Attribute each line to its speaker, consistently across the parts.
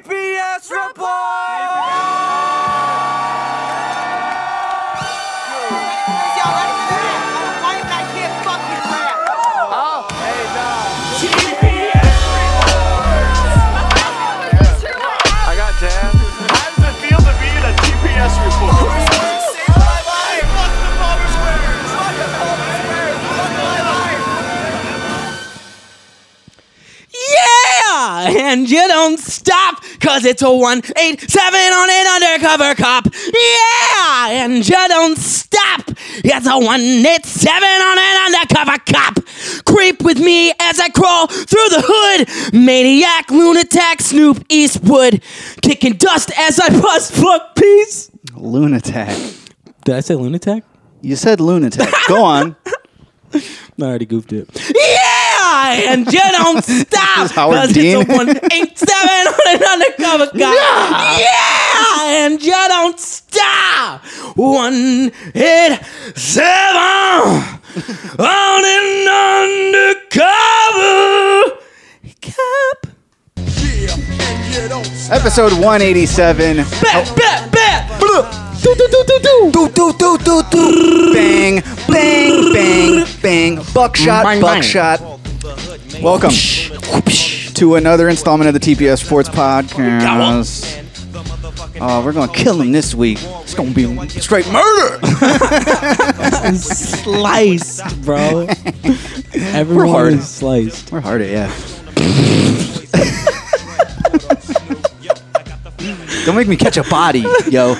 Speaker 1: Sports Report! I got tabs.
Speaker 2: How does it feel to be in a GPS report?
Speaker 3: Yeah! And you don't stop, cause it's a 187 on an undercover cop. Yeah! And you don't stop, it's a 187 on an undercover cop. Creep with me as I crawl through the hood. Maniac, lunatic, Snoop Eastwood. Kicking dust as I bust fuck peace.
Speaker 4: Lunatic.
Speaker 3: Did I say lunatic?
Speaker 4: You said lunatic. Go on.
Speaker 3: I already goofed it. Yeah, and you don't stop
Speaker 4: Howard
Speaker 3: because
Speaker 4: Dean.
Speaker 3: it's a one eight seven on an undercover cop. Yeah. and you don't stop. One eight seven on an undercover cop.
Speaker 4: Episode 187.
Speaker 3: Bet, bet, bet. Oh. Do, do, do, do, do.
Speaker 4: Do, do, do, do, do. Bang, bang, bang, bang. Buckshot,
Speaker 3: Bang, bang.
Speaker 4: buckshot. Welcome to another installment of the TPS Sports Podcast. Oh, we're gonna kill him this week. It's gonna be straight murder.
Speaker 3: Sliced, bro. Everyone
Speaker 4: hard.
Speaker 3: is sliced.
Speaker 4: We're hard at yeah. Don't make me catch a body, yo.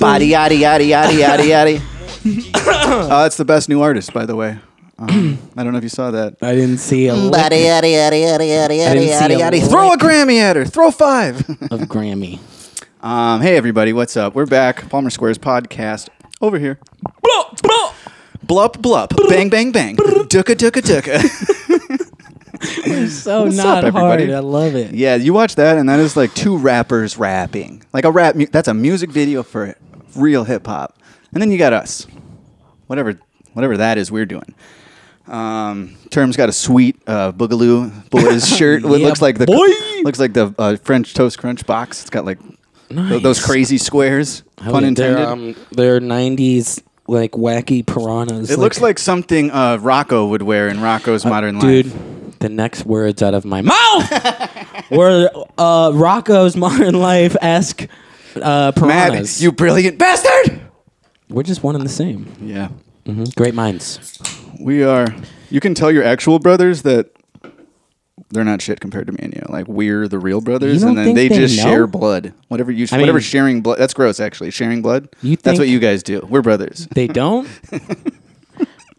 Speaker 4: Body, yaddy, yaddy, yaddy, yaddy, yaddy. uh, it's the best new artist, by the way. Um, I don't know if you saw that.
Speaker 3: I didn't see a lick
Speaker 4: Body, yaddy, yaddy, yaddy, yaddy,
Speaker 3: didn't
Speaker 4: yaddy,
Speaker 3: see
Speaker 4: yaddy,
Speaker 3: a
Speaker 4: yaddy. Throw a
Speaker 3: lick.
Speaker 4: Grammy at her. Throw five.
Speaker 3: of Grammy.
Speaker 4: um, hey, everybody. What's up? We're back. Palmer Squares podcast over here.
Speaker 3: Blah, blah.
Speaker 4: Blup, blup. Bang, bang, bang. Duka, duka, duka.
Speaker 3: so
Speaker 4: What's
Speaker 3: not
Speaker 4: up, everybody?
Speaker 3: hard. I love it.
Speaker 4: Yeah, you watch that, and that is like two rappers rapping, like a rap. Mu- that's a music video for real hip hop, and then you got us, whatever, whatever that is we're doing. Um, Term's got a sweet uh, Boogaloo Boys shirt. It
Speaker 3: Yeah,
Speaker 4: looks like the
Speaker 3: boy.
Speaker 4: looks like the uh, French Toast Crunch box. It's got like th- those
Speaker 3: Nice.
Speaker 4: crazy squares.
Speaker 3: Oh,
Speaker 4: pun
Speaker 3: yeah,
Speaker 4: intended.
Speaker 3: They're, um, they're 90s like wacky piranhas.
Speaker 4: it looks like something uh, Rocco would wear in Rocco's Modern
Speaker 3: Uh, dude.
Speaker 4: Life.
Speaker 3: The next words out of my mouth were uh, Rocco's Modern Life esque uh,
Speaker 4: Mad,
Speaker 3: piranhas.
Speaker 4: you brilliant bastard!
Speaker 3: We're just one and the same.
Speaker 4: Yeah.
Speaker 3: Mhm. Great minds.
Speaker 4: We are. You can tell your actual brothers that they're not shit compared to me and you. Like we're the real brothers,
Speaker 3: You
Speaker 4: and
Speaker 3: don't
Speaker 4: then they
Speaker 3: think they
Speaker 4: just
Speaker 3: know?
Speaker 4: share blood. Whatever you,
Speaker 3: I
Speaker 4: whatever
Speaker 3: mean-
Speaker 4: sharing blood. That's gross. Actually, sharing blood.
Speaker 3: You
Speaker 4: that's what
Speaker 3: think-
Speaker 4: you guys do. We're brothers.
Speaker 3: They don't.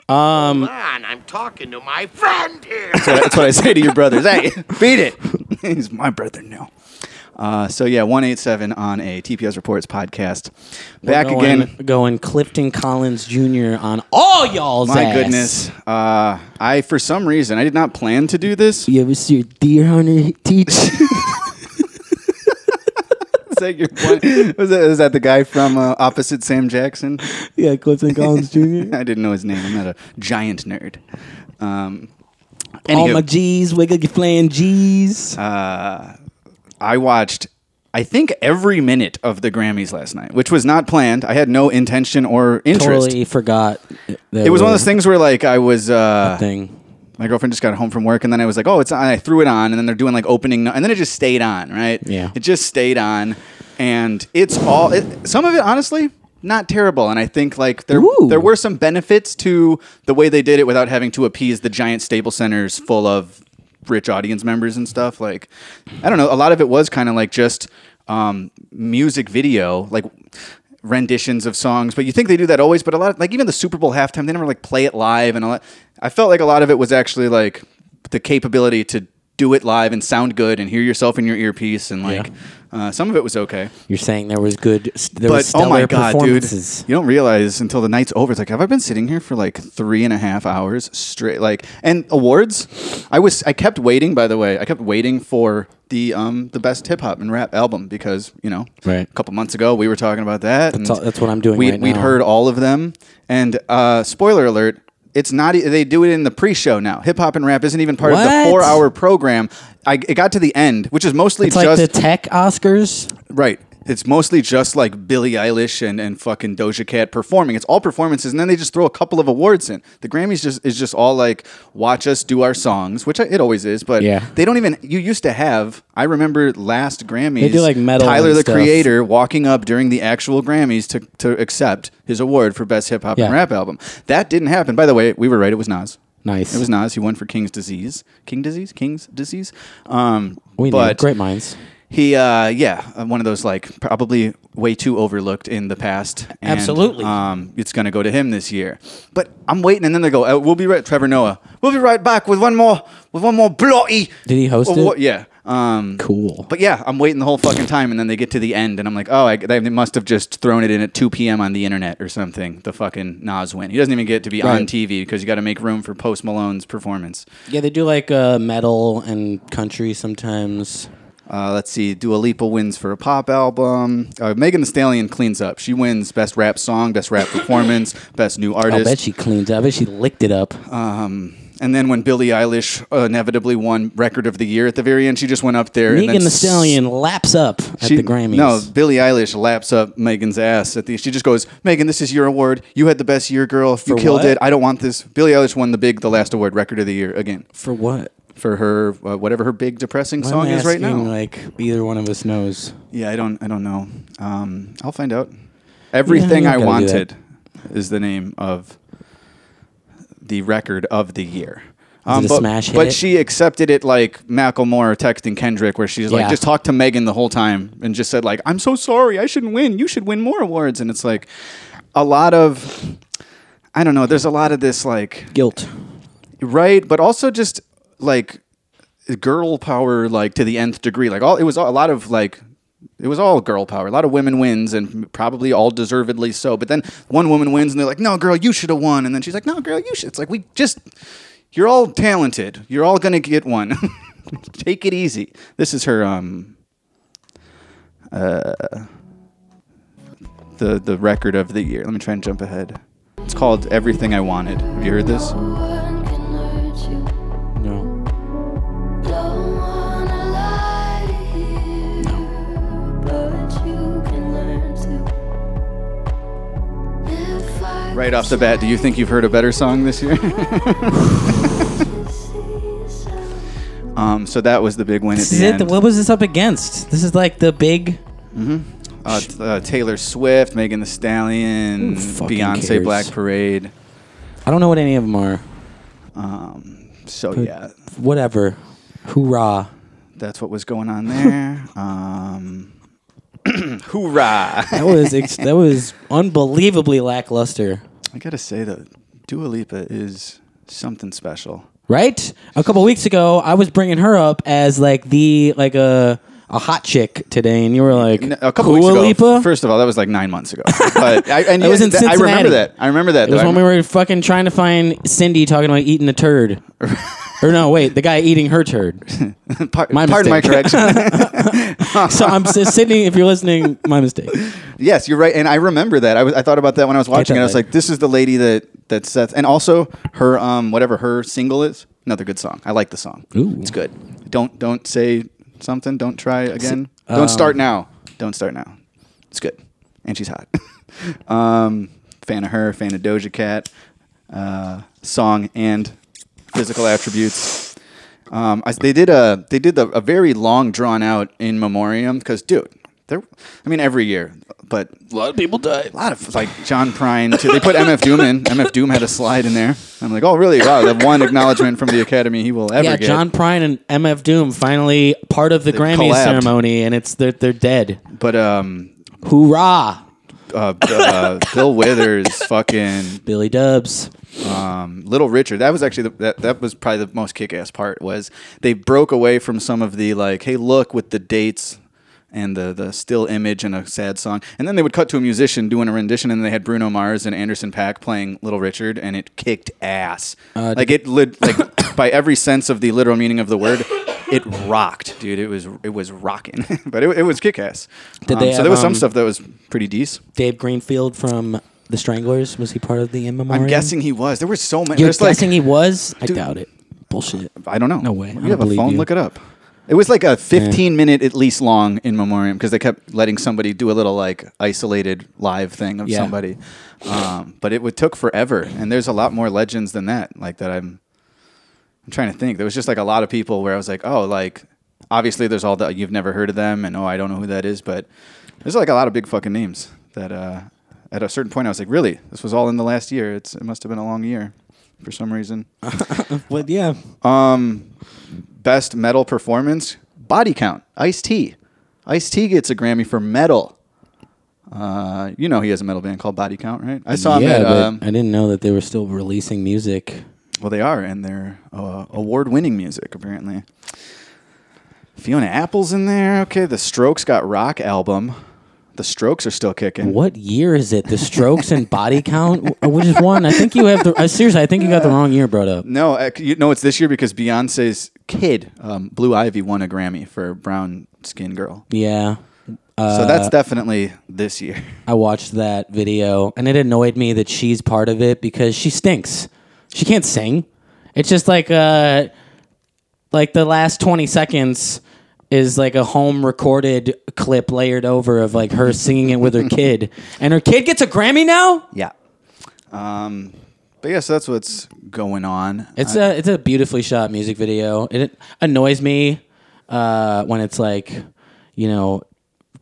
Speaker 2: Come on, I'm talking to my friend here.
Speaker 4: That's what, I- that's what I say to your brothers. Hey, beat it. He's my brother now. Uh, so yeah, one eight seven on a TPS reports podcast. Back
Speaker 3: Going-
Speaker 4: again.
Speaker 3: Going Clifton Collins Jr. on all y'all's
Speaker 4: My
Speaker 3: ass.
Speaker 4: goodness. Uh, I for some reason I did not plan to do this.
Speaker 3: You ever see your deer hunter teach?
Speaker 4: Is that your one- was that, is that the guy from uh, opposite Sam Jackson?
Speaker 3: yeah, Clifton Collins Jr.
Speaker 4: I didn't know his name. I'm not a giant nerd. Um,
Speaker 3: All
Speaker 4: anywho,
Speaker 3: my G's, wiggle your flan G's.
Speaker 4: Uh, I watched, I think, every minute of the Grammys last night, which was not planned. I had no intention or interest.
Speaker 3: totally forgot.
Speaker 4: It was one of those things where, like, I was, uh,
Speaker 3: thing.
Speaker 4: my girlfriend just got home from work, and then I was like, oh, it's on. I threw it on, and then they're doing, like, opening, no- and then it just stayed on, right?
Speaker 3: Yeah.
Speaker 4: It just stayed on, and it's all, it, some of it, honestly, not terrible. And I think, like, there,
Speaker 3: Ooh.
Speaker 4: there were some benefits to the way they did it without having to appease the giant stable centers full of rich audience members and stuff. Like, I don't know. A lot of it was kind of like just um, music video, like renditions of songs. But you think they do that always. But a lot, of, like even the Super Bowl halftime, they never like play it live and all that. I felt like a lot of it was actually like the capability to do it live and sound good and hear yourself in your earpiece and like uh, some of it was okay
Speaker 3: You're saying there was good. There was
Speaker 4: but
Speaker 3: stellar
Speaker 4: oh my god, dude!
Speaker 3: performances.
Speaker 4: You don't realize until the night's over. It's like, have I been sitting here for like three and a half hours straight? Like, and awards. I was. I kept waiting. By the way, I kept waiting for the um the best hip hop and rap album because you know,
Speaker 3: Right.
Speaker 4: A couple months ago, we were talking about that. and
Speaker 3: That's all- that's what I'm doing
Speaker 4: We'd,
Speaker 3: right
Speaker 4: we'd
Speaker 3: now.
Speaker 4: heard all of them, and uh, spoiler alert. It's not. e- They do it in the pre-show now. Hip hop and rap isn't even part of
Speaker 3: What?
Speaker 4: the four-hour program. I it got to the end, which is mostly
Speaker 1: It's like
Speaker 4: just
Speaker 1: the tech Oscars.
Speaker 4: Right. It's mostly just like Billie Eilish and, and fucking Doja Cat performing. It's all performances, and then they just throw a couple of awards in. The Grammys just is just all like watch us do our songs, which I, it always is. But
Speaker 1: Yeah.
Speaker 4: they don't even. You used to have. I remember last Grammys.
Speaker 1: They do, like, metal
Speaker 4: Tyler
Speaker 1: and
Speaker 4: the
Speaker 1: stuff.
Speaker 4: Creator walking up during the actual Grammys to to accept his award for best hip hop and
Speaker 1: Yeah.
Speaker 4: rap album. That didn't happen. By the way, we were right. It was Nas.
Speaker 1: Nice.
Speaker 4: It was Nas. He won for King's Disease. King Disease. King's Disease. Um,
Speaker 1: We knew.
Speaker 4: but
Speaker 1: Great minds.
Speaker 4: he, uh, yeah, uh, one of those like probably way too overlooked in the past. And,
Speaker 3: Absolutely.
Speaker 4: um, it's going to go to him this year. But I'm waiting, and then they go, uh, "We'll be right, Trevor Noah. We'll be right back with one more, with one more bloody."
Speaker 1: Did he host
Speaker 4: award."
Speaker 1: it?
Speaker 4: Oh, Yeah. Um,
Speaker 1: Cool.
Speaker 4: But yeah, I'm waiting the whole fucking time, and then they get to the end, and I'm like, "Oh, I, they must have just thrown it in at 2 p.m. on the internet or something." The fucking Nas win. He doesn't even get to be on
Speaker 1: Right.
Speaker 4: TV because you got to make room for Post Malone's performance.
Speaker 1: Yeah, they do like uh, metal and country sometimes.
Speaker 4: Uh, let's see. Dua Lipa wins for a pop album. Uh, Megan The Stallion cleans up. She wins best rap song, best rap performance, best new
Speaker 1: I
Speaker 4: artist.
Speaker 1: bet she cleaned up. I bet she licked it up.
Speaker 4: and then when Billie Eilish uh, inevitably won record of the year at the very end, she just went up there. and
Speaker 1: Megan
Speaker 4: then
Speaker 1: the Stallion laps up at
Speaker 4: she-
Speaker 1: the Grammys.
Speaker 4: No, Billie Eilish laps up Megan's ass at the. She just goes, Megan, this is your award. You had the best year, girl. You
Speaker 1: For
Speaker 4: killed
Speaker 1: what?
Speaker 4: it. I don't want this. Billie Eilish won the big, the last award, record of the year again
Speaker 1: for what?
Speaker 4: for her uh, whatever her big depressing
Speaker 1: Why am
Speaker 4: song
Speaker 1: I
Speaker 4: is right now.
Speaker 1: asking, Like either one of us knows.
Speaker 4: Yeah, I don't. I don't know. Um, I'll find out. Everything
Speaker 1: you gotta
Speaker 4: I
Speaker 1: do
Speaker 4: wanted is the name of the record of the year. Um,
Speaker 1: it a
Speaker 4: but,
Speaker 1: smash
Speaker 4: but
Speaker 1: hit?
Speaker 4: she accepted it like Macklemore texting Kendrick, where she's like,
Speaker 1: Yeah.
Speaker 4: just talked to Megan the whole time and just said like, "I'm so sorry, I shouldn't win. You should win more awards." And it's like a lot of, I don't know. There's a lot of this like
Speaker 1: Guilt.
Speaker 4: right but also just like girl power like to the nth degree like all it was all, a lot of like it was all girl power a lot of women wins and probably all deservedly so but then one woman wins and they're like no girl you should have won and then she's like no girl you should it's like we just you're all talented you're all gonna get one take it easy this is her um uh the the record of the year let me try and jump ahead it's called everything i wanted have you heard this
Speaker 5: No one can hurt you.
Speaker 1: No.
Speaker 5: Don't wanna lie here, but you can learn to. If I
Speaker 4: Right off the bat, do you think you've heard a better song this year?
Speaker 5: could see some-
Speaker 4: um, so that was the big win at
Speaker 1: This is
Speaker 4: the
Speaker 1: it.
Speaker 4: end.
Speaker 1: What was this up against? This is like the big.
Speaker 4: Uh, t- uh, Taylor Swift, Megan Thee
Speaker 1: Who
Speaker 4: Stallion,
Speaker 1: fucking
Speaker 4: Beyonce,
Speaker 1: cares?
Speaker 4: Black Parade.
Speaker 1: I don't know what any of them are.
Speaker 4: Um, So yeah,
Speaker 1: Whatever. Hoorah.
Speaker 4: that's what was going on there. um, hoorah!
Speaker 1: That was ex- that was unbelievably lackluster.
Speaker 4: I gotta say though, Dua Lipa is something special.
Speaker 1: Right? A couple weeks ago, I was bringing her up as like the like a a hot chick today, and you were like
Speaker 4: N- A
Speaker 1: Dua
Speaker 4: couple weeks ago.
Speaker 1: Lipa?
Speaker 4: First of all, that was like nine months ago. But I, and
Speaker 1: That was
Speaker 4: yeah,
Speaker 1: in
Speaker 4: th- I remember
Speaker 1: Cincinnati.
Speaker 4: that. I remember that.
Speaker 1: It was
Speaker 4: though. I
Speaker 1: when we were fucking trying to find Cindy talking about eating a turd. or no, wait, the guy eating her turd.
Speaker 4: rem- par-
Speaker 1: my
Speaker 4: pardon my
Speaker 1: mistake.
Speaker 4: correction.
Speaker 1: So I'm so Sydney, if you're listening, my mistake.
Speaker 4: Yes, you're right, and I remember that. I, was, I thought about that when I was watching
Speaker 1: that
Speaker 4: it. I was
Speaker 1: later.
Speaker 4: like, "This is the lady that that Seth." And also her um whatever her single is another good song. I like the song.
Speaker 1: Ooh.
Speaker 4: It's good. Don't don't say something. Don't try again. don't start now. Don't start now. It's good, and she's hot. um, fan of her. Fan of Doja Cat. Uh, song and physical attributes. Um, I, they did a they did the, a very long drawn out in memoriam because dude, they're I mean every year, but a lot of people die. A lot of like John Prine. Too. They put MF Doom in. MF Doom had a slide in there. I'm like, oh really? Wow, the one acknowledgement from the Academy he will ever
Speaker 1: yeah,
Speaker 4: get.
Speaker 1: John Prine and MF Doom finally part of the Grammy
Speaker 4: collabed.
Speaker 1: ceremony, and it's they're they're dead.
Speaker 4: But um,
Speaker 1: Hoorah,
Speaker 4: uh, uh, Bill Withers, fucking
Speaker 1: Billy Dubs.
Speaker 4: Little Richard. That was actually the, that that was probably the most kick-ass part was they broke away from some of the like, hey, look with the dates and the the still image and a sad song, and then they would cut to a musician doing a rendition, and they had Bruno Mars and Anderson Paak playing Little Richard, and it kicked ass.
Speaker 1: Uh,
Speaker 4: like it lit like by every sense of the literal meaning of the word. It rocked, dude. It was it was rocking, but it, it was kick ass.
Speaker 1: Did they
Speaker 4: so there was
Speaker 1: have,
Speaker 4: some
Speaker 1: um,
Speaker 4: stuff that was pretty decent.
Speaker 1: Dave Greenfield from The Stranglers? Was he part of the MMR?
Speaker 4: I'm guessing he was. There were so many.
Speaker 1: You're
Speaker 4: there's like-
Speaker 1: guessing he was? I
Speaker 4: Dude.
Speaker 1: doubt it. Bullshit.
Speaker 4: I don't know.
Speaker 1: No way. I
Speaker 4: You
Speaker 1: don't
Speaker 4: have a
Speaker 1: believe
Speaker 4: phone.
Speaker 1: you.
Speaker 4: Look it up. It was like a 15 minute at least long in memoriam because they kept letting somebody do a little like isolated live thing of
Speaker 1: Yeah.
Speaker 4: somebody, um, but it would took forever. And there's a lot more legends than that. Like that I'm, I'm trying to think. There was just like a lot of people where I was like, oh, like obviously there's all that you've never heard of them, and oh, I don't know who that is, but there's like a lot of big fucking names that uh, at a certain point I was like, really, this was all in the last year. It's it must have been a long year for some reason.
Speaker 1: Well, yeah.
Speaker 4: Best metal performance, body count, Ice T. Ice T gets a Grammy for metal. Uh, you know he has a metal band called Body Count, right? I saw
Speaker 1: yeah,
Speaker 4: him at.
Speaker 1: but
Speaker 4: Um,
Speaker 1: I didn't know that they were still releasing music.
Speaker 4: well, they are, and they're uh, award-winning music apparently. Fiona Apple's in there. Okay, The Strokes got Rock album. The Strokes are still kicking.
Speaker 1: What year is it? The Strokes and Body Count? Uh, Which is one? I think you have the. Uh, seriously, I think you got the wrong year brought up.
Speaker 4: No, uh, you know it's this year because Beyonce's kid, um, Blue Ivy, won a Grammy for Brown Skin Girl.
Speaker 1: Yeah.
Speaker 4: so
Speaker 1: Uh,
Speaker 4: that's definitely this year.
Speaker 1: I watched that video and it annoyed me that she's part of it because she stinks. She can't sing. It's just like uh like the last 20 seconds is like a home recorded clip layered over of like her singing it with her kid and her kid gets a Grammy now?
Speaker 4: Yeah. Um, but yeah, so that's what's going on. Uh,
Speaker 1: It's a it's a beautifully shot music video. It annoys me uh, when it's like, you know,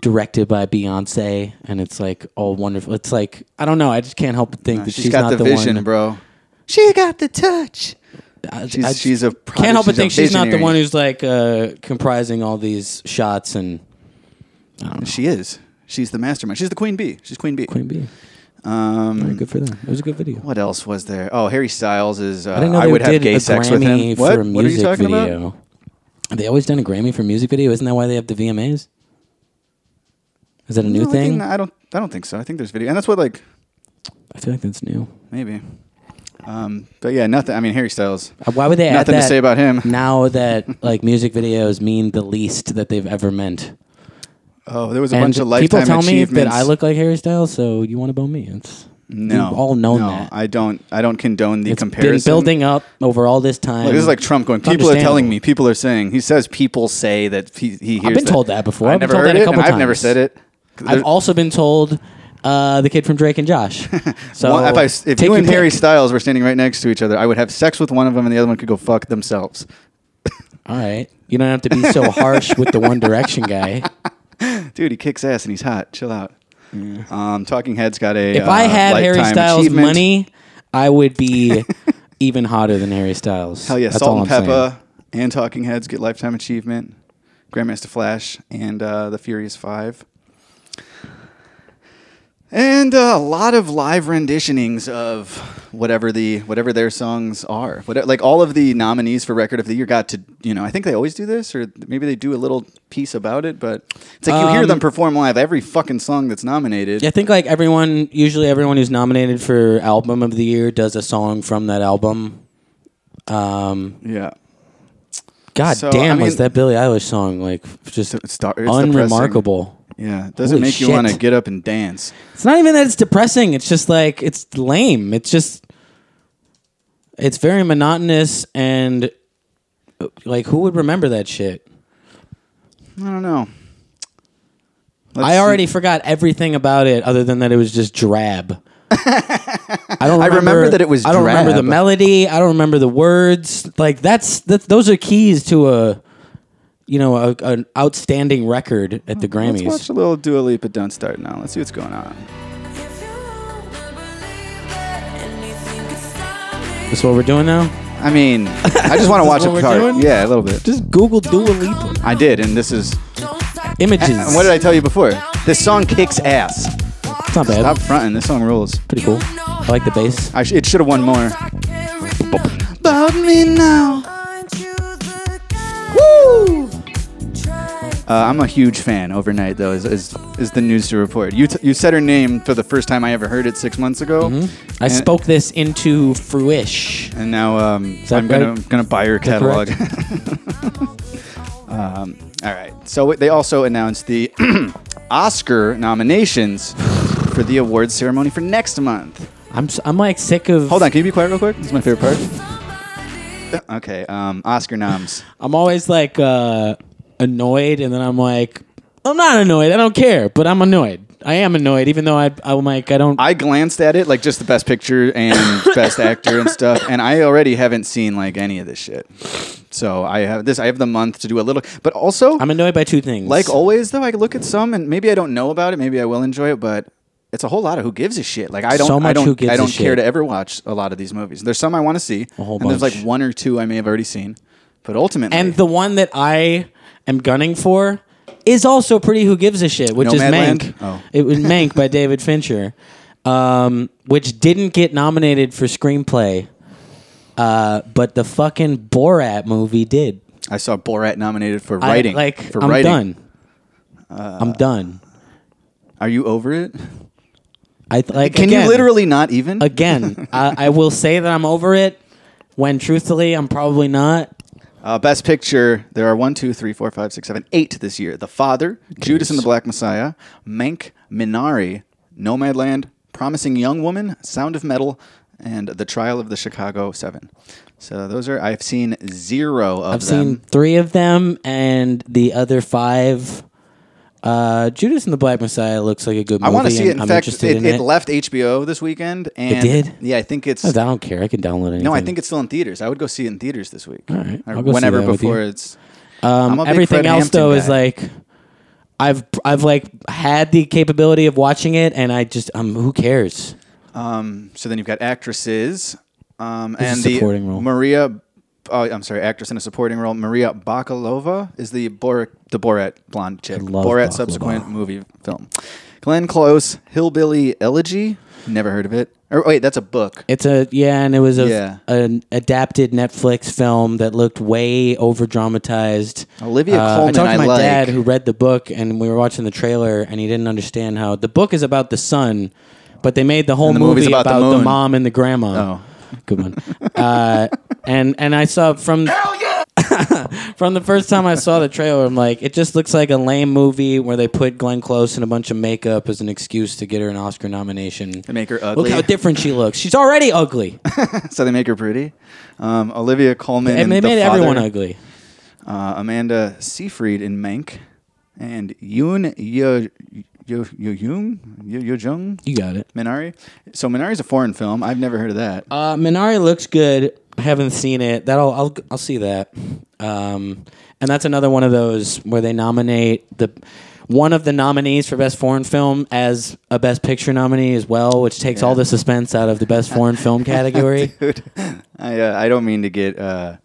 Speaker 1: directed by Beyonce and it's like all wonderful. It's like I don't know. I just can't help but think that
Speaker 4: she's
Speaker 1: she's
Speaker 4: got
Speaker 1: not
Speaker 4: the,
Speaker 1: the,
Speaker 4: vision,
Speaker 1: one.
Speaker 4: bro. She got the touch.
Speaker 1: I-
Speaker 4: She's,
Speaker 1: I
Speaker 4: she's a
Speaker 1: can't help but
Speaker 4: she's a
Speaker 1: think she's not the
Speaker 4: visionary.
Speaker 1: one who's like uh, comprising all these shots and
Speaker 4: She is. She's the mastermind. She's the queen bee. She's queen bee.
Speaker 1: Queen Bee.
Speaker 4: Um,
Speaker 1: Very good for them. It was a good video.
Speaker 4: what else was there? Oh, Harry Styles is. Uh, I,
Speaker 1: I didn't know they
Speaker 4: would
Speaker 1: did
Speaker 4: have gay
Speaker 1: a
Speaker 4: sex
Speaker 1: Grammy
Speaker 4: with him.
Speaker 1: for
Speaker 4: What?
Speaker 1: a music
Speaker 4: What are you talking
Speaker 1: video.
Speaker 4: about?
Speaker 1: Have They always done a Grammy for music video. Isn't that why they have the VMAs? Is that a new
Speaker 4: No, I
Speaker 1: thing?
Speaker 4: think- I don't. I don't think so. I think there's video, and that's what like
Speaker 1: I feel like that's new.
Speaker 4: maybe. Um, but yeah, nothing. I mean, Harry Styles.
Speaker 1: Uh, Why would they add
Speaker 4: Nothing to
Speaker 1: that
Speaker 4: say about him.
Speaker 1: now that like music videos mean the least that they've ever meant?
Speaker 4: Oh, there was a
Speaker 1: And
Speaker 4: bunch of
Speaker 1: people
Speaker 4: lifetime
Speaker 1: tell me
Speaker 4: achievements.
Speaker 1: that I look like Harry Styles, so you want to bone me? It's
Speaker 4: No,
Speaker 1: we've all known
Speaker 4: no,
Speaker 1: that.
Speaker 4: I don't. I don't condone the
Speaker 1: it's been
Speaker 4: comparison.
Speaker 1: building up over all this time.
Speaker 4: Like, this is like Trump going. People are
Speaker 1: Understandable.
Speaker 4: telling me. People are saying. He says people say that he, he hears.
Speaker 1: I've been told that before.
Speaker 4: I've
Speaker 1: I've been
Speaker 4: never
Speaker 1: told
Speaker 4: heard
Speaker 1: that a
Speaker 4: it,
Speaker 1: couple
Speaker 4: and I've never
Speaker 1: times.
Speaker 4: said it.
Speaker 1: I've also been told uh, the kid from Drake and Josh. So
Speaker 4: One- if I, s- if
Speaker 1: take
Speaker 4: you
Speaker 1: your
Speaker 4: and Harry
Speaker 1: pick.
Speaker 4: Styles were standing right next to each other, I would have sex with one of them, and the other one could go fuck themselves.
Speaker 1: all right, you don't have to be so harsh with the One Direction guy.
Speaker 4: Dude, he kicks ass and he's hot. Chill out. Um, Talking Heads got a.
Speaker 1: If I
Speaker 4: uh,
Speaker 1: had Harry
Speaker 4: lifetime
Speaker 1: Styles
Speaker 4: achievement.
Speaker 1: money, I would be even hotter than Harry Styles.
Speaker 4: Hell yeah,
Speaker 1: That's all
Speaker 4: Salt and
Speaker 1: I'm saying.
Speaker 4: Peppa and Talking Heads get lifetime achievement. Grandmaster Flash and uh, the Furious Five. And uh, a lot of live renditionings of whatever the whatever their songs are. What, like all of the nominees for Record of the Year got to you know I think they always do this or maybe they do a little piece about it, but it's like you hear
Speaker 1: Um,
Speaker 4: them perform live every fucking song that's nominated.
Speaker 1: I think like everyone, usually everyone who's nominated for album of the year does a song from that album. Um,
Speaker 4: Yeah,
Speaker 1: God
Speaker 4: So,
Speaker 1: damn,
Speaker 4: I
Speaker 1: was
Speaker 4: mean-
Speaker 1: that Billie Eilish song like just
Speaker 4: It's- it's dar- it's
Speaker 1: unremarkable?
Speaker 4: yeah. Does not
Speaker 1: Holy
Speaker 4: make you
Speaker 1: shit.
Speaker 4: want to get up and dance?
Speaker 1: It's not even that it's depressing. It's just like it's lame. It's just it's very monotonous and uh, like who would remember that shit?
Speaker 4: I don't know. Let's
Speaker 1: I
Speaker 4: see.
Speaker 1: already forgot everything about it other than that it was just drab. I don't remember,
Speaker 4: remember that it was
Speaker 1: I don't remember the
Speaker 4: drab.
Speaker 1: melody. I don't remember the words. Like that's that, those are keys to a you know a, an outstanding record at the Grammys.
Speaker 4: Let's watch a little Dua Lipa Don't Start Now. Let's see what's going on.
Speaker 1: That's what we're doing now.
Speaker 4: I mean, I just want to watch
Speaker 1: what
Speaker 4: a
Speaker 1: we're
Speaker 4: part.
Speaker 1: doing?
Speaker 4: Yeah, a little bit.
Speaker 1: Just Google Dua Lipa
Speaker 4: I did, and this is.
Speaker 1: images.
Speaker 4: And what did I tell you before? This song kicks ass.
Speaker 1: it's not bad.
Speaker 4: Stop fronting. This song rules.
Speaker 1: Pretty cool. I like the bass.
Speaker 4: I sh- it should have won more. About Uh, I'm a huge fan. Overnight, though, is is, is the news to report. You t- you said her name for the first time I ever heard it six months ago,
Speaker 1: I spoke this into fruish.
Speaker 4: and now um,
Speaker 1: that
Speaker 4: I'm gonna
Speaker 1: right?
Speaker 4: gonna buy her
Speaker 1: that
Speaker 4: catalog. um, all right. So they also announced the Oscar nominations for the awards ceremony for next month.
Speaker 1: I'm s- I'm like sick of.
Speaker 4: Hold on, can you be quiet real quick? This is my favorite part. Okay, um, Oscar noms.
Speaker 1: I'm always like uh, annoyed, and then I'm like, I'm not annoyed. I don't care, but I'm annoyed. I am annoyed, even though I I'm like I don't.
Speaker 4: I glanced at it, like just the best picture and best actor and stuff, and I already haven't seen like any of this shit. So I have this. I have the month to do a little, but also
Speaker 1: I'm annoyed by two things.
Speaker 4: like oh, always though, I look at some and maybe I don't know about it, maybe I will enjoy it, but it's a whole lot of who gives a shit. Like I don't,
Speaker 1: So
Speaker 4: I
Speaker 1: much
Speaker 4: don't,
Speaker 1: who gives
Speaker 4: I
Speaker 1: a
Speaker 4: don't care
Speaker 1: shit.
Speaker 4: to ever watch a lot of these movies. There's some I want to see,
Speaker 1: A whole
Speaker 4: and there's like
Speaker 1: bunch.
Speaker 4: one or two I may have already seen, but ultimately,
Speaker 1: and the one that I am gunning for is also pretty. Who gives a shit? Which is
Speaker 4: Nomadland?
Speaker 1: Mank.
Speaker 4: Oh.
Speaker 1: It was Mank by David Fincher, um, which didn't get nominated for screenplay, uh, but the fucking Borat movie did.
Speaker 4: I saw Borat nominated for writing.
Speaker 1: I, like
Speaker 4: for
Speaker 1: I'm
Speaker 4: writing. Uh,
Speaker 1: done. I'm done.
Speaker 4: Are you over it?
Speaker 1: I th- like.
Speaker 4: Can
Speaker 1: again-
Speaker 4: you literally not even?
Speaker 1: again, I, I will say that I'm over it. When truthfully, I'm probably not.
Speaker 4: Uh, best picture. There are one, two, three, four, five, six, seven, eight this year. The Father, Judas and the Black Messiah, Mank, Minari, Nomadland, Promising Young Woman, Sound of Metal, and The Trial of the Chicago Seven. So those are. I've seen zero of
Speaker 1: I've seen
Speaker 4: them.
Speaker 1: three of them, and the other five. Uh, Judas and the Black Messiah looks like a good movie.
Speaker 4: I want to see
Speaker 1: and
Speaker 4: it. In
Speaker 1: I'm
Speaker 4: fact, it,
Speaker 1: interested in
Speaker 4: it
Speaker 1: it.
Speaker 4: left HBO this weekend. And
Speaker 1: did? Oh,
Speaker 4: Yeah, I think it's.
Speaker 1: I don't care. I can download anything.
Speaker 4: no, I think it's still in theaters. I would go see it in theaters this week. All
Speaker 1: right.
Speaker 4: Or
Speaker 1: I'll go see
Speaker 4: whenever
Speaker 1: that with you.
Speaker 4: before it's. I'm
Speaker 1: um,
Speaker 4: a big
Speaker 1: everything
Speaker 4: Fred
Speaker 1: else
Speaker 4: Hampton
Speaker 1: though is
Speaker 4: guy.
Speaker 1: like. I've I've like had the capability of watching it, and I just um who cares?
Speaker 4: So then you've got actresses, um,
Speaker 1: Who's
Speaker 4: and
Speaker 1: the
Speaker 4: the
Speaker 1: supporting role?
Speaker 4: Maria. Oh, I'm sorry, actress in a supporting role. Maria Bakalova is the Borat, the Borat blonde chick.
Speaker 1: love
Speaker 4: Borat
Speaker 1: Bakalova.
Speaker 4: subsequent movie film. Glenn Close, Hillbilly Elegy. Never heard of it. Or wait, that's a book.
Speaker 1: It's a yeah, and it was a
Speaker 4: Yeah.
Speaker 1: an adapted Netflix film that looked way over dramatized.
Speaker 4: Olivia
Speaker 1: I
Speaker 4: Colman,
Speaker 1: talked
Speaker 4: I
Speaker 1: to my
Speaker 4: like.
Speaker 1: dad who read the book, and we were watching the trailer, and he didn't understand how the book is about the son, but they made the whole
Speaker 4: And the movie's
Speaker 1: movie
Speaker 4: about
Speaker 1: about,
Speaker 4: the
Speaker 1: the,
Speaker 4: moon.
Speaker 1: mom and the grandma.
Speaker 4: Oh.
Speaker 1: Good one. uh, and and I saw from from the first time I saw the trailer, I'm like, it just looks like a lame movie where they put Glenn Close in a bunch of makeup as an excuse to get her an Oscar nomination.
Speaker 4: They make her
Speaker 1: Look
Speaker 4: ugly,
Speaker 1: how different she looks. She's already ugly.
Speaker 4: so they make her pretty. Um, Olivia Colman
Speaker 1: And
Speaker 4: and
Speaker 1: they
Speaker 4: the
Speaker 1: made
Speaker 4: father,
Speaker 1: everyone ugly.
Speaker 4: Uh, Amanda Seyfried in Mank, and Yoon Yo Yo Yo Yoon Yo Yo Jung
Speaker 1: You got it.
Speaker 4: Minari. So Minari's a foreign film. I've never heard of that.
Speaker 1: Uh, Minari looks good. I haven't seen it. That'll I'll I'll see that. Um, and that's another one of those where they nominate the one of the nominees for best foreign film as a best picture nominee as well, which takes all the suspense out of the best foreign film category.
Speaker 4: Dude, I uh, I don't mean to get uh,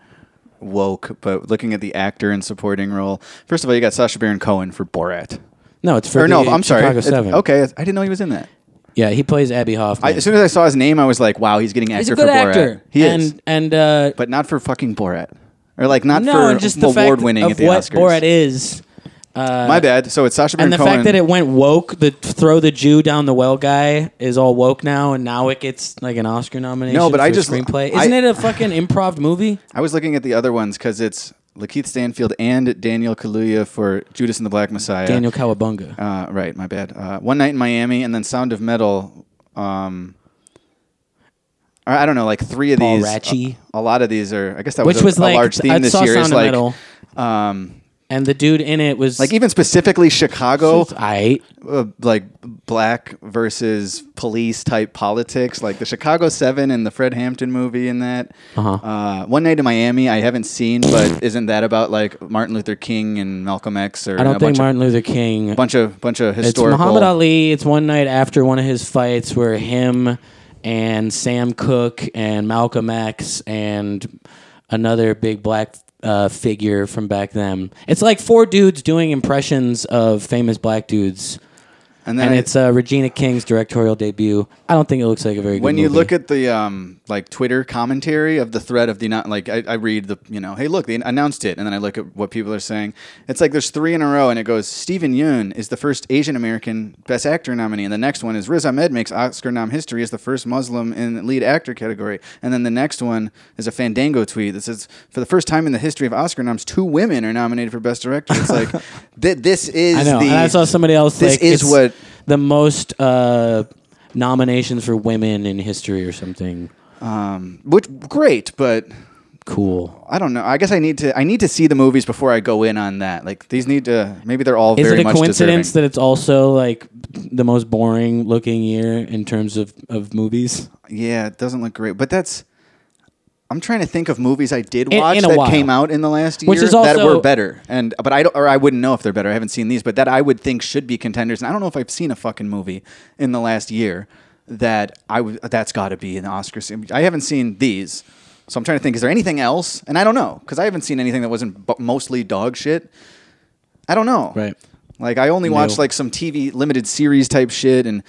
Speaker 4: woke, but looking at the actor and supporting role, first of all, you got Sasha Baron Cohen for Borat.
Speaker 1: No, it's for
Speaker 4: Or no,
Speaker 1: the
Speaker 4: I'm sorry.
Speaker 1: Chicago
Speaker 4: It-
Speaker 1: Seven.
Speaker 4: okay, I didn't know he was in that.
Speaker 1: yeah, he plays Abby Hoffman.
Speaker 4: I, as soon as I saw his name, I was like, wow, he's getting actor
Speaker 1: He's a
Speaker 4: for
Speaker 1: good actor.
Speaker 4: Borat. He
Speaker 1: and,
Speaker 4: is,
Speaker 1: And uh,
Speaker 4: but not for fucking Borat, or like not
Speaker 1: no,
Speaker 4: for
Speaker 1: and just the fact
Speaker 4: award winning
Speaker 1: of
Speaker 4: at the
Speaker 1: what
Speaker 4: Oscars.
Speaker 1: Borat is.
Speaker 4: My bad. So it's Sasha Baron
Speaker 1: and the
Speaker 4: Cohen.
Speaker 1: fact that it went woke, the throw the Jew down the well guy is all woke now, and now it gets like an Oscar nomination.
Speaker 4: No, but
Speaker 1: for
Speaker 4: I just-
Speaker 1: screenplay.
Speaker 4: I-
Speaker 1: Isn't it a fucking improv movie?
Speaker 4: I was looking at the other ones because it's Lakeith Stanfield and Daniel Kaluuya for Judas and the Black Messiah.
Speaker 1: Daniel Cowabunga.
Speaker 4: Uh, right, my bad. Uh, One Night in Miami, and then Sound of Metal. Um, or I don't know, like three of
Speaker 1: Paul
Speaker 4: these.
Speaker 1: Ratchey.
Speaker 4: A, a lot of these are. I guess that
Speaker 1: Which
Speaker 4: was a,
Speaker 1: was,
Speaker 4: a
Speaker 1: like,
Speaker 4: large theme
Speaker 1: I
Speaker 4: this
Speaker 1: saw
Speaker 4: year.
Speaker 1: Sound
Speaker 4: is
Speaker 1: of
Speaker 4: like,
Speaker 1: Metal.
Speaker 4: um,
Speaker 1: and the dude in it was
Speaker 4: like even specifically Chicago,
Speaker 1: I
Speaker 4: uh, like black versus police type politics, like the Chicago Seven and the Fred Hampton movie in that.
Speaker 1: Uh-huh.
Speaker 4: Uh, One Night in Miami, I haven't seen, but isn't that about like Martin Luther King and Malcolm X or
Speaker 1: I
Speaker 4: a
Speaker 1: don't think
Speaker 4: bunch
Speaker 1: Martin
Speaker 4: of,
Speaker 1: Luther King.
Speaker 4: bunch of bunch of
Speaker 1: It's
Speaker 4: historical?
Speaker 1: Muhammad Ali. It's one night after one of his fights where him and Sam Cooke and Malcolm X and another big black uh, figure from back then. It's like four dudes doing impressions of famous black dudes.
Speaker 4: then
Speaker 1: and
Speaker 4: I-
Speaker 1: it's uh, Regina King's directorial debut. I don't think it looks like a very good
Speaker 4: when you
Speaker 1: movie.
Speaker 4: look at the um, like Twitter commentary of the thread of the not like I, I read the you know hey look they announced it and then I look at what people are saying it's like there's three in a row and it goes Stephen Yeun is the first Asian American Best Actor nominee and the next one is Riz Ahmed makes Oscar nom history as the first Muslim in lead actor category and then the next one is a Fandango tweet that says for the first time in the history of Oscar noms two women are nominated for Best Director it's like th- this is
Speaker 1: I know.
Speaker 4: the
Speaker 1: and I saw somebody else.
Speaker 4: this
Speaker 1: like,
Speaker 4: is
Speaker 1: it's-
Speaker 4: what
Speaker 1: the most uh, nominations for women in history or something.
Speaker 4: Which great, but
Speaker 1: Cool.
Speaker 4: I don't know. I guess I need to I need to see the movies before I go in on that. Like these need to maybe they're all
Speaker 1: Is
Speaker 4: very
Speaker 1: it a
Speaker 4: much
Speaker 1: coincidence
Speaker 4: deserving.
Speaker 1: that it's also like the most boring looking year in terms of, of movies?
Speaker 4: yeah, it doesn't look great, but that's I'm trying to think of movies I did
Speaker 1: In-
Speaker 4: watch
Speaker 1: in a
Speaker 4: that
Speaker 1: while.
Speaker 4: came out in the last year
Speaker 1: Which is
Speaker 4: that
Speaker 1: also-
Speaker 4: were better. And but I don't or I wouldn't know if they're better. I haven't seen these, but that I would think should be contenders. And I don't know if I've seen a fucking movie in the last year that I w- that's got to be an Oscar. scene. I haven't seen these. So I'm trying to think is there anything else? And I don't know cuz I haven't seen anything that wasn't bu- mostly dog shit. I don't know.
Speaker 1: Right.
Speaker 4: Like I only watch
Speaker 1: No.
Speaker 4: like some TV limited series type shit, and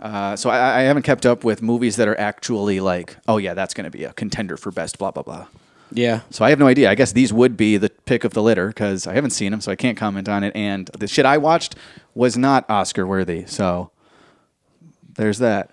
Speaker 4: uh, so I, I haven't kept up with movies that are actually like, oh yeah, that's going to be a contender for best blah blah blah.
Speaker 1: Yeah.
Speaker 4: So I have no idea. I guess these would be the pick of the litter because I haven't seen them, so I can't comment on it. And the shit I watched was not Oscar worthy. So there's that.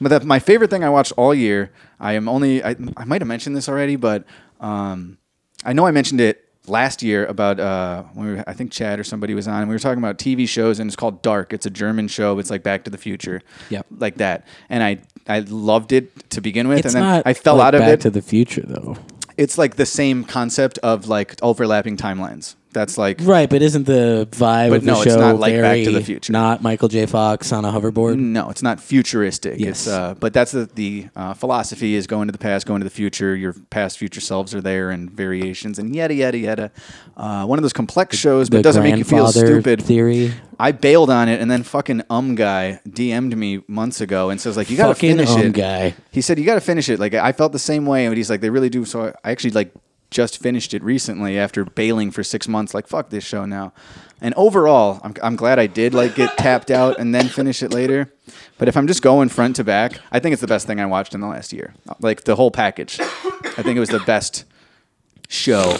Speaker 4: But the, my favorite thing I watched all year, I am only, I, I might have mentioned this already, but um, I know I mentioned it last year about, uh, when we were, I think Chad or somebody was on, and we were talking about TV shows, and it's called Dark. It's a German show. It's like Back to the Future.
Speaker 1: Yep.
Speaker 4: Like that. And I, I loved it to begin with,
Speaker 1: It's
Speaker 4: and then
Speaker 1: not
Speaker 4: I fell
Speaker 1: like
Speaker 4: out of
Speaker 1: Back
Speaker 4: it
Speaker 1: to the future though.
Speaker 4: it's like the same concept of like overlapping timelines. That's like
Speaker 1: Right, but isn't the vibe
Speaker 4: But
Speaker 1: of the
Speaker 4: no,
Speaker 1: show
Speaker 4: it's not like Back
Speaker 1: very
Speaker 4: to the Future. Mm.
Speaker 1: Not Michael J. Fox on a hoverboard.
Speaker 4: no, it's not futuristic. It's
Speaker 1: Yes.
Speaker 4: uh, but that's the the uh, philosophy is going to the past, going to the future. Your past, future selves are there, and variations, and yada yada yada. Uh, one of those complex shows, but
Speaker 1: The
Speaker 4: doesn't make you feel
Speaker 1: grandfather
Speaker 4: stupid.
Speaker 1: Theory.
Speaker 4: I bailed on it, and then fucking um guy DM'd me months ago and says like, "You gotta
Speaker 1: Fucking
Speaker 4: finish
Speaker 1: um
Speaker 4: it."
Speaker 1: guy.
Speaker 4: He said, "You gotta finish it." Like I felt the same way, and he's like, "They really do." So I actually like just finished it recently after bailing for six months. Like fuck this show now. And overall, I'm, I'm glad I did like get tapped out and then finish it later. But if I'm just going front to back, I think it's the best thing I watched in the last year. Like the whole package, I think it was the best show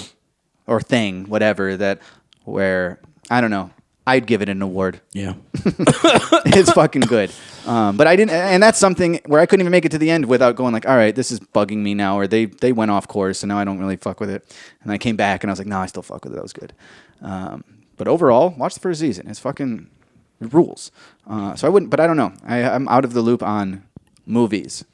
Speaker 4: or thing, whatever that where I don't know. I'd give it an award
Speaker 1: Yeah.
Speaker 4: it's fucking good. Um, but I didn't, and that's something where I couldn't even make it to the end without going like, all right, this is bugging me now, or they they went off course, and now I don't really fuck with it. And I came back and I was like, no, I still fuck with it. That was good. Um, but overall, watch the first season. It's fucking it rules. Uh, so I wouldn't, but I don't know. I, I'm out of the loop on movies.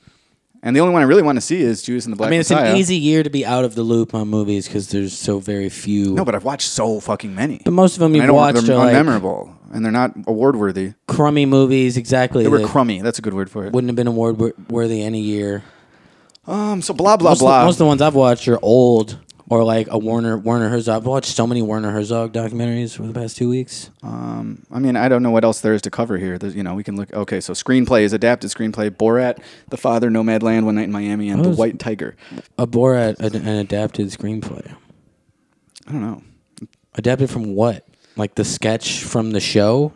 Speaker 4: And the only one I really want to see is Judas and the Black
Speaker 1: I mean, it's
Speaker 4: Messiah.
Speaker 1: an easy year to be out of the loop on movies because there's so very few.
Speaker 4: No, but I've watched so fucking many.
Speaker 1: But most of them
Speaker 4: And I
Speaker 1: you've
Speaker 4: don't-
Speaker 1: watched
Speaker 4: they're
Speaker 1: are like-
Speaker 4: unmemorable, and they're not award worthy.
Speaker 1: crummy movies, exactly.
Speaker 4: They were
Speaker 1: that
Speaker 4: crummy. That's a good word for it.
Speaker 1: Wouldn't have been award wor- worthy any year.
Speaker 4: Um, so blah blah
Speaker 1: most,
Speaker 4: blah.
Speaker 1: Of the, most of the ones I've watched are old or like a Warner Werner Herzog. I've watched so many Werner Herzog documentaries for the past two weeks.
Speaker 4: I mean, I don't know what else there is to cover here. There's, you know, we can look. Okay, so screenplay is adapted screenplay. Borat, The Father, Nomadland, One Night in Miami, and The
Speaker 1: was-
Speaker 4: White Tiger.
Speaker 1: A Borat, an, an adapted screenplay,
Speaker 4: I don't know.
Speaker 1: adapted from what? Like the sketch from the show.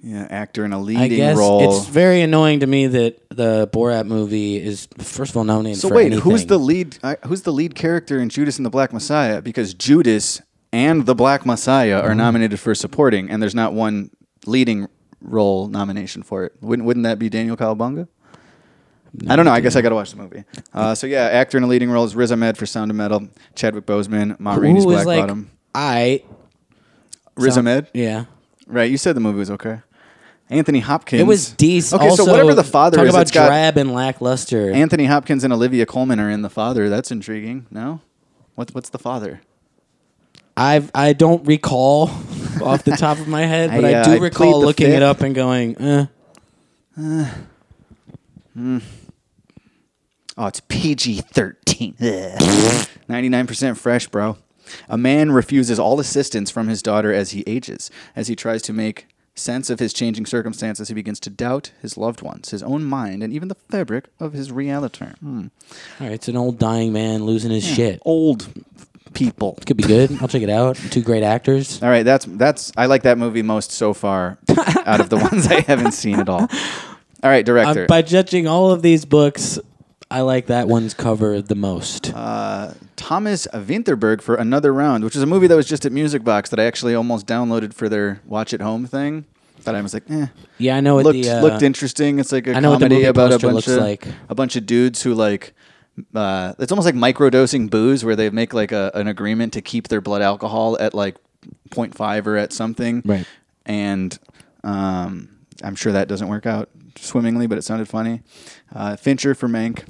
Speaker 4: Yeah, actor in a
Speaker 1: I
Speaker 4: leading
Speaker 1: guess
Speaker 4: role.
Speaker 1: it's very annoying to me that the Borat movie is first of all nominated.
Speaker 4: so
Speaker 1: for
Speaker 4: wait,
Speaker 1: anything.
Speaker 4: who's the lead? I who's the lead character in Judas and the Black Messiah? Because Judas and the Black Messiah
Speaker 1: Mm-hmm.
Speaker 4: are nominated for supporting, and there's not one leading role nomination for it. Wouldn't wouldn't that be Daniel Calabunga? I don't know. I guess I got to watch the movie. Uh, so yeah, actor in a leading role is Riz Ahmed for Sound of Metal, Chadwick Boseman, Ma Rainey's
Speaker 1: who is
Speaker 4: Black
Speaker 1: like
Speaker 4: Bottom.
Speaker 1: I?
Speaker 4: Riz Ahmed?
Speaker 1: Yeah.
Speaker 4: Right, you said the movie was okay. Anthony Hopkins.
Speaker 1: It was decent.
Speaker 4: Okay, so whatever the father
Speaker 1: talk
Speaker 4: is,
Speaker 1: about
Speaker 4: it's got
Speaker 1: drab and lackluster.
Speaker 4: Anthony Hopkins and Olivia Colman are in the father. That's intriguing. No, what's what's the father?
Speaker 1: I've I don't recall off the top of my head, but
Speaker 4: I,
Speaker 1: I,
Speaker 4: uh,
Speaker 1: do
Speaker 4: I plead
Speaker 1: recall
Speaker 4: the
Speaker 1: looking
Speaker 4: fifth.
Speaker 1: it up and going, eh.
Speaker 4: Oh, it's PG thirteen. Ninety nine percent fresh, bro. A man refuses all assistance from his daughter as he ages. As he tries to make sense of his changing circumstances, he begins to doubt his loved ones, his own mind, and even the fabric of his reality. Hmm.
Speaker 1: All right, it's an old dying man losing his shit.
Speaker 4: Old people.
Speaker 1: Could be good. I'll check it out. Two great actors.
Speaker 4: All right, that's that's I like that movie most so far out of the ones I haven't seen at all. All right, director.
Speaker 1: Um, by judging all of these books, I like that one's cover the most.
Speaker 4: Uh, Thomas Winterberg for Another Round, which is a movie that was just at Music Box that I actually almost downloaded for their Watch at Home thing. But I was like, eh.
Speaker 1: yeah, I know what
Speaker 4: looked
Speaker 1: the uh,
Speaker 4: looked interesting. It's like a
Speaker 1: I know what the
Speaker 4: comedy
Speaker 1: movie
Speaker 4: about a
Speaker 1: poster
Speaker 4: bunch
Speaker 1: looks
Speaker 4: of
Speaker 1: like.
Speaker 4: a bunch of dudes who like. Uh, it's almost like microdosing booze, where they make like a, an agreement to keep their blood alcohol at like 0.5 or at something,
Speaker 1: Right.
Speaker 4: And Um, I'm sure that doesn't work out swimmingly, but it sounded funny. Uh, Fincher for Mank,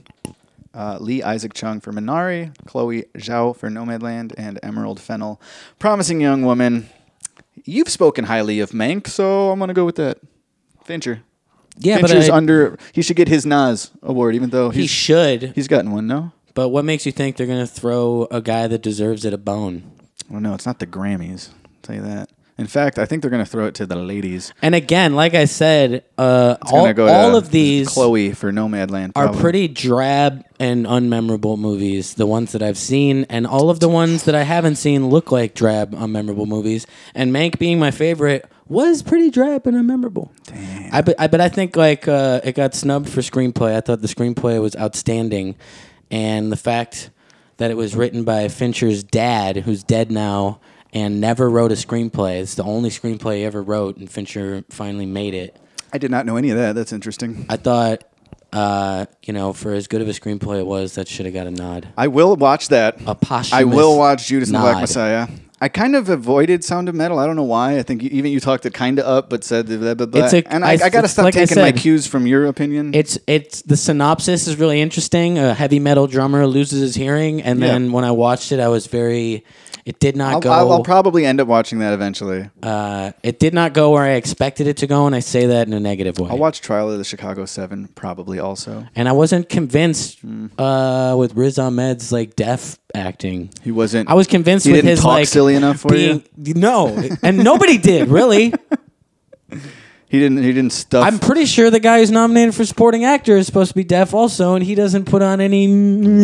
Speaker 4: uh, Lee Isaac Chung for Minari, Chloe Zhao for Nomadland, and Emerald Fennel. Promising young woman. You've spoken highly of Mank, so I'm gonna go with that. Fincher.
Speaker 1: Yeah, but
Speaker 4: Fincher's
Speaker 1: I-
Speaker 4: under. He should get his Nas award, even though
Speaker 1: he
Speaker 4: he's
Speaker 1: should.
Speaker 4: he's gotten one. No,
Speaker 1: But what makes you think they're gonna throw a guy that deserves it a bone?
Speaker 4: well, Oh, no, it's not the Grammys. I'll tell you that. In fact, I think they're gonna throw it to the ladies.
Speaker 1: And again, like I said, uh,
Speaker 4: It's
Speaker 1: all,
Speaker 4: gonna go
Speaker 1: all
Speaker 4: to
Speaker 1: of these
Speaker 4: Chloe for Nomadland
Speaker 1: are
Speaker 4: probably.
Speaker 1: pretty drab and unmemorable movies. The ones that I've seen, and all of the ones that I haven't seen look like drab, unmemorable movies. And Mank being my favorite was pretty drab and unmemorable. Damn. I but I, but I think like uh, it got snubbed for screenplay. I thought the screenplay was outstanding, and the fact that it was written by Fincher's dad, who's dead now. And never wrote a screenplay. It's the only screenplay he ever wrote, and Fincher finally made it.
Speaker 4: I did not know any of that. That's interesting. I,
Speaker 1: I thought, uh, you know, for as good of a screenplay it was, that should have got a nod.
Speaker 4: will watch that.
Speaker 1: A posthumous
Speaker 4: I will watch Judas and the Black
Speaker 1: nod.
Speaker 4: Messiah. I kind of avoided Sound of Metal. I don't know why. I think you, even you talked it kind of up, but said blah, blah, blah.
Speaker 1: It's a-
Speaker 4: and I,
Speaker 1: I-
Speaker 4: I got to
Speaker 1: it's
Speaker 4: stop
Speaker 1: like I
Speaker 4: taking my
Speaker 1: said.
Speaker 4: cues from your opinion.
Speaker 1: It's it's the synopsis is really interesting. A heavy metal drummer loses his hearing, and
Speaker 4: Yeah.
Speaker 1: then when I watched it, I was very. It did not
Speaker 4: I'll,
Speaker 1: go.
Speaker 4: I'll, I'll probably end up watching that eventually.
Speaker 1: uh, it did not go where I expected it to go, and I say that in a negative way.
Speaker 4: I'll watch Trial of the Chicago Seven probably also.
Speaker 1: and I wasn't convinced
Speaker 4: Hmm.
Speaker 1: uh, with Riz Ahmed's like deaf acting.
Speaker 4: He wasn't.
Speaker 1: I was convinced
Speaker 4: He
Speaker 1: with
Speaker 4: didn't
Speaker 1: his
Speaker 4: talk
Speaker 1: like
Speaker 4: silly enough for you?
Speaker 1: being, you. No, and nobody did really.
Speaker 4: He didn't. He didn't stuff.
Speaker 1: I'm pretty sure the guy who's nominated for supporting actor is supposed to be deaf also, and he doesn't put on any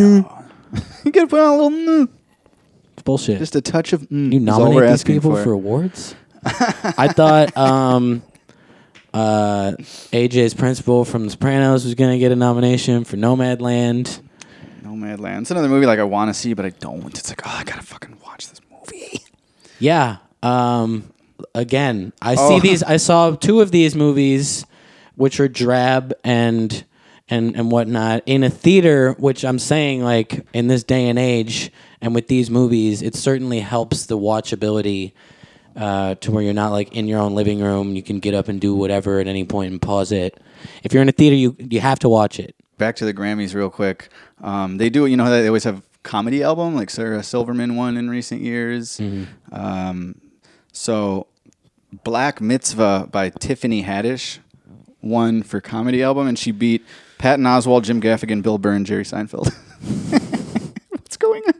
Speaker 4: you could put on a little, mm,
Speaker 1: bullshit.
Speaker 4: just a touch of. Mm,
Speaker 1: you
Speaker 4: is all we're
Speaker 1: nominate these
Speaker 4: asking
Speaker 1: people for, awards? I thought um, uh, AJ's principal from The Sopranos was going to get a nomination for Nomadland.
Speaker 4: Nomadland. It's another movie like I want to see, but I don't. It's like, oh, I gotta fucking watch this movie.
Speaker 1: Yeah. Um, again, I
Speaker 4: Oh.
Speaker 1: see these. I saw two of these movies, which are drab and and and whatnot, in a theater. Which I'm saying, like in this day and age, and with these movies, it certainly helps the watchability. Uh, to where you're not like in your own living room, you can get up and do whatever at any point and pause it. If you're in a theater, you you have to watch it.
Speaker 4: Back to the Grammys real quick. Um, they do. You know how they always have comedy album like Sarah Silverman won in recent years.
Speaker 1: Mm-hmm.
Speaker 4: Um, so Black Mitzvah by Tiffany Haddish won for comedy album, and she beat Patton Oswald, Jim Gaffigan, Bill Burr, and Jerry Seinfeld. What's going on?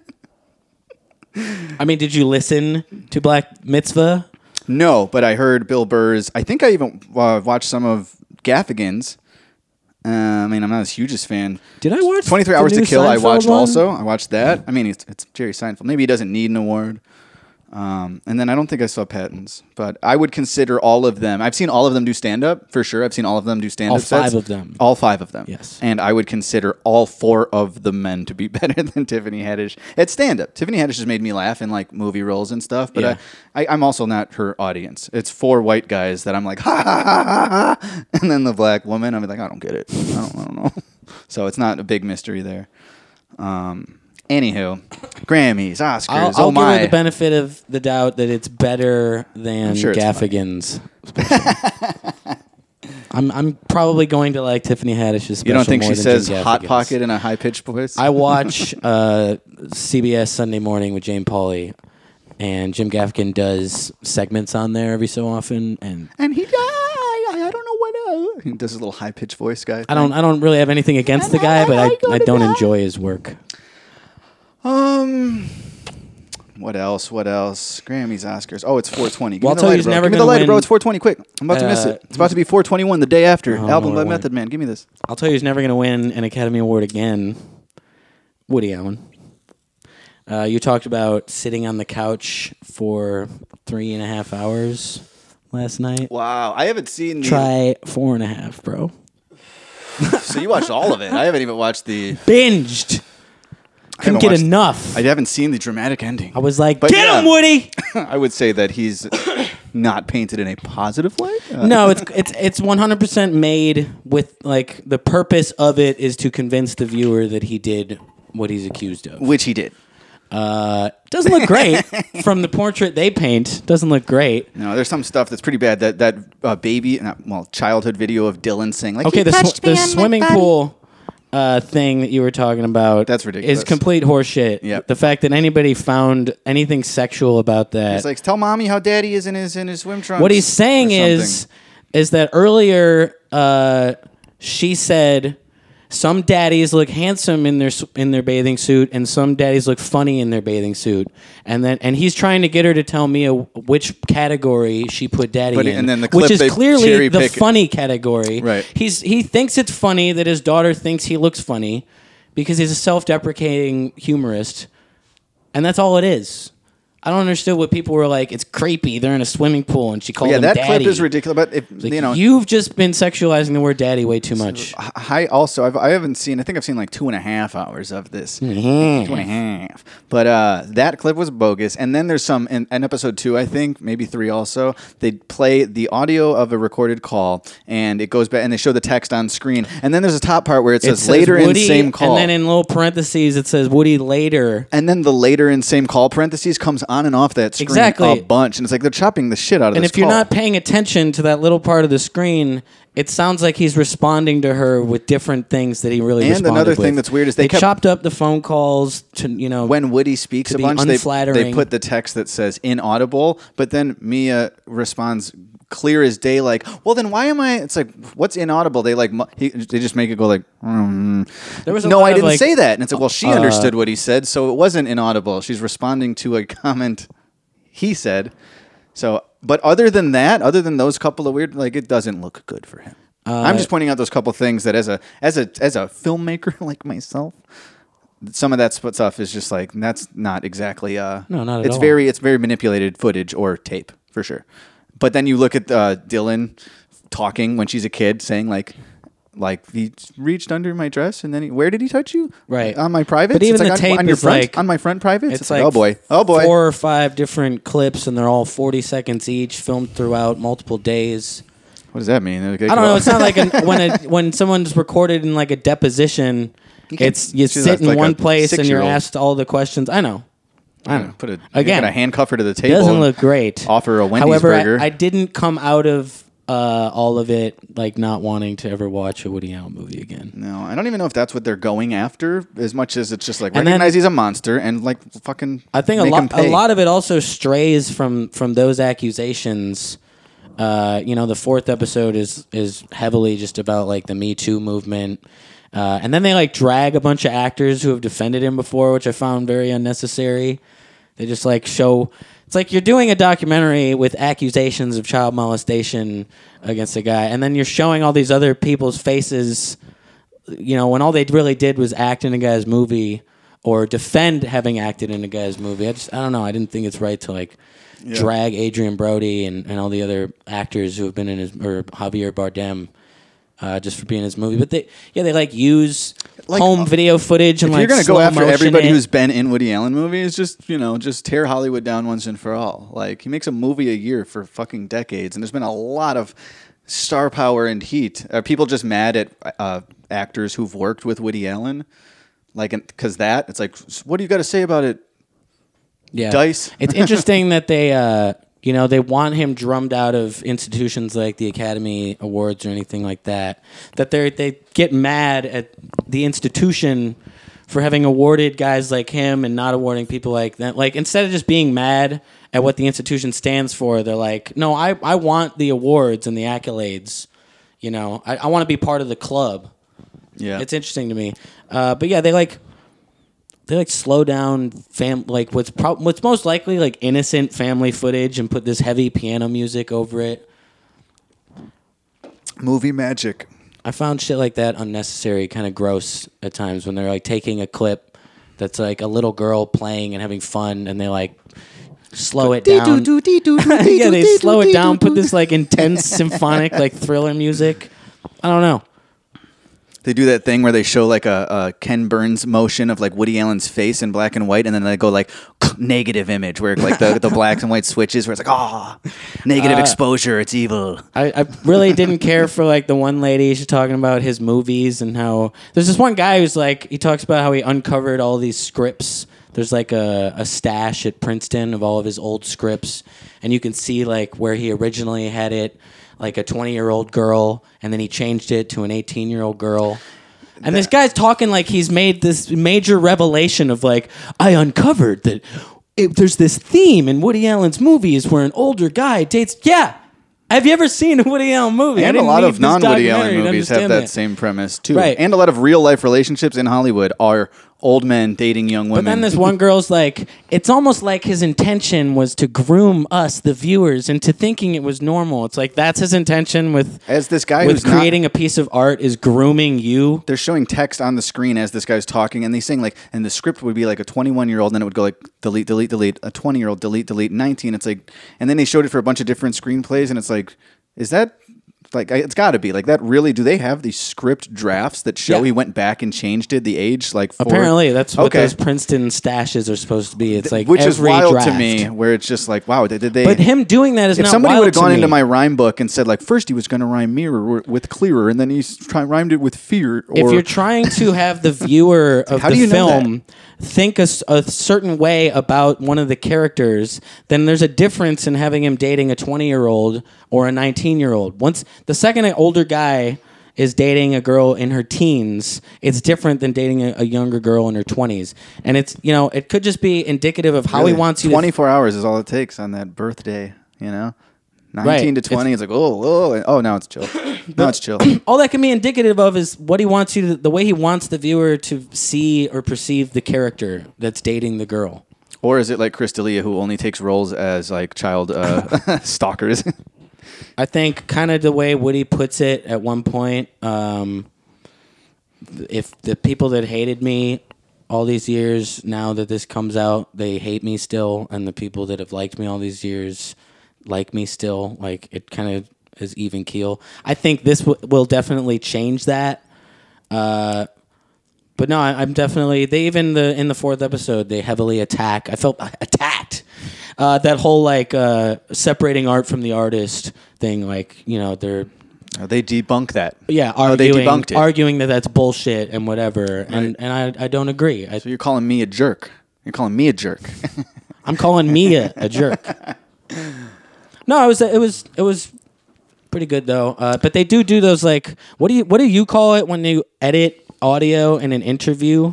Speaker 1: I mean, did you listen to Black Mitzvah?
Speaker 4: No, but I heard Bill Burr's. I think I even uh, watched some of Gaffigan's. Uh, I mean, I'm not as hugest fan.
Speaker 1: Did I watch
Speaker 4: 23
Speaker 1: the
Speaker 4: Hours to
Speaker 1: new
Speaker 4: Kill? I
Speaker 1: Seinfeld
Speaker 4: watched
Speaker 1: one?
Speaker 4: also. I watched that. I mean, it's, it's Jerry Seinfeld. Maybe he doesn't need an award. Um, and then I don't think I saw Patton's, but I would consider all of them. I've seen all of them do stand up for sure. I've seen all of them do stand up.
Speaker 1: All five of them.
Speaker 4: All five of them.
Speaker 1: Yes.
Speaker 4: And I would consider all four of the men to be better than Tiffany Haddish at stand up. Tiffany Haddish has made me laugh in like movie roles and stuff, but uh,
Speaker 1: Yeah.
Speaker 4: I, I, I'm also not her audience. It's four white guys that I'm like, ha ha ha ha, ha. And then the black woman, I'm like, I don't get it. I don't, I don't know. So it's not a big mystery there. Um, anywho, Grammys, Oscars,
Speaker 1: I'll,
Speaker 4: oh
Speaker 1: I'll give
Speaker 4: my.
Speaker 1: her the benefit of the doubt that it's better than
Speaker 4: sure it's
Speaker 1: Gaffigan's. special. I'm I'm probably going to like Tiffany Haddish's. Special
Speaker 4: you don't think
Speaker 1: more
Speaker 4: she
Speaker 1: than
Speaker 4: says
Speaker 1: Jim
Speaker 4: hot
Speaker 1: Gaffigan's.
Speaker 4: pocket in a high pitched voice?
Speaker 1: I watch uh, CBS Sunday Morning with Jane Pauley, and Jim Gaffigan does segments on there every so often, and
Speaker 4: and he died. I, I don't know what. Uh, he does his little high pitched voice guy.
Speaker 1: I don't I don't really have anything against the guy, but I, I don't enjoy his work.
Speaker 4: Um, what else? What else? Grammys, Oscars. Oh, it's 420. Give
Speaker 1: Well, I'll
Speaker 4: me the
Speaker 1: tell you
Speaker 4: lighter,
Speaker 1: he's
Speaker 4: bro.
Speaker 1: never
Speaker 4: Give me the
Speaker 1: gonna
Speaker 4: lighter, bro.
Speaker 1: win.
Speaker 4: It's 420. Quick, I'm about to miss
Speaker 1: Uh,
Speaker 4: it. It's about to be 421 the day after.
Speaker 1: don't
Speaker 4: Album
Speaker 1: know
Speaker 4: by
Speaker 1: what
Speaker 4: Method
Speaker 1: win.
Speaker 4: Man. Give me this.
Speaker 1: I'll tell you, he's never going to win an Academy Award again. Woody Allen. Uh, you talked about sitting on the couch for three and a half hours last night.
Speaker 4: Wow, I haven't seen. The,
Speaker 1: Try four and a half, bro.
Speaker 4: So you watched all of it. I haven't even watched the.
Speaker 1: Binged. Couldn't
Speaker 4: haven't
Speaker 1: get
Speaker 4: watched-
Speaker 1: enough.
Speaker 4: I
Speaker 1: I,
Speaker 4: haven't seen the dramatic ending. I
Speaker 1: was like,
Speaker 4: But
Speaker 1: get him,
Speaker 4: yeah.
Speaker 1: Woody.
Speaker 4: I would say that he's not painted in a positive light. Uh,
Speaker 1: no, it's it's it's one hundred percent made with like the purpose of it is to convince the viewer that he did what he's accused of.
Speaker 4: which he did.
Speaker 1: Uh, doesn't look great from the portrait they paint. Doesn't look great.
Speaker 4: No, there's some stuff that's pretty bad. That that uh, baby, not, well, childhood video of Dylan saying like,
Speaker 1: Okay,
Speaker 4: "He
Speaker 1: the,
Speaker 4: touched
Speaker 1: sw-
Speaker 4: me
Speaker 1: the
Speaker 4: on my
Speaker 1: swimming
Speaker 4: body."
Speaker 1: pool uh, thing that you were talking about
Speaker 4: That's ridiculous.
Speaker 1: is complete horseshit.
Speaker 4: Yep.
Speaker 1: The fact that anybody found anything sexual about that.
Speaker 4: It's like tell mommy how daddy is in his in his swim trunks.
Speaker 1: what he's saying
Speaker 4: or something.
Speaker 1: is is that earlier uh, she said some daddies look handsome in their s- in their bathing suit and some daddies look funny in their bathing suit and then and he's trying to get her to tell me a, which category she put daddy
Speaker 4: But-
Speaker 1: in
Speaker 4: and then the
Speaker 1: which
Speaker 4: clip
Speaker 1: is
Speaker 4: they
Speaker 1: clearly the
Speaker 4: cherry-pick-
Speaker 1: funny category
Speaker 4: Right.
Speaker 1: he's he thinks it's funny that his daughter thinks he looks funny because he's a self-deprecating humorist and that's all it is I don't understand what people were like. It's creepy. They're in a swimming pool, and she called
Speaker 4: yeah,
Speaker 1: him
Speaker 4: that
Speaker 1: daddy.
Speaker 4: clip is ridiculous. But if
Speaker 1: Like,
Speaker 4: you know, uh,
Speaker 1: you've just been sexualizing the word daddy way too much.
Speaker 4: I also I've, I haven't seen. I think I've seen like two and a half hours of this.
Speaker 1: Hmm, Mm.
Speaker 4: Two and a half. But uh, that clip was bogus. And then there's some in, in episode two, I think maybe three also. They play the audio of a recorded call, and it goes back, and they show the text on screen. And then there's a top part where it says,
Speaker 1: says
Speaker 4: later
Speaker 1: Woody,
Speaker 4: in same
Speaker 1: and
Speaker 4: call.
Speaker 1: then in little parentheses it says Woody later.
Speaker 4: And then the later in same call parentheses comes on and off that screen
Speaker 1: Exactly.
Speaker 4: a bunch, and it's like they're chopping the shit out of
Speaker 1: And
Speaker 4: this.
Speaker 1: if you're
Speaker 4: call.
Speaker 1: not paying attention to that little part of the screen, it sounds like he's responding to her with different things that he really.
Speaker 4: And
Speaker 1: responded
Speaker 4: another thing
Speaker 1: with.
Speaker 4: that's weird is they kept-
Speaker 1: chopped up the phone calls to you know
Speaker 4: Uh, when Woody speaks
Speaker 1: to
Speaker 4: a
Speaker 1: be
Speaker 4: bunch, they, they
Speaker 1: unflattering.
Speaker 4: put the text that says inaudible, but then Mia responds clear as day, like, "Well, then why am I?" It's like, "What's inaudible?" They like mu- he, they just make it go like, mm.
Speaker 1: There was a
Speaker 4: "No,
Speaker 1: lot
Speaker 4: I
Speaker 1: of,
Speaker 4: didn't
Speaker 1: like, uh,
Speaker 4: say that," and it's like, "Well, she understood what he said, so it wasn't inaudible." She's responding to a comment he said. So, but other than that, other than those couple of weird, like, it doesn't look good for him. I'm
Speaker 1: Uh,
Speaker 4: just pointing out those couple things that as a as a as a filmmaker like myself, some of that sp- stuff is just like that's not exactly uh
Speaker 1: No, not at
Speaker 4: it's
Speaker 1: all.
Speaker 4: very it's very manipulated footage or tape for sure but then you look at uh, dylan talking when she's a kid saying like like he reached under my dress and then he, where did he touch you
Speaker 1: Right.
Speaker 4: on my private
Speaker 1: But even the
Speaker 4: on,
Speaker 1: tape
Speaker 4: on your
Speaker 1: is
Speaker 4: front
Speaker 1: like-
Speaker 4: on my front private
Speaker 1: It's, like
Speaker 4: oh boy oh boy
Speaker 1: four or five different clips, and they're all forty seconds each, filmed throughout multiple days.
Speaker 4: what does that mean
Speaker 1: I don't know. It's not like a, when a, when someone's recorded in like a deposition. It's you
Speaker 4: she's
Speaker 1: sit in
Speaker 4: like a
Speaker 1: one place and you're
Speaker 4: six-year-old.
Speaker 1: asked all the questions. I know.
Speaker 4: I don't know. Put a,
Speaker 1: Again,
Speaker 4: again, a handcuff her to the
Speaker 1: It
Speaker 4: table.
Speaker 1: doesn't
Speaker 4: and
Speaker 1: look great.
Speaker 4: Offer a Wendy's
Speaker 1: However, I-
Speaker 4: burger.
Speaker 1: I, didn't come out of uh, all of it like not wanting to ever watch a Woody Allen movie again.
Speaker 4: no, I don't even know if that's what they're going after, as much as it's just like
Speaker 1: And then-
Speaker 4: recognize he's a monster and like fucking.
Speaker 1: I think a
Speaker 4: make him
Speaker 1: lot a
Speaker 4: pay.
Speaker 1: lot of it also strays from from those accusations. Uh, you know, the fourth episode is is heavily just about like the Me Too movement. Uh, and then they like drag a bunch of actors who have defended him before, which I found very unnecessary. They just like show it's like you're doing a documentary with accusations of child molestation against a guy, and then you're showing all these other people's faces you know, when all they really did was act in a guy's movie or defend having acted in a guy's movie. I just, I don't know. I didn't think it's right to like drag Adrian Brody and, and all the other actors who have been in his, or Javier Bardem. Uh, just for being in his movie, but they yeah they like use
Speaker 4: Like, uh,
Speaker 1: home video footage and
Speaker 4: If
Speaker 1: like
Speaker 4: you're gonna
Speaker 1: slow
Speaker 4: go after
Speaker 1: motion
Speaker 4: everybody
Speaker 1: it.
Speaker 4: who's been in Woody Allen movies, just you know, just tear Hollywood down once and for all. Like he makes a movie a year for fucking decades, and there's been a lot of star power and heat. Are people just mad at uh, actors who've worked with Woody Allen? Like, because that it's like, what do you got to say about it?
Speaker 1: yeah.
Speaker 4: dice.
Speaker 1: it's interesting that they uh, you know they want him drummed out of institutions like the Academy Awards or anything like that. That they they get mad at the institution for having awarded guys like him and not awarding people like that. Like instead of just being mad at what the institution stands for, they're like, no, I I want the awards and the accolades. You know, I, I want to be part of the club.
Speaker 4: Yeah,
Speaker 1: It's interesting to me. Uh, but yeah, they like they like slow down fam like what's prob what's most likely like innocent family footage and put this heavy piano music over it.
Speaker 4: movie magic.
Speaker 1: I found shit like that unnecessary, kind of gross at times when they're like taking a clip that's like a little girl playing and having fun and they like slow it down. yeah, they slow it down, put this like intense symphonic like thriller music. I don't know.
Speaker 4: They do that thing where they show like a, a Ken Burns motion of like Woody Allen's face in black and white, and then they go like negative image where like the, the blacks and white switches where it's like ah negative exposure, it's evil.
Speaker 1: I, I really didn't care for like the one lady she's talking about his movies and how there's this one guy who's like he talks about how he uncovered all these scripts There's like a, a stash at Princeton of all of his old scripts, and you can see like where he originally had it, like a 20 year old girl, and then he changed it to an 18 year old girl. And this guy's talking like he's made this major revelation of like I uncovered that it, there's this theme in Woody Allen's movies where an older guy dates. Yeah, have you ever seen a Woody Allen movie? I
Speaker 4: And a
Speaker 1: didn't
Speaker 4: lot
Speaker 1: need
Speaker 4: of
Speaker 1: this
Speaker 4: non Woody Allen
Speaker 1: documentary to
Speaker 4: movies have
Speaker 1: understand
Speaker 4: that, same premise too.
Speaker 1: Right.
Speaker 4: And a lot of real life relationships in Hollywood are old men dating young women.
Speaker 1: But then this one girl's like, it's almost like his intention was to groom us, the viewers, into thinking it was normal. It's like that's his intention with
Speaker 4: As this guy
Speaker 1: with
Speaker 4: who's not-
Speaker 1: creating a piece of art is grooming you.
Speaker 4: they're showing text on the screen as this guy's talking, and they saying like, and the script would be like a 21 year old, and then it would go like delete, delete, delete, a 20 year old, delete, delete, 19. It's like, and then they showed it for a bunch of different screenplays, and it's like, is that like I- it's got to be like that? Really? Do they have these script drafts that show
Speaker 1: Yeah.
Speaker 4: he went back and changed it the age? Like for-
Speaker 1: Apparently, that's what
Speaker 4: Okay.
Speaker 1: those Princeton stashes are supposed to be. It's like
Speaker 4: Which is
Speaker 1: every
Speaker 4: wild
Speaker 1: draft.
Speaker 4: to me, where it's just like, wow, did did they?
Speaker 1: But him doing that is
Speaker 4: if
Speaker 1: not
Speaker 4: somebody
Speaker 1: wild
Speaker 4: would have
Speaker 1: to
Speaker 4: gone
Speaker 1: me.
Speaker 4: into my rhyme book and said like first he was going to rhyme mirror with clearer and then he s- try, rhymed it with fear or
Speaker 1: if you're trying to have the viewer of
Speaker 4: how
Speaker 1: the
Speaker 4: do you know that?
Speaker 1: film think a, s- a certain way about one of the characters, then there's a difference in having him dating a 20 year old or a 19 year old. Once the second an older guy is dating a girl in her teens, it's different than dating a, a younger girl in her 20s. And it's, you know, it could just be indicative of how he
Speaker 4: Really,
Speaker 1: wants you to
Speaker 4: 24 hours is all it takes on that birthday you know 19 to
Speaker 1: It's-
Speaker 4: 20 it's, like oh oh oh now it's chill now it's chill
Speaker 1: all that can be indicative of is what he wants you to, the way he wants the viewer to see or perceive the character that's dating the girl.
Speaker 4: or is it like chris d'elia who only takes roles as like child uh, stalkers
Speaker 1: I think kind of the way Woody puts it at one point. Um, if the people that hated me all these years, now that this comes out, they hate me still, and the people that have liked me all these years like me still. Like it kind of is even keel. I think this w- will definitely change that. Uh, but no, I, I'm definitely. They even the in the fourth episode, they heavily attack. I felt attacked. Uh, that whole like uh, separating art from the artist thing, like you know, they're
Speaker 4: Uh, they debunk that
Speaker 1: yeah
Speaker 4: Oh, they
Speaker 1: arguing,
Speaker 4: debunked it.
Speaker 1: arguing that that's bullshit and whatever, and and I, I don't agree. I,
Speaker 4: so you're calling me a jerk you're calling me a jerk
Speaker 1: I'm calling Mia a jerk. No, it was it was it was pretty good though. Uh, but they do do those like what do you what do you call it when you edit audio in an interview?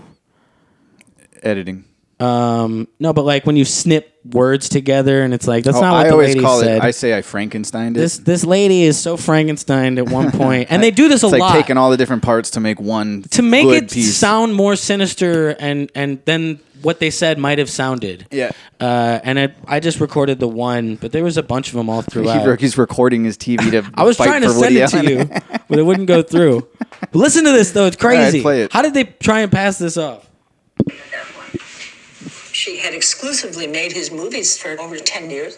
Speaker 4: editing
Speaker 1: Um, no, but like when you snip words together and it's like that's not what
Speaker 4: Oh, i
Speaker 1: the
Speaker 4: always
Speaker 1: lady
Speaker 4: call
Speaker 1: said.
Speaker 4: it i say i frankensteined it
Speaker 1: this this lady is so Frankenstein at one point, and they do this a
Speaker 4: it's like
Speaker 1: lot
Speaker 4: taking all the different parts to make one
Speaker 1: to make
Speaker 4: good
Speaker 1: it
Speaker 4: piece.
Speaker 1: sound more sinister and and then what they said might have sounded.
Speaker 4: yeah
Speaker 1: Uh, and it, I just recorded the one, but there was a bunch of them all
Speaker 4: He-
Speaker 1: throughout.
Speaker 4: he's recording his tv to
Speaker 1: I was
Speaker 4: fight
Speaker 1: trying to
Speaker 4: for
Speaker 1: send
Speaker 4: Woody
Speaker 1: it to
Speaker 4: Allen.
Speaker 1: you, but it wouldn't go through. But listen to this though; it's
Speaker 4: right,
Speaker 1: crazy.
Speaker 4: play it.
Speaker 1: How did they try and pass this off?
Speaker 6: She had exclusively made his movies for over 10 years.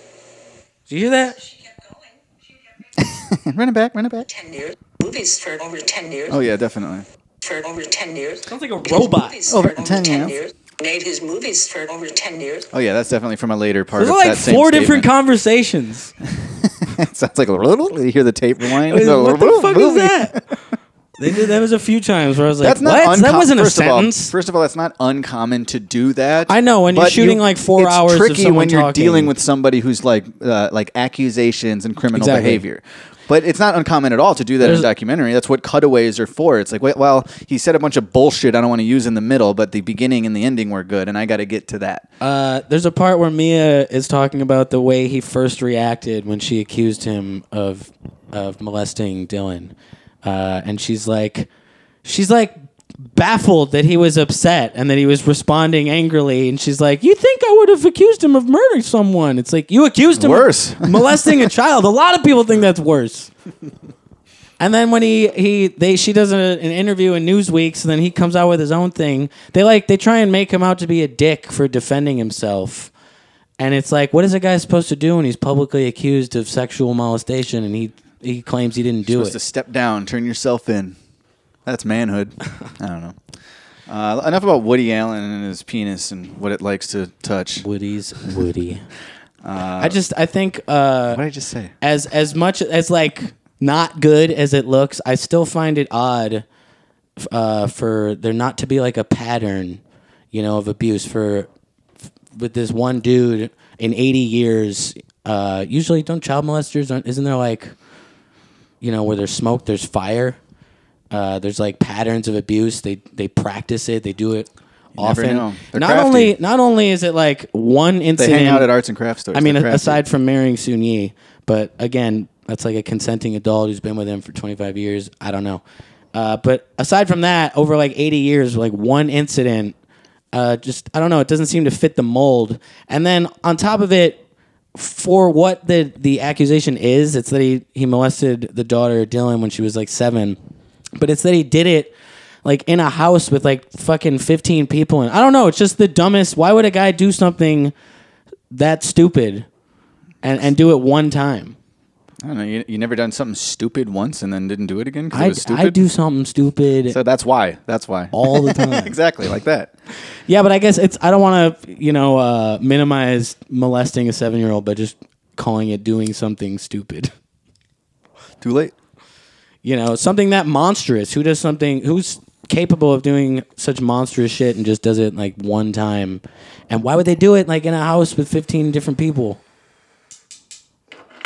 Speaker 1: Do you hear that?
Speaker 6: She kept going. She kept
Speaker 4: run it back run it back
Speaker 6: 10 years. Movies for over 10 years.
Speaker 4: oh yeah definitely
Speaker 6: For over 10 years.
Speaker 1: Sounds like a robot.
Speaker 6: Movies
Speaker 4: Over
Speaker 6: for
Speaker 4: 10 years.
Speaker 6: Made his movies for over 10 years.
Speaker 4: Oh yeah, that's definitely from a later part.
Speaker 1: There's
Speaker 4: of
Speaker 1: like
Speaker 4: that same
Speaker 1: four different
Speaker 4: statement.
Speaker 1: conversations.
Speaker 4: Sounds like a little. You hear the tape rewind.
Speaker 1: Wait, what the fuck was that? They did that was a few times where I was like,
Speaker 4: That's not
Speaker 1: what?
Speaker 4: uncommon.
Speaker 1: that wasn't a
Speaker 4: first
Speaker 1: sentence.
Speaker 4: Of all, first of all, that's not uncommon to do that.
Speaker 1: I know, when you're
Speaker 4: but
Speaker 1: shooting, like, four
Speaker 4: it's
Speaker 1: hours of
Speaker 4: tricky
Speaker 1: someone
Speaker 4: when you're
Speaker 1: talking.
Speaker 4: dealing with somebody who's like uh, like accusations and criminal
Speaker 1: Exactly.
Speaker 4: behavior. But it's not uncommon at all to do that
Speaker 1: There's-
Speaker 4: in a documentary. That's what cutaways are for. It's like, wait, well, he said a bunch of bullshit I don't want to use in the middle, but the beginning and the ending were good, and I got to get to that.
Speaker 1: uh, there's a part where Mia is talking about the way he first reacted when she accused him of of molesting Dylan, uh, and she's like, she's like baffled that he was upset and that he was responding angrily and she's like you think i would have accused him of murdering someone it's like you accused him of
Speaker 4: Worse.
Speaker 1: molesting a child a lot of people think that's worse And then when he he they she does a, an interview in Newsweek, so then he comes out with his own thing. They like they try and make him out to be a dick for defending himself. And it's like, what is a guy supposed to do when he's publicly accused of sexual molestation and he he claims he didn't do
Speaker 4: supposed
Speaker 1: it?
Speaker 4: to step down, turn yourself in. That's manhood. I don't know. Uh, enough about Woody Allen and his penis and what it likes to touch. What
Speaker 1: Woody's Woody. I just I think uh,
Speaker 4: did I just say?
Speaker 1: as as much as like not good as it looks, I still find it odd f- uh, for there not to be like a pattern, you know, of abuse for with this one dude in 80 years. Uh, usually, don't child molesters? Aren't, isn't there like, you know, where there's smoke, there's fire. Uh, there's like patterns of abuse. They they practice it. They do it
Speaker 4: never
Speaker 1: often.
Speaker 4: know. They're
Speaker 1: Not
Speaker 4: crafty.
Speaker 1: only not only is it like one
Speaker 4: They
Speaker 1: incident.
Speaker 4: hang out at arts and crafts stores.
Speaker 1: I mean,
Speaker 4: They're crafty.
Speaker 1: aside from marrying Sun Yi, but again, that's like a consenting adult who's been with him for 25 years. I don't know. Uh, but aside from that, over like 80 years, like one incident, uh, just, I don't know, it doesn't seem to fit the mold. And then on top of it, for what the, the accusation is, it's that he, he molested the daughter, Dylan, when she was like seven. But it's that he did it like in a house with like fucking 15 people. And I don't know, it's just the dumbest. Why would a guy do something that stupid and, and do it one time.
Speaker 4: I don't know. You, you never done something stupid once and then didn't do it again because it
Speaker 1: I,
Speaker 4: was stupid.
Speaker 1: I do something stupid
Speaker 4: So that's why. That's why.
Speaker 1: all the time.
Speaker 4: exactly like that.
Speaker 1: Yeah, but I guess it's I don't want to you know uh, minimize molesting a seven year old by just calling it doing something stupid.
Speaker 4: Too late.
Speaker 1: You know, something that monstrous. Who does something? Who's capable of doing such monstrous shit and just does it like one time? And why would they do it like in a house with fifteen different people?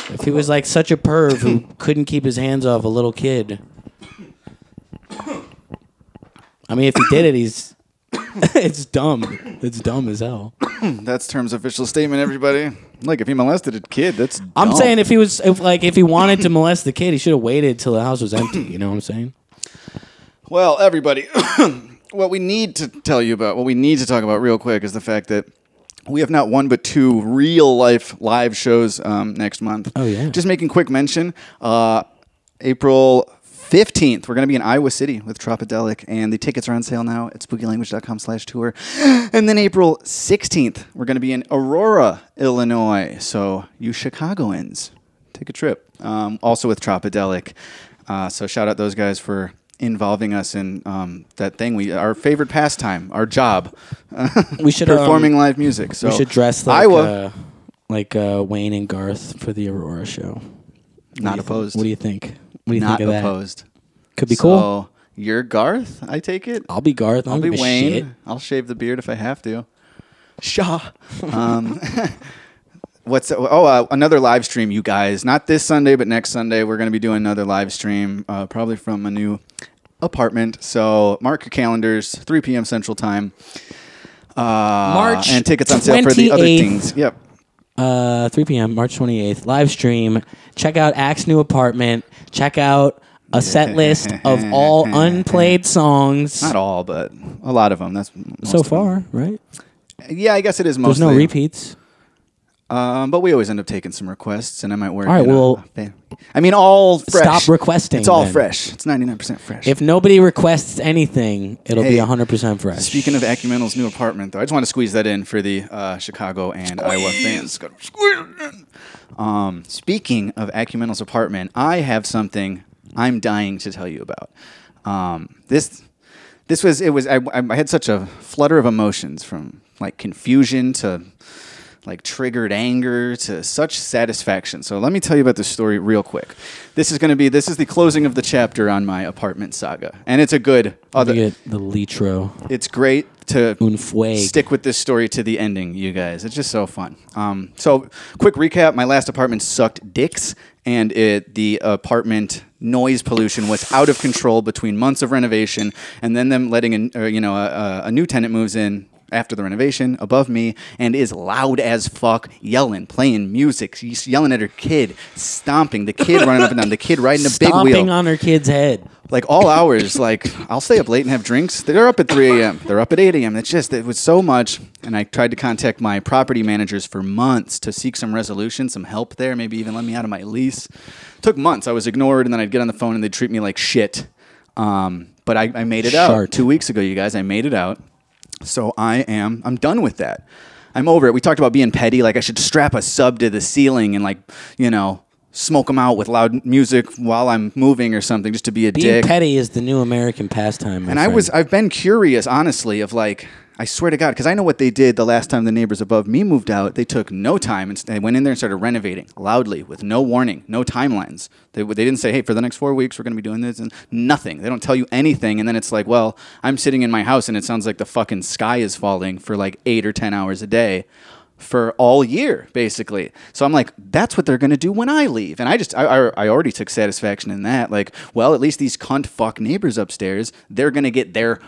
Speaker 1: If he was like such a perv who couldn't keep his hands off a little kid. I mean, if he did it, he's. it's dumb. It's dumb as hell.
Speaker 4: That's terms official statement. Everybody. Like if he molested a kid, that's.
Speaker 1: I'm
Speaker 4: dumb.
Speaker 1: saying if he was if like if he wanted to molest the kid, he should have waited till the house was empty. You know what I'm saying?
Speaker 4: Well, everybody, what we need to tell you about, what we need to talk about real quick is the fact that we have not one but two real life live shows um, next month. Oh,
Speaker 1: yeah.
Speaker 4: Just making quick mention uh, April 15th, we're going to be in Iowa City with Tropodelic, and the tickets are on sale now at spookylanguage.com slash tour. And then April 16th, we're going to be in Aurora, Illinois. So, you Chicagoans, take a trip. Um, also with Tropodelic. Uh, so shout out those guys for involving us in um, that thing we our favorite pastime, our job,
Speaker 1: We should um,
Speaker 4: performing live music. So
Speaker 1: We should dress like
Speaker 4: Iowa.
Speaker 1: uh, like uh, Wayne and Garth for the Aurora show.
Speaker 4: not opposed.
Speaker 1: What do you think? What do you
Speaker 4: not
Speaker 1: think of that?
Speaker 4: opposed.
Speaker 1: Could be
Speaker 4: so,
Speaker 1: cool.
Speaker 4: You're Garth, I take it.
Speaker 1: I'll be Garth. I'll,
Speaker 4: I'll be Wayne.
Speaker 1: Shit.
Speaker 4: I'll shave the beard if I have to. Shaw. Um, what's oh uh, another live stream, you guys? Not this Sunday, but next Sunday we're going to be doing another live stream, uh, probably from a new apartment. So mark your calendars, 3 p.m. Central Time. Uh,
Speaker 1: March
Speaker 4: and tickets on sale for the other
Speaker 1: 28th.
Speaker 4: things. Yep.
Speaker 1: Uh, 3 p.m. March 28th live stream. Check out Axe new apartment. Check out a set list of all unplayed songs
Speaker 4: Not all, but a lot of them. That's most
Speaker 1: so
Speaker 4: of 'em.
Speaker 1: far. Right?
Speaker 4: Yeah, I guess it is
Speaker 1: There's
Speaker 4: mostly.
Speaker 1: no repeats.
Speaker 4: Um, but we always end up taking some requests, and I might work.
Speaker 1: All right,
Speaker 4: in a-
Speaker 1: well,
Speaker 4: a- I mean, all fresh.
Speaker 1: stop requesting,
Speaker 4: It's all
Speaker 1: then.
Speaker 4: fresh. It's ninety nine percent fresh.
Speaker 1: If nobody requests anything, it'll
Speaker 4: Hey,
Speaker 1: be 100% fresh.
Speaker 4: Speaking of Acumenal's new apartment, though, I just want to squeeze that in for the uh, Chicago and Iowa fans. Gotta squeeze it in. Um, speaking of Acumenal's apartment, I have something I'm dying to tell you about. Um, this, this was it was I, I I had such a flutter of emotions from like confusion to like triggered anger to such satisfaction. So let me tell you about this story real quick. This is going to be this is the closing of the chapter on my apartment saga, and it's a good. Other,
Speaker 1: Look at the litro.
Speaker 4: it's great to
Speaker 1: Un fuego.
Speaker 4: stick with this story to the ending, you guys. It's just so fun. Um, so, quick recap: my last apartment sucked dicks, and it the apartment noise pollution was out of control between months of renovation and then them letting in, or, you know a, a, a new tenant moves in after the renovation above me and is loud as fuck yelling playing music she's yelling at her kid stomping the kid running up and down the kid riding a big
Speaker 1: Stomping
Speaker 4: wheel
Speaker 1: on her kid's head.
Speaker 4: like all hours. Like I'll stay up late and have drinks. They're up at 3 a.m. They're up at 8 a.m. It's just it was so much, and I tried to contact my property managers for months to seek some resolution, some help there, maybe even let me out of my lease. Took months. I was ignored, and then I'd get on the phone and they'd treat me like shit. Um, but I, I made it out
Speaker 1: Shart.
Speaker 4: two weeks ago, you guys. I made it out. So I am. I'm done with that. I'm over it. We talked about being petty. Like I should strap a sub to the ceiling and like you know smoke them out with loud music while I'm moving or something, just to be a
Speaker 1: Being
Speaker 4: dick.
Speaker 1: petty is the new American pastime. my
Speaker 4: And I
Speaker 1: friend.
Speaker 4: was I've been curious honestly of like I swear to God, because I know what they did the last time the neighbors above me moved out. They took no time and s- they went in there and started renovating loudly with no warning, no timelines. They, w- they didn't say, hey, for the next four weeks, we're going to be doing this and nothing. They don't tell you anything. And then it's like, well, I'm sitting in my house and it sounds like the fucking sky is falling for like eight or 10 hours a day for all year, basically. So I'm like, that's what they're gonna do when I leave, and I just, I, I, I already took satisfaction in that. Like, well, at least these cunt fuck neighbors upstairs, they're gonna get their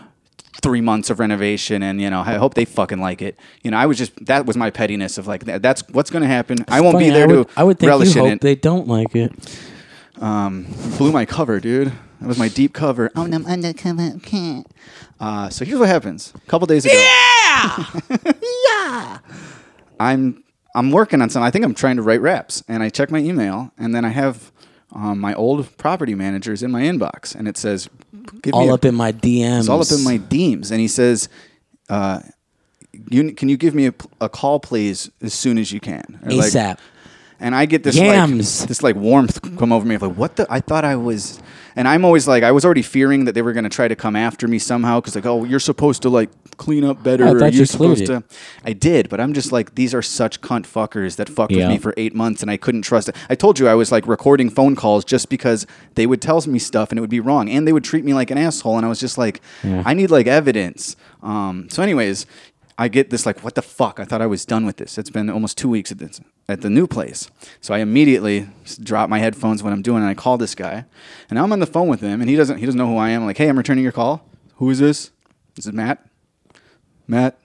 Speaker 4: three months of renovation, and you know, I hope they fucking like it. You know, I was just, that was my pettiness of like, that- that's what's gonna happen. I won't be
Speaker 1: Funny,
Speaker 4: there
Speaker 1: I
Speaker 4: to
Speaker 1: would, I would think
Speaker 4: relish
Speaker 1: you
Speaker 4: in
Speaker 1: hope
Speaker 4: it.
Speaker 1: they don't like it.
Speaker 4: Blew my cover, dude. That was my deep cover. Oh, and I'm undercover. Okay. Uh, so here's what happens. A couple days ago.
Speaker 3: Yeah!
Speaker 4: I'm I'm working on something. I think I'm trying to write raps, and I check my email, and then I have um, my old property managers in my inbox, and it says, "Give me
Speaker 1: All
Speaker 4: a-
Speaker 1: up in my DMs.
Speaker 4: it's all up in my deems," and he says. Uh, you, can you give me a, a call, please, as soon as you can? Or like-
Speaker 1: ASAP.
Speaker 4: and I get this
Speaker 1: Yams.
Speaker 4: like this like warmth come over me of like what the I thought I was and I'm always like I was already fearing that they were going to try to come after me somehow cuz like oh you're supposed to like clean up better
Speaker 1: I
Speaker 4: or
Speaker 1: thought you
Speaker 4: you're supposed
Speaker 1: cleared
Speaker 4: to I did but I'm just like these are such cunt fuckers that fucked
Speaker 1: Yeah.
Speaker 4: with me for 8 months and I couldn't trust it. I told you I was like recording phone calls just because they would tell me stuff and it would be wrong and they would treat me like an asshole and I was just like I need like evidence. Um so anyways I get this like, what the fuck? I thought I was done with this. It's been almost two weeks at this at the new place. So I immediately s- drop my headphones when I'm doing, and I call this guy. And now I'm on the phone with him, and he doesn't he doesn't know who I am. I'm like, hey, I'm returning your call. Who is this? This is Matt. Matt.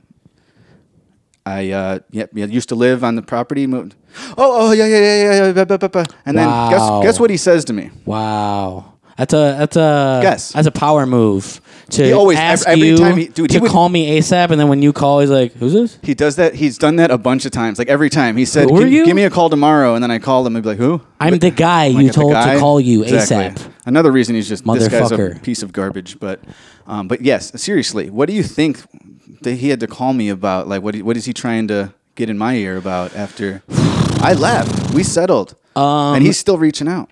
Speaker 4: I uh, yep, yeah, used to live on the property. Moved. Oh, oh, yeah, yeah, yeah, yeah. yeah blah, blah, blah, blah. And
Speaker 1: Wow.
Speaker 4: then guess guess what he says to me.
Speaker 1: Wow. That's a that's a
Speaker 4: Guess.
Speaker 1: that's a power move to
Speaker 4: He always-
Speaker 1: ask
Speaker 4: every- every
Speaker 1: you
Speaker 4: time he- dude,
Speaker 1: to
Speaker 4: he would-
Speaker 1: call me ASAP, and then when you call, he's like, "Who's this?"
Speaker 4: He does that. He's done that a bunch of times. Like every time he said,
Speaker 1: Who are
Speaker 4: "Give-
Speaker 1: you?"
Speaker 4: "Give me a call tomorrow," and then I call him and be like, "Who?"
Speaker 1: I'm the guy
Speaker 4: Like
Speaker 1: you
Speaker 4: at the
Speaker 1: told
Speaker 4: guy.
Speaker 1: to call you
Speaker 4: Exactly.
Speaker 1: ASAP.
Speaker 4: Another reason he's just this guy's a
Speaker 1: Motherfucker.
Speaker 4: piece of garbage. But, um, but yes, seriously, what do you think that he had to call me about? Like, what what is he trying to get in my ear about after I left? We settled,
Speaker 1: Um,
Speaker 4: and he's still reaching out.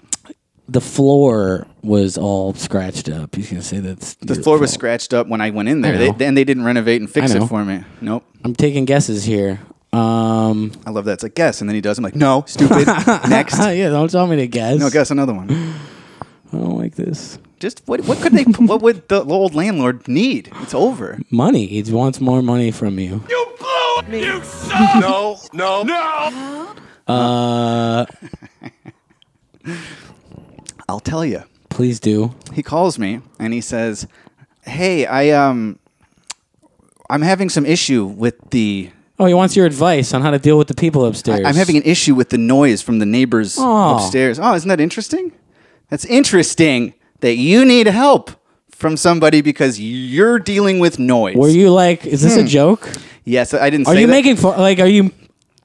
Speaker 1: The floor was all scratched up. He's gonna say that's
Speaker 4: The floor was scratched up when I went in there,
Speaker 1: I
Speaker 4: they,
Speaker 1: know.
Speaker 4: and they didn't renovate and fix
Speaker 1: I
Speaker 4: it
Speaker 1: know.
Speaker 4: for me. Nope.
Speaker 1: I'm taking guesses here. Um,
Speaker 4: I love that. It's like guess, and then he does. I'm like, no, stupid. Next,
Speaker 1: yeah, don't tell me to guess.
Speaker 4: no, guess another one.
Speaker 1: I don't like this.
Speaker 4: Just what? What could they? What would the old landlord need? It's over.
Speaker 1: Money. He wants more money from you.
Speaker 2: You blew me. You suck. no, no, no.
Speaker 1: Uh,
Speaker 4: I'll tell you.
Speaker 1: please do.
Speaker 4: he calls me and he says, "Hey, I um, I'm having some issue with the.
Speaker 1: Oh, he wants your advice on how to deal with the people upstairs.
Speaker 4: I'm having an issue with the noise from the neighbors
Speaker 1: Aw.
Speaker 4: upstairs. Oh, isn't that interesting? That's interesting that you need help from somebody because you're dealing with noise.
Speaker 1: Were you like, is this a joke?
Speaker 4: Yes, I didn't.
Speaker 1: Are
Speaker 4: say
Speaker 1: you
Speaker 4: Hmm. that.
Speaker 1: making fun? Like, are you?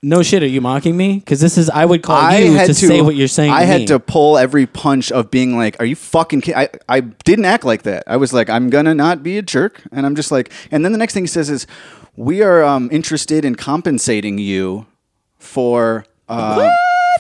Speaker 1: No shit. Are you mocking me? Because this is I would call
Speaker 4: I
Speaker 1: you
Speaker 4: had
Speaker 1: to, say what you're saying.
Speaker 4: I
Speaker 1: to
Speaker 4: had
Speaker 1: me.
Speaker 4: to pull every punch of being like, "Are you fucking kidding?" I I didn't act like that. I was like, "I'm gonna not be a jerk," and I'm just like. And then the next thing he says is, "We are um, interested in compensating you for." Uh,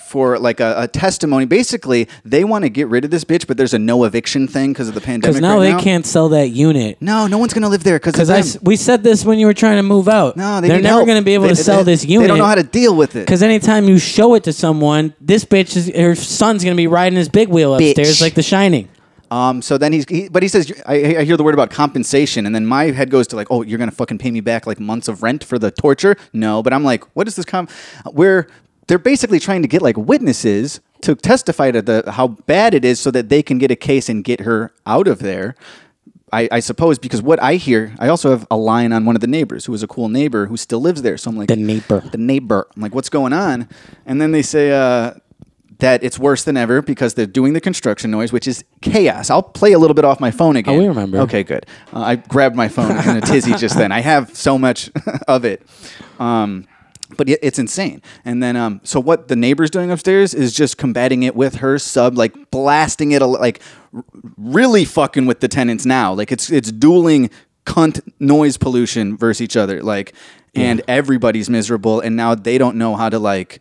Speaker 4: For like a, a testimony, basically, they want to get rid of this bitch, but there's a no eviction thing because of the pandemic.
Speaker 1: Because now
Speaker 4: right
Speaker 1: they
Speaker 4: now.
Speaker 1: can't sell that unit.
Speaker 4: No, no one's gonna live there because
Speaker 1: Because I s- we said this when you were trying to move out.
Speaker 4: No, they
Speaker 1: are
Speaker 4: need
Speaker 1: never
Speaker 4: help.
Speaker 1: going to be able
Speaker 4: They-
Speaker 1: to sell
Speaker 4: they-
Speaker 1: this unit.
Speaker 4: They don't know how to deal with it.
Speaker 1: Because anytime you show it to someone, this bitch is her son's going to be riding his big wheel upstairs
Speaker 4: Bitch.
Speaker 1: like The Shining.
Speaker 4: Um, so then he's, he, but he says, I, I hear the word about compensation, and then my head goes to like, oh, you're gonna fucking pay me back like months of rent for the torture? No, but I'm like, what is this? Com- where they're basically trying to get like witnesses to testify to the how bad it is, so that they can get a case and get her out of there. I, I suppose because what I hear, I also have a line on one of the neighbors who is a cool neighbor who still lives there. So I'm like,
Speaker 1: The neighbor.
Speaker 4: the neighbor. I'm like, what's going on? And then they say uh, that it's worse than ever because they're doing the construction noise, which is chaos. I'll play a little bit off my phone again.
Speaker 1: Oh, we remember.
Speaker 4: Okay, good. Uh, I grabbed my phone in a tizzy just then. I have so much of it. Um, but it- it's insane. And then, um, so what the neighbor's doing upstairs is just combating it with her sub, like blasting it, a- like r- really fucking with the tenants now. Like it's it's dueling cunt noise pollution versus each other. Like, and everybody's miserable, and now they don't know how to like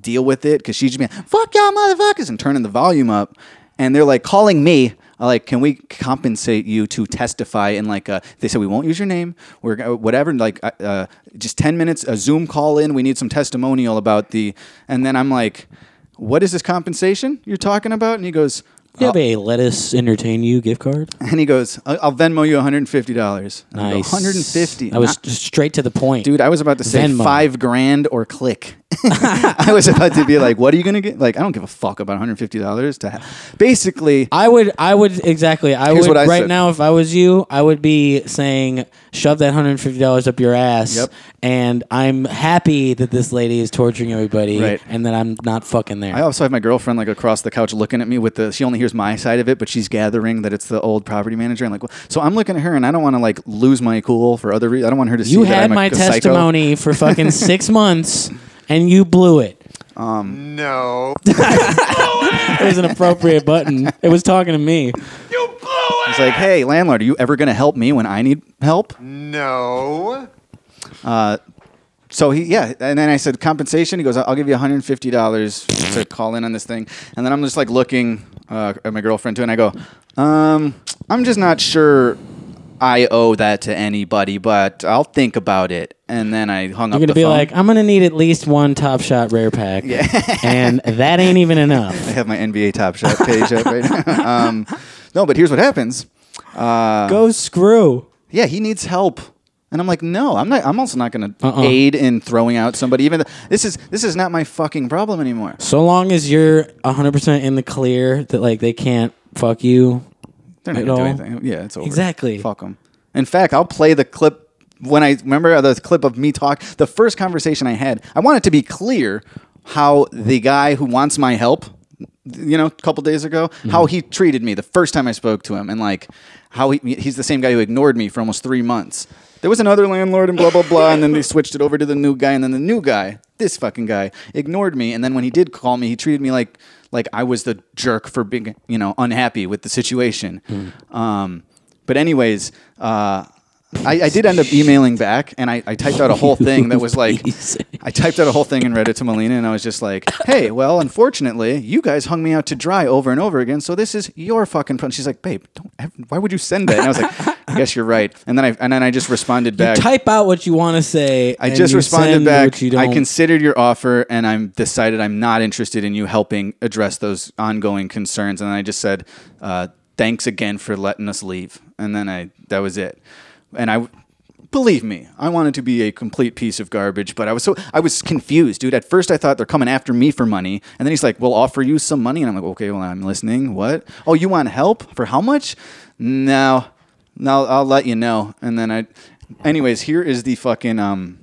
Speaker 4: deal with it because she's just being fuck y'all motherfuckers and turning the volume up, and they're like calling me uh, like, can we compensate you to testify in like a, they said we won't use your name, we're go- whatever, like uh, uh, just ten minutes, a Zoom call in. We need some testimonial about the, and then I'm like, what is this compensation you're talking about? And he goes, "Uh,
Speaker 1: You
Speaker 4: "I'll-
Speaker 1: have a let us entertain you gift card.
Speaker 4: and he goes, I'll I'll Venmo you $150. And I go,
Speaker 1: Nice.
Speaker 4: 150.
Speaker 1: I was
Speaker 4: Not-
Speaker 1: just straight to the point,
Speaker 4: dude. I was about to say
Speaker 1: Venmo.
Speaker 4: five grand or click. I was about to be like, what are you gonna get? Like, I don't give a fuck about 150 dollars to. Ha- Basically,
Speaker 1: I would, I would exactly. I
Speaker 4: Here's
Speaker 1: would
Speaker 4: what I
Speaker 1: right
Speaker 4: said.
Speaker 1: now. If I was you, I would be saying, shove that hundred and fifty dollars up your ass.
Speaker 4: Yep.
Speaker 1: And I'm happy that this lady is torturing everybody,
Speaker 4: Right.
Speaker 1: and that I'm not fucking there.
Speaker 4: I also have my girlfriend like across the couch looking at me with the. She only hears my side of it, but she's gathering that it's the old property manager. And like, wh- so I'm looking at her, and I don't want to like lose my cool for other reasons. I don't want her to see
Speaker 1: you
Speaker 4: that
Speaker 1: had
Speaker 4: I'm a-
Speaker 1: my
Speaker 4: a psycho.
Speaker 1: testimony for fucking six months, and you blew it.
Speaker 2: No.
Speaker 1: It was an appropriate button. It was talking to me.
Speaker 2: You blew it!
Speaker 4: It's like, hey, landlord, are you ever gonna help me when I need help?
Speaker 2: no.
Speaker 4: So he, yeah, and then I said compensation. He goes, "I'll give you 150 dollars to call in on this thing." And then I'm just like looking uh, at my girlfriend too, and I go, um, "I'm just not sure I owe that to anybody, but I'll think about it." And then I hung up.
Speaker 1: You're gonna
Speaker 4: the
Speaker 1: be
Speaker 4: phone.
Speaker 1: like, I'm gonna need at least one Top Shot rare pack, and that ain't even enough.
Speaker 4: I have my NBA Top Shot page up right now. Um, no, but here's what happens. Uh.
Speaker 1: Go screw.
Speaker 4: yeah, he needs help. And I'm like, no, I'm not. I'm also not going to
Speaker 1: Uh-uh.
Speaker 4: aid in throwing out somebody. Even th- this is this is not my fucking problem anymore.
Speaker 1: So long as you're 100% in the clear that like they can't fuck you.
Speaker 4: They're not
Speaker 1: At
Speaker 4: going to do
Speaker 1: all.
Speaker 4: anything. Yeah, it's over.
Speaker 1: Exactly.
Speaker 4: Fuck them. In fact, I'll play the clip when I remember the clip of me talk. The first conversation I had, I want it to be clear how the guy who wants my help, you know, a couple days ago, how he treated me the first time I spoke to him, and like how he, he's the same guy who ignored me for almost three months. There was another landlord and blah blah blah, and then they switched it over to the new guy, and then the new guy, this fucking guy, ignored me, and then when he did call me, he treated me like like I was the jerk for being you know unhappy with the situation. Um, but anyways, uh, I, I did end up emailing back, and I, I typed out a whole thing that was like, I typed out a whole thing and read it to Melina, and I was just like, "Hey, well, unfortunately, you guys hung me out to dry over and over again, so this is your fucking." Problem. She's like, "Babe, don't. ever- Why would you send that?" And I was like, "I guess you're right." And then I and then I just responded back.
Speaker 1: You type out what you want to say.
Speaker 4: I
Speaker 1: and
Speaker 4: just
Speaker 1: you
Speaker 4: responded
Speaker 1: send
Speaker 4: back.
Speaker 1: What you don't.
Speaker 4: I considered your offer, and I'm decided I'm not interested in you helping address those ongoing concerns. And I just said, uh, "Thanks again for letting us leave." And then I that was it. And I believe me, I wanted to be a complete piece of garbage, but I was so I was confused, dude. At first, I thought they're coming after me for money, and then he's like, "We'll offer you some money," and I'm like, "Okay, well, I'm listening. What? Oh, you want help for how much? No, no, I'll let you know." And then I. Anyways, here is the fucking um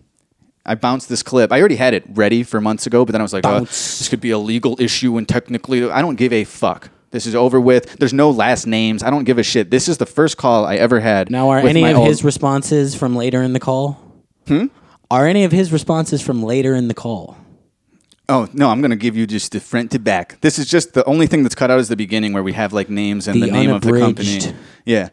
Speaker 4: I bounced this clip. I already had it ready for months ago, but then I was like, uh, this could be a legal issue, and technically, I don't give a fuck. This is over with. There's no last names. I don't give a shit. This is the first call I ever had.
Speaker 1: now, are
Speaker 4: with
Speaker 1: any
Speaker 4: my
Speaker 1: of
Speaker 4: old-
Speaker 1: his responses from later in the call? Hmm. Are any of his responses from later in the call?
Speaker 4: Oh no, I'm gonna give you just the front to back. This is just the only thing that's cut out is the beginning where we have like names and the,
Speaker 1: The
Speaker 4: name of the
Speaker 1: unabridged.
Speaker 4: company. Yeah,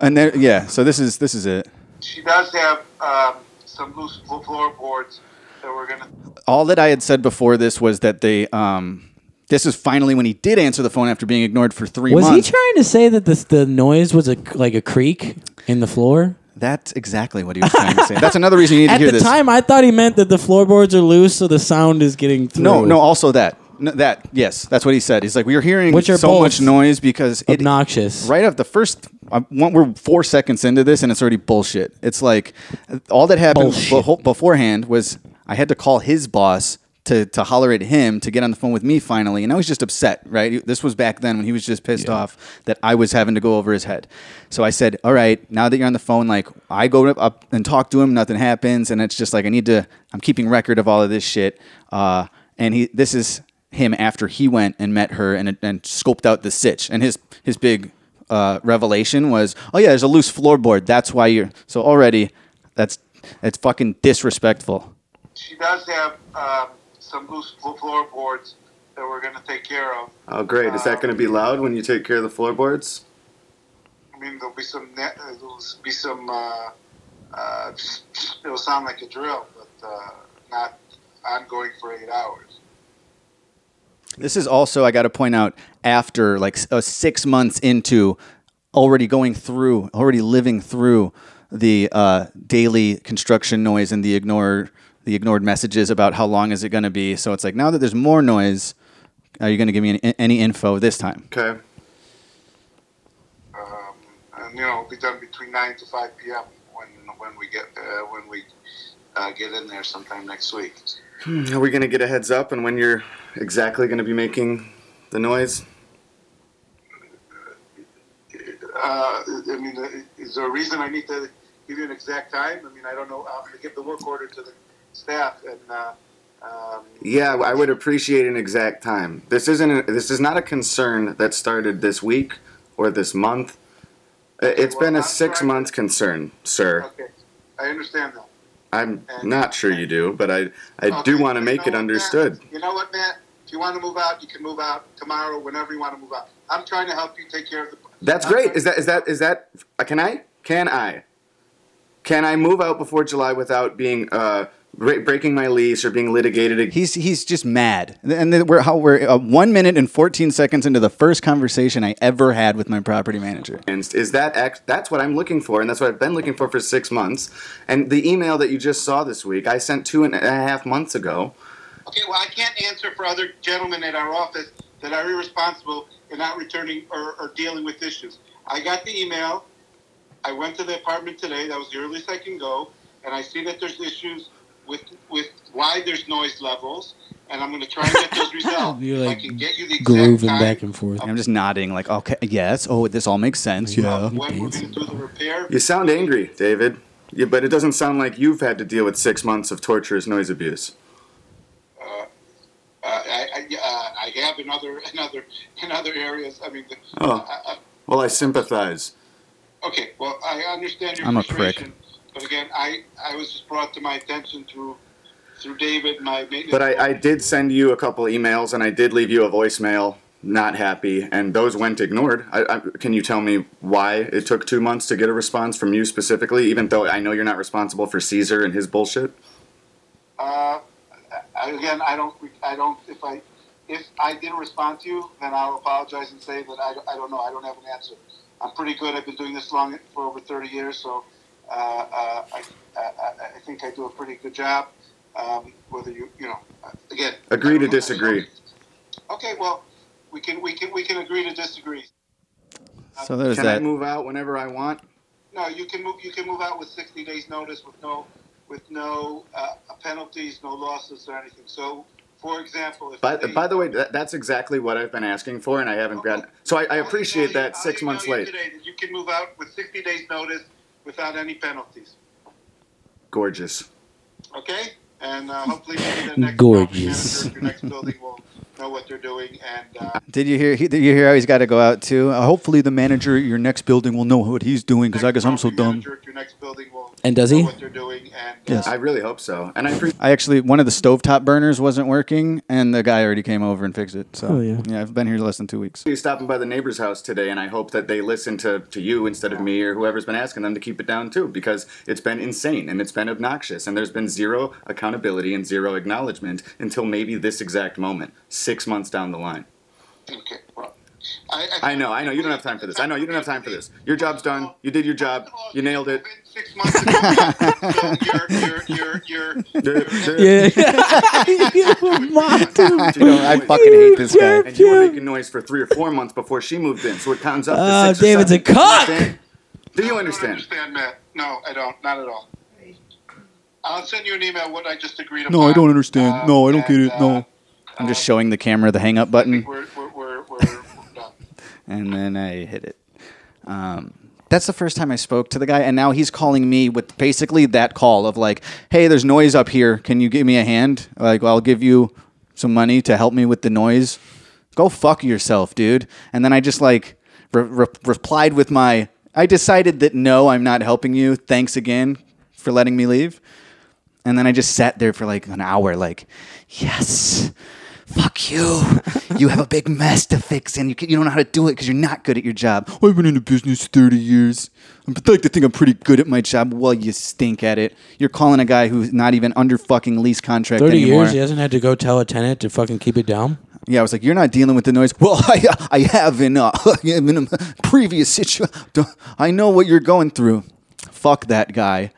Speaker 4: and there, yeah. So this is this is it.
Speaker 7: She does have um, some loose flo- floorboards that we're gonna.
Speaker 4: all that I had said before this was that they. Um, this is finally when he did answer the phone after being ignored for three
Speaker 1: Was he
Speaker 4: months.
Speaker 1: trying to say that this, the noise was a like a creak in the floor?
Speaker 4: That's exactly what he was trying to say. That's another reason you need to
Speaker 1: At
Speaker 4: hear
Speaker 1: the
Speaker 4: this.
Speaker 1: time, I thought he meant that the floorboards are loose, so the sound is getting through.
Speaker 4: no, no. Also that, no, that yes, that's what he said. He's like, we are hearing
Speaker 1: Which are
Speaker 4: so
Speaker 1: both
Speaker 4: much noise because it,
Speaker 1: obnoxious.
Speaker 4: Right off the first, uh, one, we're four seconds into this, and it's already bullshit. It's like uh, all that happened
Speaker 1: Bullshit.
Speaker 4: beho- beforehand was I had to call his boss. To, to holler at him to get on the phone with me finally and I was just upset right this was back then when he was just pissed off that I was having to go over his head so I said all right now that you're on the phone like I go up and talk to him nothing happens and it's just like I need to I'm keeping record of all of this shit uh, and he this is him after he went and met her and and sculpted out the sitch and his his big uh, revelation was oh yeah there's a loose floorboard that's why you're so already that's that's fucking disrespectful
Speaker 7: She does have um, some loose flo- floorboards that we're gonna take care of.
Speaker 8: Oh, great. Is that going to be loud when you take care of the floorboards?
Speaker 7: I mean, there'll be some. Net, uh, there'll be some. Uh, uh, it'll sound like a drill, but uh, not ongoing for eight hours.
Speaker 4: This is also I got to point out after like s- uh, six months into already going through, already living through the uh, daily construction noise and the ignore the ignored messages about how long is it going to be. So it's like now that there's more noise, are you going to give me any, any info this time?
Speaker 8: Okay.
Speaker 7: and you know, it'll be done between nine to five p.m. when when we get uh, when we uh, get in there sometime next week.
Speaker 8: Are we gonna get a heads up on when you're exactly gonna be making the noise?
Speaker 7: Uh, I mean, uh, is there a reason I need to give you an exact time? I mean, I don't know. I'm going to give the work order to the staff, and uh, um,
Speaker 8: Yeah, I would appreciate an exact time. This isn't. A, this is not a concern that started this week or this month. I- It's
Speaker 7: Well,
Speaker 8: been a
Speaker 7: I'm sorry.
Speaker 8: six month concern, sir.
Speaker 7: okay, I understand that.
Speaker 8: I'm not sure you do, but I
Speaker 7: Okay,
Speaker 8: I do want to
Speaker 7: you know
Speaker 8: make
Speaker 7: what,
Speaker 8: it
Speaker 7: Matt?
Speaker 8: understood.
Speaker 7: You know what, Matt? If you want to move out, you can move out tomorrow, whenever you want to move out. I'm trying to help you take care of the.
Speaker 8: That's
Speaker 7: I'm
Speaker 8: great.
Speaker 7: trying-
Speaker 8: Is that is that is that? uh, Can I? Can I? Can I move out before July without being uh bre- breaking my lease or being litigated? ag-
Speaker 4: He's he's just mad, and then we're how we're uh, one minute and fourteen seconds into the first conversation I ever had with my property manager.
Speaker 8: experienced is that act, that's what I'm looking for, and that's what I've been looking for for six months. And the email that you just saw this week, I sent two and a half months ago.
Speaker 7: Okay, well, I can't answer for other gentlemen at our office that are irresponsible in not returning or, or dealing with issues. I got the email. I went to the apartment today. That was the earliest I can go, and I see that there's issues with with why there's noise levels, and I'm going to try and get those resolved.
Speaker 1: You're,
Speaker 7: If I
Speaker 1: like,
Speaker 7: can get you the exact
Speaker 1: Grooving
Speaker 7: time
Speaker 1: back and forth.
Speaker 4: And I'm just nodding, like, okay, yes. Oh, this all makes sense. Yeah.
Speaker 7: of when we're going to do the repair.
Speaker 8: You sound angry, David. Yeah, but it doesn't sound like you've had to deal with six months of torturous noise abuse.
Speaker 7: Uh, I, I, uh, I have in other in other in other areas. I mean, the,
Speaker 8: Oh.
Speaker 7: I, I,
Speaker 8: Well, I sympathize.
Speaker 7: Okay, well, I understand your
Speaker 4: I'm a prick.
Speaker 7: frustration, but again, I, I was just brought to my attention through through David, my maintenance.
Speaker 8: But I, I did send you a couple emails, and I did leave you a voicemail. Not happy, and those went ignored. I, I, can you tell me why it took two months to get a response from you specifically, even though I know you're not responsible for Caesar and his bullshit?
Speaker 7: uh, I, again, I don't, I don't. If I if I didn't respond to you, then I'll apologize and say that I, I don't know. I don't have an answer. I'm pretty good. I've been doing this long for over 30 years, so uh, uh, I, I, I- I think I do a pretty good job. Um, whether you you know, uh, again,
Speaker 8: Agree
Speaker 7: I don't
Speaker 8: to
Speaker 7: know.
Speaker 8: disagree.
Speaker 7: Okay, well, we can we can we can agree to disagree.
Speaker 4: So there's
Speaker 8: Can I
Speaker 4: that.
Speaker 8: move out whenever I want?
Speaker 7: No, you can move. You can move out with sixty days notice, with no, with no uh, penalties, no losses or anything. So, for example, if
Speaker 8: By,
Speaker 7: they-
Speaker 8: by the way, that, that's exactly what I've been asking for, and I haven't got. So I, I appreciate
Speaker 7: I'll email you-
Speaker 8: that six
Speaker 7: I'll email
Speaker 8: months
Speaker 7: you
Speaker 8: late.
Speaker 7: today that you can move out with sixty days notice without any penalties.
Speaker 8: Gorgeous.
Speaker 7: Okay, and uh, hopefully maybe the next
Speaker 1: Gorgeous.
Speaker 7: property manager at your next building will know what they're doing. And uh,
Speaker 4: Did you hear? He, did you hear how he's got to go out too? Uh, hopefully, the manager at your next building will know what he's doing because I guess I'm so
Speaker 7: property
Speaker 4: dumb.
Speaker 7: manager at your next building will
Speaker 1: And does
Speaker 7: know
Speaker 1: he?
Speaker 7: what they're doing? And
Speaker 4: Yes.
Speaker 7: uh,
Speaker 8: I really hope so. And I appre-
Speaker 4: I actually one of the stovetop burners wasn't working, and the guy already came over and fixed it. So
Speaker 1: Oh, yeah.
Speaker 4: I've been here less than two weeks.
Speaker 8: you stopping by the neighbor's house today, and I hope that they listen to, to you instead of me or whoever's been asking them to keep it down too, because it's been insane and it's been obnoxious, and there's been zero accountability and zero acknowledgement until maybe this exact moment, six months down the line.
Speaker 7: okay, well, I,
Speaker 8: I know, I know, you don't have time for this. I know, you don't have time for this. Your job's done. You did your job. You nailed it.
Speaker 7: Six months ago, so you're, you're, you're, you're,
Speaker 1: Yeah. you mocked him.
Speaker 8: You know,
Speaker 4: I fucking hate this guy.
Speaker 8: and you were making noise for three or four months before she moved in. So it counts up.
Speaker 1: Oh,
Speaker 8: to six or
Speaker 1: David's
Speaker 8: seven.
Speaker 1: a cock!
Speaker 8: Do you understand? Do you
Speaker 7: I
Speaker 8: understand?
Speaker 7: don't understand, Matt. No, I don't. Not at all. I'll send you an email what I just agreed upon.
Speaker 4: No, I don't understand.
Speaker 7: Uh,
Speaker 4: No, I don't get
Speaker 7: and,
Speaker 4: it. No. I'm just showing the camera the hang up
Speaker 7: Uh,
Speaker 4: button,
Speaker 7: we're, we're, we're, we're we're done.
Speaker 4: and then I hit it. Um, that's the first time I spoke to the guy, and now he's calling me with basically that call of like, "Hey, there's noise up here. Can you give me a hand? Like, I'll give you some money to help me with the noise." Go fuck yourself, dude. And then I just like re- re- replied with my, "I decided that no, I'm not helping you. Thanks again for letting me leave." And then I just sat there for like an hour, like, yes, fuck you. You have a big mess to fix, and you, can, you don't know how to do it because you're not good at your job. I've been in the business 30 years. I like to think I'm pretty good at my job. Well, you stink at it. You're calling a guy who's not even under fucking lease contract
Speaker 1: Thirty
Speaker 4: anymore.
Speaker 1: years he hasn't had to go tell a tenant to fucking keep it down.
Speaker 4: Yeah, I was like, "You're not dealing with the noise." Well, I, I have in uh, in a previous situation. I know what you're going through. Fuck that guy,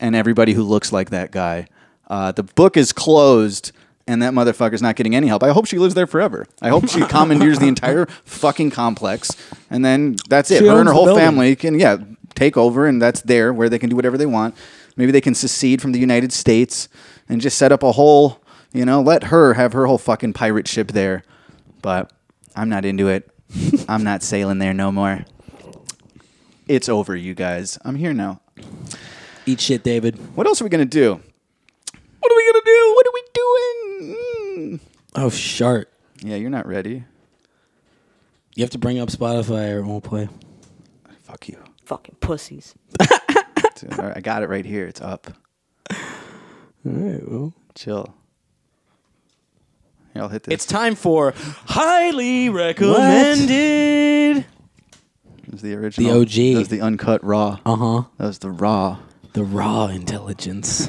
Speaker 4: and everybody who looks like that guy. Uh, the book is closed, and that motherfucker's not getting any help. I hope she lives there forever. I hope she commandeers the entire fucking complex, and then that's it.
Speaker 1: She owns
Speaker 4: Her and her
Speaker 1: the
Speaker 4: whole
Speaker 1: building.
Speaker 4: family can yeah take over, and that's there where they can do whatever they want. Maybe they can secede from the United States and just set up a whole you know let her have her whole fucking pirate ship there. But I'm not into it. I'm not sailing there no more. It's over, you guys. I'm here now.
Speaker 1: Eat shit, David.
Speaker 4: What else are we gonna do? What are we gonna do? What are we doing? Mm.
Speaker 1: Oh, shart.
Speaker 4: Yeah, you're not ready.
Speaker 1: You have to bring up Spotify or it won't play.
Speaker 4: Fuck you.
Speaker 9: Fucking pussies.
Speaker 4: Dude, all right, I got it right here. It's up. Chill. Here, I'll hit this.
Speaker 1: It's time for highly recommended.
Speaker 4: This is the original.
Speaker 1: OG.
Speaker 4: That was the uncut raw.
Speaker 1: Uh huh.
Speaker 4: That was the raw.
Speaker 1: The raw intelligence.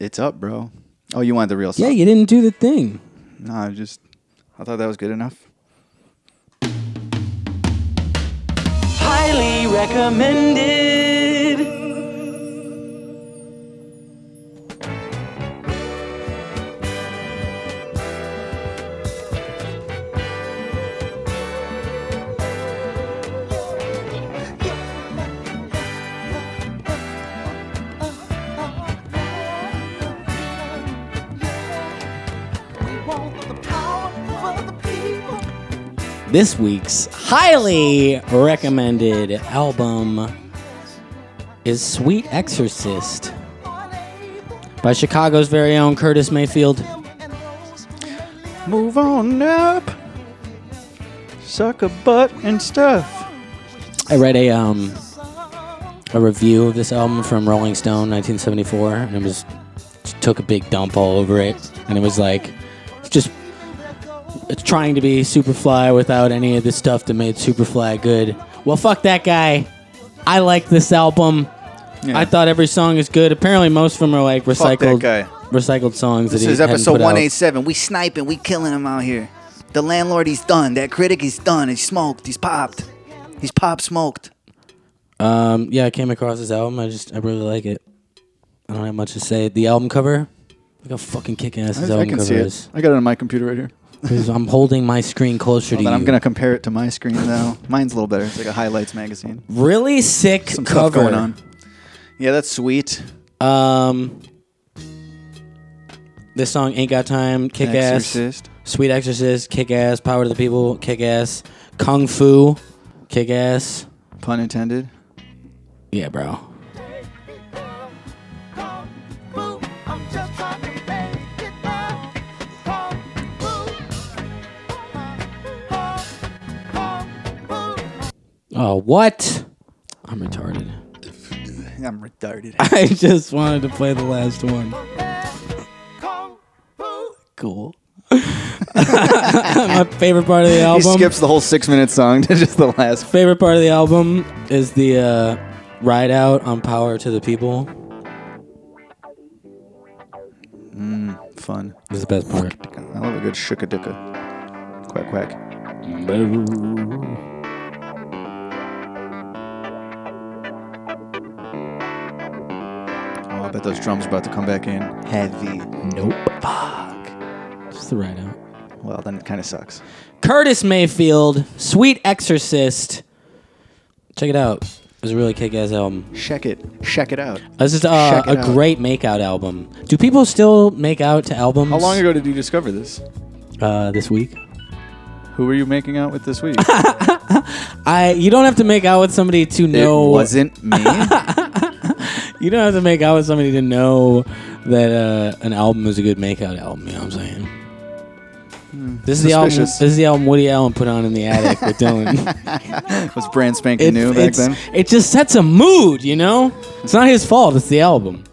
Speaker 4: It's up, bro. Oh, you want the real
Speaker 1: yeah,
Speaker 4: song?
Speaker 1: you didn't do the thing.
Speaker 4: No, I just I thought that was good enough.
Speaker 1: Highly recommended. This week's highly recommended album is Sweet Exorcist by Chicago's very own Curtis Mayfield.
Speaker 4: Move on up. Suck a butt and stuff.
Speaker 1: I read a um a review of this album from Rolling Stone 1974 and it was took a big dump all over it and it was like it's just it's trying to be Superfly without any of the stuff that made Superfly good. Well, fuck that guy. I like this album.
Speaker 4: Yeah.
Speaker 1: I thought every song is good. Apparently, most of them are like
Speaker 4: Fuck that
Speaker 1: recycled
Speaker 4: guy.
Speaker 1: recycled songs.
Speaker 4: This
Speaker 1: that he
Speaker 4: is
Speaker 1: hadn't
Speaker 4: episode
Speaker 1: put out.
Speaker 4: 187. We sniping. We killing him out here. The landlord, he's done. That critic, he's done. He's smoked. He's popped. He's pop smoked.
Speaker 1: Um, yeah, I came across this album. I just I really like it. I don't have much to say. The album cover, look how fucking kick ass this album cover is.
Speaker 4: I got it on my computer right here.
Speaker 1: 'Cause I'm holding my screen closer to
Speaker 4: Then
Speaker 1: you.
Speaker 4: I'm gonna compare it to my screen though. Mine's a little better. It's like a highlights magazine.
Speaker 1: really sick
Speaker 4: Some
Speaker 1: cover.
Speaker 4: stuff going on. Yeah, that's sweet.
Speaker 1: Um, this song ain't got time. Kick ass.
Speaker 4: Exorcist.
Speaker 1: Sweet Exorcist. Kick ass. Power to the people. Kick ass. Kung Fu. Kick ass.
Speaker 4: Pun intended.
Speaker 1: Yeah, bro. Oh, what? I'm retarded.
Speaker 4: I'm retarded.
Speaker 1: I just wanted to play the last one. Cool. My favorite part of the
Speaker 4: he
Speaker 1: album.
Speaker 4: skips the whole six minute song to just the last.
Speaker 1: favorite part of the album is the uh, ride out on Power to the People.
Speaker 4: Fun.
Speaker 1: This is the best part.
Speaker 4: I love a good shooka dooka. Quack quack. Oh, I bet those drums about to come back in. Heavy.
Speaker 1: Nope. Fuck. Just the ride out.
Speaker 4: Well, then it kind of sucks.
Speaker 1: Curtis Mayfield, Sweet Exorcist. Check it out. It was a really kick ass album.
Speaker 4: Check it. Check it out.
Speaker 1: This is uh,
Speaker 4: Check
Speaker 1: a
Speaker 4: it out.
Speaker 1: great makeout album. Do people still make out to albums?
Speaker 4: How long ago did you discover this?
Speaker 1: Uh, this week.
Speaker 4: Who were you making out with this week?
Speaker 1: I you don't have to make out with somebody to know.
Speaker 4: It wasn't me.
Speaker 1: You don't have to make out with somebody to know that uh, an album is a good makeout album. You know what I'm saying? This is the album.
Speaker 4: Hmm. Suspicious.
Speaker 1: This is the album Woody Allen put on in the attic with Dylan.
Speaker 4: It was brand spanking
Speaker 1: It,
Speaker 4: new back
Speaker 1: it's-
Speaker 4: then.
Speaker 1: it just sets a mood, you know. It's not his fault. It's the album.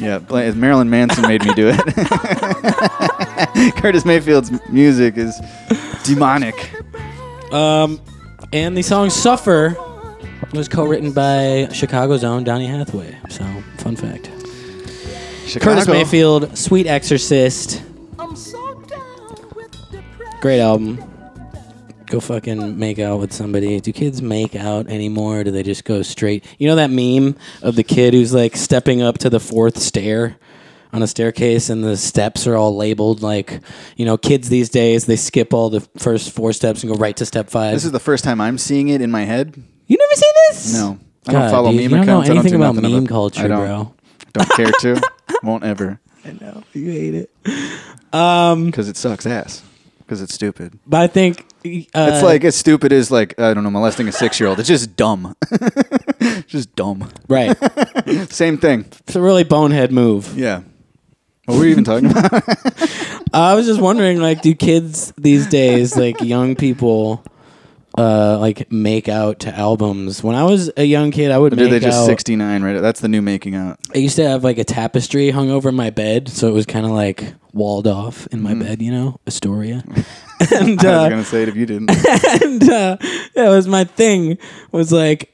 Speaker 4: Yeah, bla- Marilyn Manson made me do it. Curtis Mayfield's music is demonic.
Speaker 1: Um, and the song "Suffer" was co-written by Chicago's own Donny Hathaway. So, fun fact. Curtis
Speaker 4: Chicago.
Speaker 1: Mayfield, Sweet Exorcist. Great album. Go fucking make out with somebody. Do kids make out anymore? Or do they just go straight? You know that meme of the kid who's like stepping up to the fourth stair on a staircase and the steps are all labeled like, you know, kids these days, they skip all the first four steps and go right to step five.
Speaker 4: This is the first time I'm seeing it in my head.
Speaker 1: you never seen this?
Speaker 4: No. I don't
Speaker 1: God,
Speaker 4: follow
Speaker 1: dude,
Speaker 4: meme
Speaker 1: you don't know
Speaker 4: accounts. I don't
Speaker 1: anything
Speaker 4: do
Speaker 1: about
Speaker 4: nothing of
Speaker 1: meme
Speaker 4: it. I
Speaker 1: culture,
Speaker 4: don't.
Speaker 1: bro.
Speaker 4: Don't care to. Won't ever.
Speaker 1: You hate it.
Speaker 4: Because it sucks ass. Because it's stupid.
Speaker 1: But I think uh,
Speaker 4: It's like as stupid as like I don't know molesting a six year old. It's just dumb. just dumb.
Speaker 1: right.
Speaker 4: Same thing.
Speaker 1: It's a really bonehead move.
Speaker 4: Yeah. What were you even talking about?
Speaker 1: I was just wondering, like, do kids these days, like young people, uh, like make out to albums? When I was a young kid, I would
Speaker 4: Did
Speaker 1: make
Speaker 4: they just
Speaker 1: out.
Speaker 4: sixty nine right? That's the new making out.
Speaker 1: I used to have like a tapestry hung over my bed, so it was kind of like walled off in my bed, you know, Astoria. and
Speaker 4: Mm-hmm. I was
Speaker 1: uh,
Speaker 4: gonna say it if you didn't.
Speaker 1: and uh, that was my thing. Was like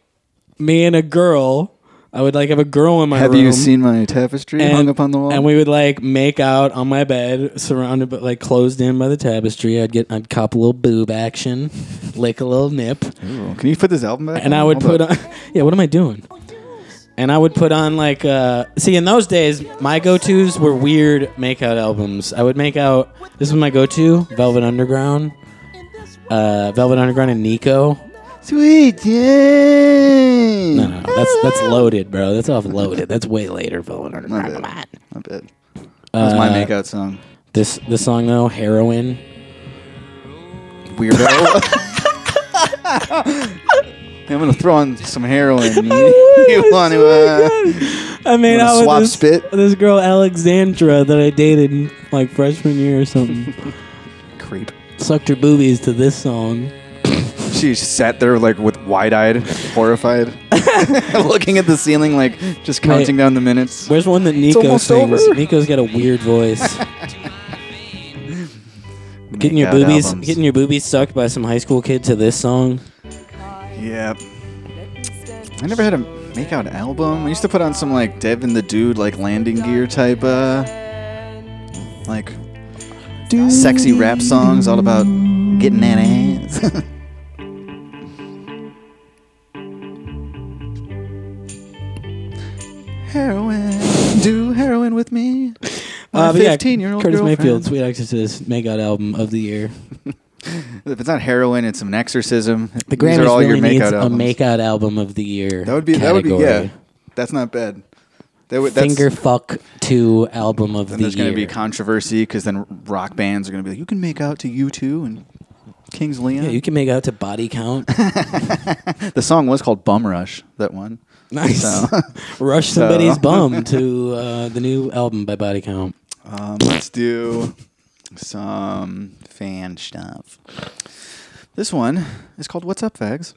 Speaker 1: me and a girl. I would like have a girl in my
Speaker 4: Have
Speaker 1: room.
Speaker 4: you seen my tapestry hung up on the wall?
Speaker 1: And we would like make out on my bed, surrounded but like closed in by the tapestry. I'd get I'd cop a little boob action, lick a little nip,
Speaker 4: Ooh, Can you put this album back?
Speaker 1: and I would put on. Yeah, what am I doing? And I would put on like uh see in those days my go-tos were weird makeout albums. I would make out this was my go-to Velvet Underground, uh Velvet Underground and Nico.
Speaker 4: sweet. Jane.
Speaker 1: No, no, no, that's that's loaded, bro. That's off loaded. That's way later Velvet
Speaker 4: Not
Speaker 1: Underground.
Speaker 4: bad.
Speaker 1: Come on.
Speaker 4: Not bad. That's
Speaker 1: Uh,
Speaker 4: my makeout song.
Speaker 1: This this song though, heroin.
Speaker 4: Weirdo. I'm gonna throw on some heroin. you want to? Uh,
Speaker 1: I mean,
Speaker 4: Wanna
Speaker 1: I was
Speaker 4: swap
Speaker 1: this,
Speaker 4: spit?
Speaker 1: this girl Alexandra that I dated in like freshman year or something
Speaker 4: creep.
Speaker 1: sucked her boobies to this song.
Speaker 4: She sat there like with wide-eyed, horrified, looking at the ceiling, like just counting down the minutes.
Speaker 1: Where's one that Nico
Speaker 4: almost
Speaker 1: sings?
Speaker 4: over.
Speaker 1: Nico's got a weird voice. getting your
Speaker 4: Makeout
Speaker 1: boobies,
Speaker 4: albums.
Speaker 1: getting your boobies sucked by some high school kid to this song.
Speaker 4: Yep. I never had a makeout album. I used to put on some like Dev and the Dude like landing gear type uh like sexy rap songs all about getting that ass. heroin. Do heroin with me.
Speaker 1: Uh, but yeah,
Speaker 4: 15 year old
Speaker 1: Curtis Mayfield,
Speaker 4: girlfriend.
Speaker 1: Sweet Exorcist, makeout album of the year.
Speaker 4: If it's not heroin, it's an exorcism.
Speaker 1: The
Speaker 4: These are
Speaker 1: Grammys
Speaker 4: all
Speaker 1: really
Speaker 4: your
Speaker 1: needs
Speaker 4: makeout
Speaker 1: a
Speaker 4: albums.
Speaker 1: makeout album of the year.
Speaker 4: that would be
Speaker 1: category.
Speaker 4: that would be yeah. That's not bad. That would that's
Speaker 1: Finger fuck two album of
Speaker 4: then
Speaker 1: the
Speaker 4: there's
Speaker 1: year.
Speaker 4: going to be controversy because then rock bands are going to be like, you can make out to U2 and Kings Leon.
Speaker 1: yeah, you can make out to body count.
Speaker 4: the song was called Bum Rush, that one.
Speaker 1: Nice.
Speaker 4: So,
Speaker 1: Rush somebody's bum to uh, the new album by Body Count.
Speaker 4: um, let's do some fan stuff. This one is called What's Up, Fags?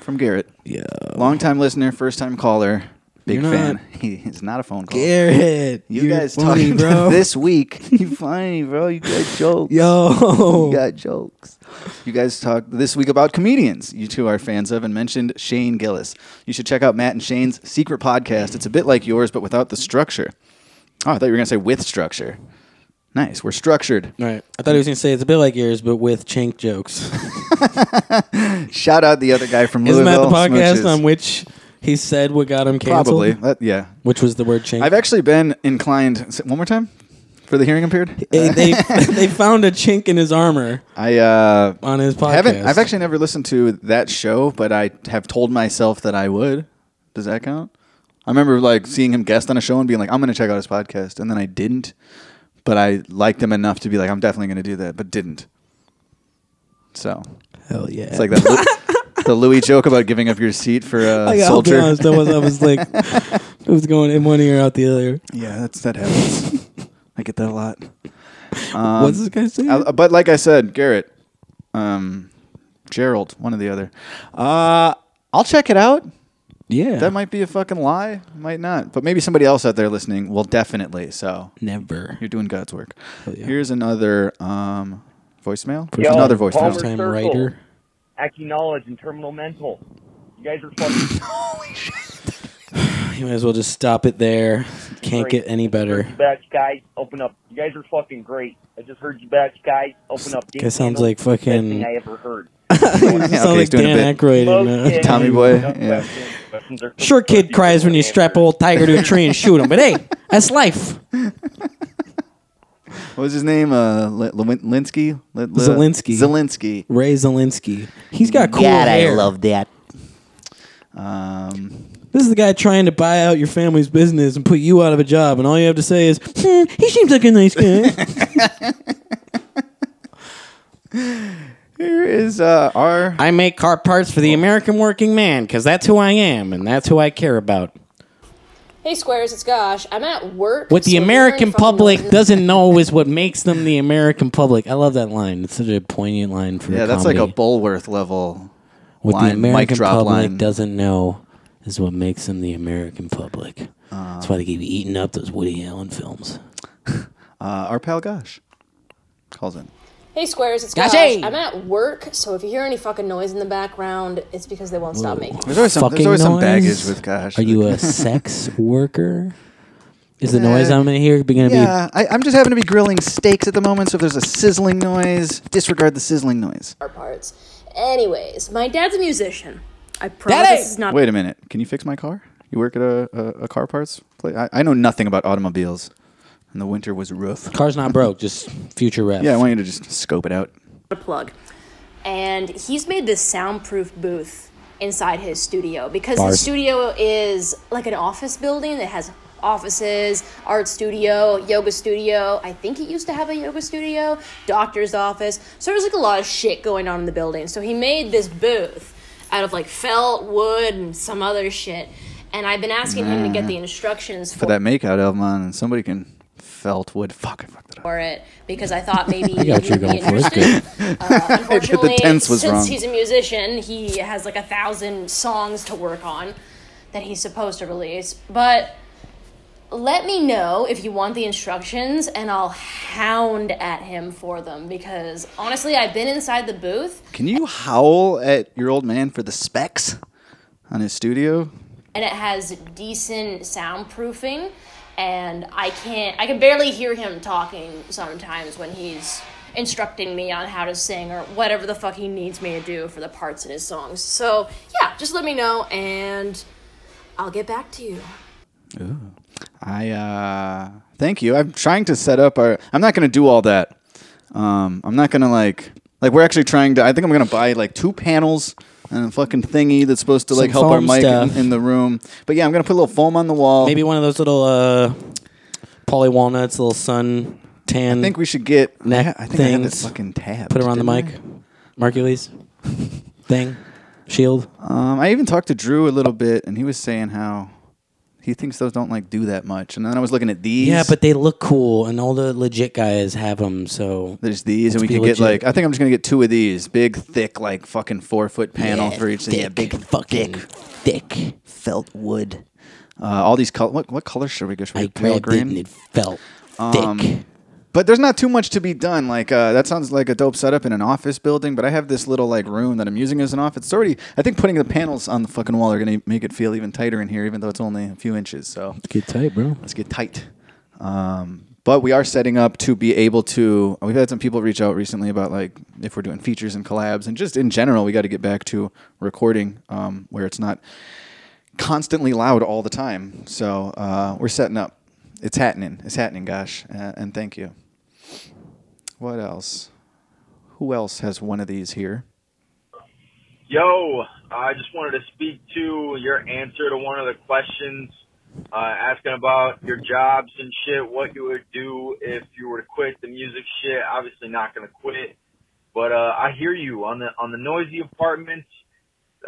Speaker 4: From Garrett.
Speaker 1: Yeah.
Speaker 4: Longtime listener, first time caller, big
Speaker 1: You're
Speaker 4: fan.
Speaker 1: not-
Speaker 4: He is not a phone call.
Speaker 1: Garrett,
Speaker 4: You
Speaker 1: you're
Speaker 4: guys
Speaker 1: funny,
Speaker 4: talking
Speaker 1: bro.
Speaker 4: this week. You funny, bro. You got jokes.
Speaker 1: Yo,
Speaker 4: You got jokes. Oh. You guys talked this week about comedians you two are fans of and mentioned Shane Gillis. You should check out Matt and Shane's secret podcast. It's a bit like yours, but without the structure. Oh, I thought you were going to say with structure. Nice. We're structured.
Speaker 1: All right. I thought he was gonna say it's a bit like yours, but with chink jokes.
Speaker 4: Shout out the other guy from
Speaker 1: Isn't that
Speaker 4: Louisville.
Speaker 1: the podcast
Speaker 4: Smooches.
Speaker 1: on which he said what got him canceled?
Speaker 4: Probably. That- yeah.
Speaker 1: Which was the word chink.
Speaker 4: I've actually been inclined. One more time? For the hearing impaired?
Speaker 1: they, they, they found a chink in his armor
Speaker 4: I uh,
Speaker 1: on his podcast.
Speaker 4: haven't. I've actually never listened to that show, but I have told myself that I would. Does that count? I remember like seeing him guest on a show and being like, "I'm going to check out his podcast," and then I didn't. But I liked him enough to be like, "I'm definitely going to do that," but didn't. So
Speaker 1: Hell yeah.
Speaker 4: it's like that. Lu- the Louis joke about giving up your seat for a
Speaker 1: Like, I'll be
Speaker 4: soldier.
Speaker 1: honest, I was, I was like, it was going in one ear out the other.
Speaker 4: yeah, that's that happens. I get that a lot.
Speaker 1: What's this guy saying?
Speaker 4: Um, I- uh, but like I said, Garrett, um, Gerald, one or the other. Uh, I'll check it out.
Speaker 1: yeah,
Speaker 4: That might be a fucking lie. Might not. But maybe somebody else out there listening will definitely. So
Speaker 1: never.
Speaker 4: you're doing God's work.
Speaker 1: yeah.
Speaker 4: Here's another um, voicemail.
Speaker 1: Yo,
Speaker 4: another voicemail.
Speaker 1: First time
Speaker 9: Circle.
Speaker 1: writer.
Speaker 9: Accu knowledge and terminal mental. You guys are fucking.
Speaker 1: You might as well just stop it there. Can't
Speaker 9: great.
Speaker 1: get any better.
Speaker 9: You guys, guys, open up. You guys are fucking great. I just heard you guys, guys, open up.
Speaker 1: Guy sounds like
Speaker 9: Best thing
Speaker 1: fucking.
Speaker 9: I ever heard.
Speaker 1: sounds
Speaker 4: okay,
Speaker 1: like
Speaker 4: he's doing a
Speaker 1: Dan
Speaker 4: bit.
Speaker 1: Aykroyd.
Speaker 9: Okay.
Speaker 1: in, uh,
Speaker 4: Tommy Boy,
Speaker 9: No
Speaker 4: yeah.
Speaker 9: questions. Questions are-
Speaker 1: Sure, kid cries when you strap old tiger to a tree and shoot him. But hey, that's life.
Speaker 4: What was his name? Uh, L- Linsky? L-
Speaker 1: Zelinsky.
Speaker 4: Zelinsky.
Speaker 1: Ray Zelinsky. He's got cool hair.
Speaker 3: that.
Speaker 4: Um,
Speaker 1: This is the guy trying to buy out your family's business and put you out of a job, and all you have to say is, hmm, "He seems like a nice guy."
Speaker 4: here is uh, our.
Speaker 1: I make car parts for the American working man because that's who I am and that's who I care about.
Speaker 10: Hey Squares, it's Gosh. I'm at work.
Speaker 1: What the
Speaker 10: so if you're
Speaker 1: American
Speaker 10: in fucking
Speaker 1: public
Speaker 10: Northern-
Speaker 1: doesn't know is what makes them the American public. I love that line. It's such a poignant line for
Speaker 4: Yeah, that's like a
Speaker 1: comedy.
Speaker 4: Bulworth level.
Speaker 1: What
Speaker 4: line,
Speaker 1: the
Speaker 4: mic
Speaker 1: American
Speaker 4: drop
Speaker 1: public
Speaker 4: line.
Speaker 1: doesn't know is what makes them the American public. that's why they keep eating up those Woody Allen films.
Speaker 4: Uh, our pal Gosh calls in.
Speaker 10: Hey Squares, it's Gosh.
Speaker 3: Gotcha.
Speaker 10: I'm at work, so if you hear any fucking noise in the background, it's because they won't stop making. it.
Speaker 4: There's always some, there's
Speaker 1: Fucking
Speaker 4: always some
Speaker 1: noise.
Speaker 4: baggage with Gosh.
Speaker 1: Are you a sex worker? Is the noise I'm gonna hear going to
Speaker 4: Yeah, I, I'm just having to be grilling steaks at the moment, so if there's a sizzling noise, disregard the sizzling noise.
Speaker 10: Car parts. Anyways, my dad's a musician. I promise
Speaker 3: Daddy!
Speaker 10: this is not
Speaker 4: Wait a minute. Can you fix my car? You work at a, a, a car parts place? I, I know nothing about automobiles, and the winter was rough.
Speaker 1: be car's not broke? Just future ref.
Speaker 4: Yeah, I want you to just scope it out.
Speaker 10: a plug. And he's made this soundproof booth inside his studio because the
Speaker 1: Bars.
Speaker 10: studio is like an office building that has offices, art studio, yoga studio. I think it used to have a yoga studio, doctor's office. So there's like a lot of shit going on in the building. So he made this booth out of like felt, wood, and some other shit. And I've been asking him to get the instructions
Speaker 4: Put
Speaker 10: for,
Speaker 4: that makeout album on, and somebody can felt wood. Fuck, I fucked it up.
Speaker 10: for it because I thought maybe
Speaker 1: I got what
Speaker 10: he'd
Speaker 1: you're
Speaker 10: be
Speaker 1: going for. It's
Speaker 10: interested. Uh,
Speaker 1: good.
Speaker 10: Unfortunately,
Speaker 4: The tense was
Speaker 10: since
Speaker 4: wrong.
Speaker 10: he's a musician, he has like a thousand songs to work on that he's supposed to release. But let me know if you want the instructions, and I'll hound at him for them because honestly, I've been inside the booth
Speaker 4: Can you howl at your old man for the specs on his studio?
Speaker 10: and it has decent soundproofing and i can't i can barely hear him talking sometimes when he's instructing me on how to sing or whatever the fuck he needs me to do for the parts in his songs so yeah just let me know and i'll get back to you
Speaker 4: I uh thank you. I'm trying to set up our I'm not gonna do all that. Um I'm not gonna like like we're actually trying to I think I'm gonna buy like two panels and a fucking thingy that's supposed to like
Speaker 1: Some
Speaker 4: help our
Speaker 1: foam
Speaker 4: mic in,
Speaker 1: stuff.
Speaker 4: in the room. But yeah, I'm gonna put a little foam on the wall.
Speaker 1: Maybe one of those little uh, poly walnuts, little sun tan.
Speaker 4: I think we should get
Speaker 1: Neck
Speaker 4: I, I think I had this
Speaker 1: things.
Speaker 4: fucking tab.
Speaker 1: put her on the mic. Mercules thing, shield.
Speaker 4: Um I even talked to Drew a little bit and he was saying how he thinks those don't like do that much. And then I was looking at these.
Speaker 1: Yeah, but they look cool, and all the legit guys have them. So
Speaker 4: There's these, and we
Speaker 1: Let's be
Speaker 4: can get
Speaker 1: legit.
Speaker 4: like I think I'm just gonna get two of these big, thick, like fucking four foot panel for each. thing. Yeah, big
Speaker 1: fucking thick.
Speaker 4: felt wood. Uh, all these color. What what color should we go? Should we
Speaker 1: I
Speaker 4: go pale
Speaker 1: grabbed it
Speaker 4: green? Um,
Speaker 1: and it felt thick.
Speaker 4: But there's not too much to be done. Like uh, that sounds like a dope setup in an office building. But I have this little like room that I'm using as an office. It's already. I think putting the panels on the fucking wall are gonna make it feel even tighter in here, even though it's only a few inches. So
Speaker 1: Get tight, bro.
Speaker 4: let's get tight. Um, but we are setting up to be able to. uh, We've had some people reach out recently about like if we're doing features and collabs, and just in general, we got to get back to recording um, where it's not constantly loud all the time. So uh, we're setting up. It's happening. It's happening. Gosh, uh, and thank you. What else? Who else has one of these here?
Speaker 9: Yo, I just wanted to speak to your answer to one of the questions uh, asking about your jobs and shit. What you would do if you were to quit the music shit? Obviously, not gonna quit, but uh, I hear you on the on the noisy apartments,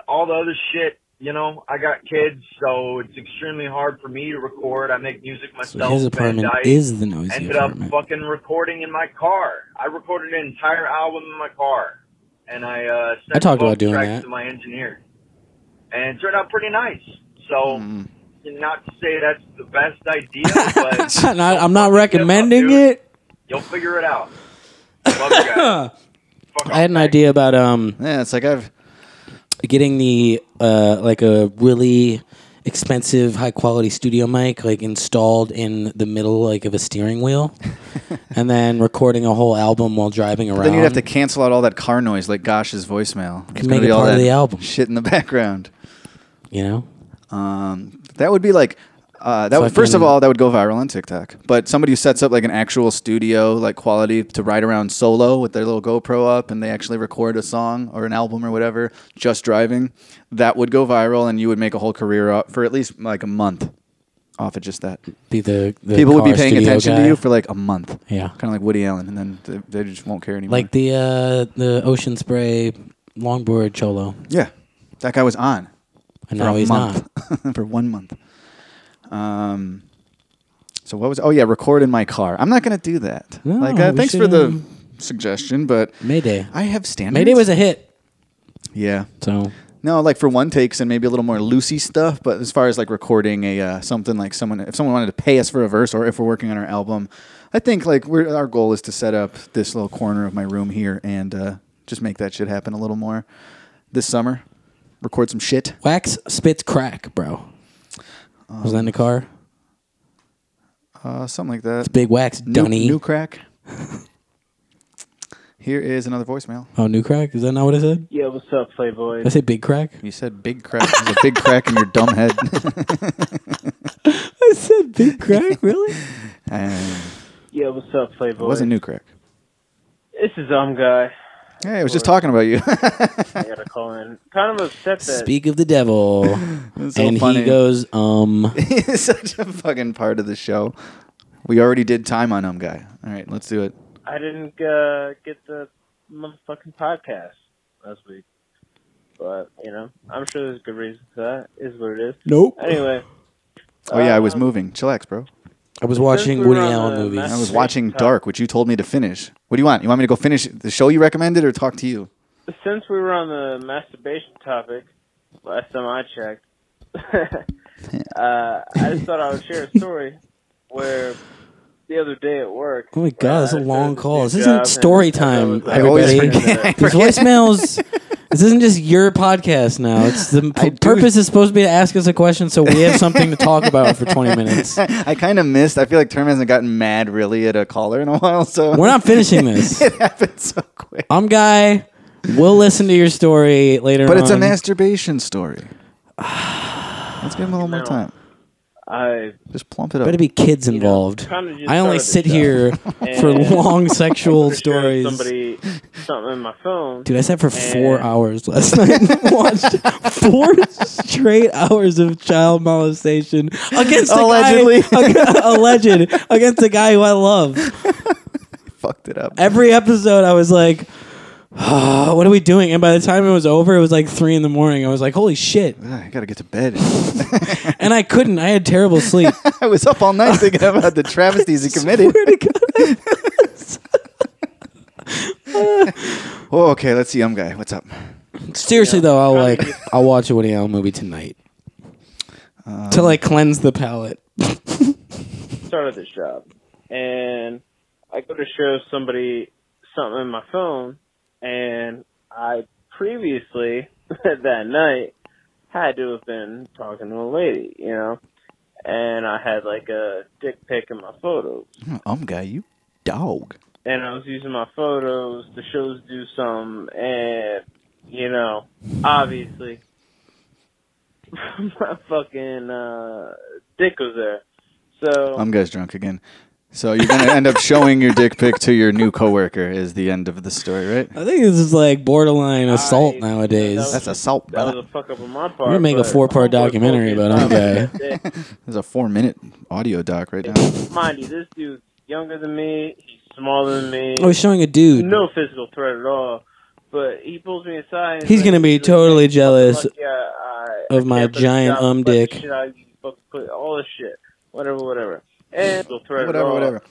Speaker 9: all the other shit. You know, I got kids, so it's extremely hard for me to record. I make music myself.
Speaker 1: his
Speaker 9: Van
Speaker 1: apartment
Speaker 9: Dyke
Speaker 1: is the noisy
Speaker 9: ended up
Speaker 1: apartment.
Speaker 9: fucking recording in my car. I recorded an entire album in my car, and I uh, sent
Speaker 1: I talked
Speaker 9: both
Speaker 1: about doing
Speaker 9: tracks
Speaker 1: that.
Speaker 9: to my engineer, and it turned out pretty nice. So, not to say that's the best idea, but
Speaker 1: I'm not, I'm not recommending
Speaker 9: dude.
Speaker 1: it.
Speaker 9: you'll figure it out. Love you guys. Fuck
Speaker 1: I had an
Speaker 9: off,
Speaker 1: idea about um
Speaker 4: Yeah, it's like I've
Speaker 1: getting the uh like a really expensive, high quality studio mic like installed in the middle like of a steering wheel, and then recording a whole album while driving around.
Speaker 4: Then you'd have to cancel out all that car noise, like Gosh's voicemail. It's
Speaker 1: make
Speaker 4: gonna be
Speaker 1: it
Speaker 4: all
Speaker 1: part of
Speaker 4: that
Speaker 1: the album.
Speaker 4: Shit in the background.
Speaker 1: you know.
Speaker 4: Um, that would be like. Uh, that would, first of
Speaker 1: Fucking-
Speaker 4: all, that would go viral on TikTok. But somebody who sets up like an actual studio, like quality, to ride around solo with their little GoPro up, and they actually record a song or an album or whatever, just driving, that would go viral, and you would make a whole career off, for at least like a month off of just that.
Speaker 1: Be the, the
Speaker 4: People would be
Speaker 1: car
Speaker 4: paying
Speaker 1: studio
Speaker 4: attention to
Speaker 1: guy.
Speaker 4: you for like a month.
Speaker 1: Yeah.
Speaker 4: kind of like Woody Allen, and then they, they just won't care anymore.
Speaker 1: like the uh, the ocean spray longboard cholo,
Speaker 4: yeah, that guy was on.
Speaker 1: and
Speaker 4: for
Speaker 1: now
Speaker 4: a
Speaker 1: he's
Speaker 4: month.
Speaker 1: not.
Speaker 4: for one month. Um, so what was? Oh yeah, record in my car. I'm not gonna do that.
Speaker 1: No,
Speaker 4: like, uh,
Speaker 1: we
Speaker 4: thanks for
Speaker 1: should,
Speaker 4: the
Speaker 1: um,
Speaker 4: suggestion, but
Speaker 1: Mayday.
Speaker 4: I have standards.
Speaker 1: Mayday was a hit,
Speaker 4: yeah.
Speaker 1: so
Speaker 4: No, like for one takes and maybe a little more loosey stuff. But as far as like recording a uh, something like someone, if someone wanted to pay us for a verse, or if we're working on our album, I think like we're, our goal is to set up this little corner of my room here and uh, just make that shit happen a little more this summer. Record some shit.
Speaker 1: wax spits crack, bro. was that in the car?
Speaker 4: Uh, something like that.
Speaker 1: Big wax
Speaker 4: New-
Speaker 1: dunny.
Speaker 4: New, crack. Here is another voicemail.
Speaker 1: oh, new crack? Is that not what I said?
Speaker 11: Yeah, what's up,
Speaker 1: Did I
Speaker 11: Playboy?
Speaker 1: say big crack?
Speaker 4: You said big crack. There's a big crack in your dumb head.
Speaker 1: I said big crack. Really?
Speaker 4: Uh,
Speaker 11: Yeah, what's up, Playboy?
Speaker 4: it wasn't new crack.
Speaker 11: This is um guy.
Speaker 4: Hey, I was just talking about you.
Speaker 11: I gotta call in. Kind of upset that
Speaker 1: Speak of the devil,
Speaker 4: It's so
Speaker 1: and
Speaker 4: funny.
Speaker 1: he goes, um,
Speaker 4: He's such a fucking part of the show. We already did time on him, guy. All right, let's do it.
Speaker 11: I didn't uh, get the motherfucking podcast last week. But you know, I'm sure there's a good reason for that. Is what it is.
Speaker 1: nope.
Speaker 11: Anyway,
Speaker 4: Oh yeah, I was
Speaker 11: Um,
Speaker 4: moving. Chillax, bro.
Speaker 1: I was
Speaker 11: Since
Speaker 1: watching
Speaker 11: we were
Speaker 1: Woody
Speaker 11: on
Speaker 1: Allen
Speaker 11: the
Speaker 1: movies.
Speaker 11: mess-
Speaker 4: I was
Speaker 11: Straight
Speaker 4: watching
Speaker 11: talk.
Speaker 4: Dark, which you told me to finish. What do you want? You want me to go finish the show you recommended, or talk to you?
Speaker 11: since we were on the masturbation topic last time I checked, uh, I just thought I would share a story where the other day at work. uh,
Speaker 1: Oh my god, that's a
Speaker 11: I had
Speaker 1: long
Speaker 11: to
Speaker 1: call.
Speaker 11: do
Speaker 1: This
Speaker 11: a
Speaker 1: isn't
Speaker 11: job
Speaker 1: story
Speaker 11: and
Speaker 1: time,
Speaker 11: I
Speaker 4: always
Speaker 1: everybody.
Speaker 4: forget that.
Speaker 1: These voicemails. This isn't just your podcast now. It's the
Speaker 4: I
Speaker 1: p-
Speaker 4: do-
Speaker 1: purpose is supposed to be to ask us a question so we have something to talk about for 20 minutes.
Speaker 4: I kind of missed. I feel like Term hasn't gotten mad really at a caller in a while, so
Speaker 1: We're not finishing this.
Speaker 4: it happened so quick.
Speaker 1: I'm Guy. We'll listen to your story later
Speaker 4: But it's a
Speaker 11: Um,
Speaker 1: on.
Speaker 4: masturbation story. Let's give him a little more
Speaker 11: No.
Speaker 4: time.
Speaker 11: I
Speaker 4: Just plump it up.
Speaker 1: Better be kids involved.
Speaker 11: kinda just
Speaker 1: I only sit
Speaker 11: started
Speaker 1: here
Speaker 11: And
Speaker 1: for long sexual
Speaker 11: pretty sure
Speaker 1: stories.
Speaker 11: Somebody something in my phone.
Speaker 1: Dude, I sat for four
Speaker 11: And-
Speaker 1: hours last night. and Watched four straight hours of child molestation against a
Speaker 4: Allegedly.
Speaker 1: guy, ag- alleged against a guy who I love.
Speaker 4: fucked it up.
Speaker 1: Every episode, I was like, "Ah, "What are we doing?" And by the time it was over, it was like three in the morning. I was like, "Holy shit!"
Speaker 4: Ah, I gotta get to bed.
Speaker 1: And I couldn't. I had terrible sleep.
Speaker 4: I was up all night thinking about the travesties he committed.
Speaker 1: Swear to God.
Speaker 4: Oh, okay, let's see, um, guy, what's up?
Speaker 1: Seriously though, I'll like I'll watch a Woody Allen movie tonight to like cleanse the palate.
Speaker 11: started this job, and I go to show somebody something in my phone, and I previously that night had to have been talking to a lady, you know, and I had like a dick pic in my photos,
Speaker 4: Um, guy, you dog.
Speaker 11: and I was using my photos to shows do some, and you know, obviously. my fucking uh, dick was there, so
Speaker 4: Um, guy's drunk again. So you're gonna end up showing your dick pic to your new coworker is the end of the story, right?
Speaker 1: I think this is like borderline assault
Speaker 11: I-
Speaker 1: nowadays.
Speaker 11: that was-
Speaker 4: That's assault.
Speaker 11: That
Speaker 4: brother.
Speaker 11: was a fuck up on my part.
Speaker 1: We're gonna make a
Speaker 11: but
Speaker 1: four-part
Speaker 11: homeboy
Speaker 1: documentary
Speaker 11: told me
Speaker 1: about
Speaker 11: it's not
Speaker 4: There's a four-minute audio doc right now.
Speaker 11: that- Mind you, this dude's younger than me. He's smaller than me.
Speaker 1: I was Oh, showing a dude.
Speaker 11: no physical threat at all. But he pulls me aside. and
Speaker 1: He's
Speaker 11: like-
Speaker 1: gonna be
Speaker 11: he's like,
Speaker 1: totally
Speaker 11: "Hey,
Speaker 1: jealous
Speaker 11: fuck yeah, uh, I-
Speaker 1: of
Speaker 11: I
Speaker 1: my
Speaker 11: can't believe
Speaker 1: giant
Speaker 11: you
Speaker 1: um
Speaker 11: fucking
Speaker 1: dick.
Speaker 11: shit out, you fucking put- All this shit. Whatever, whatever. And physical threat at
Speaker 4: whatever,
Speaker 11: all.
Speaker 4: whatever.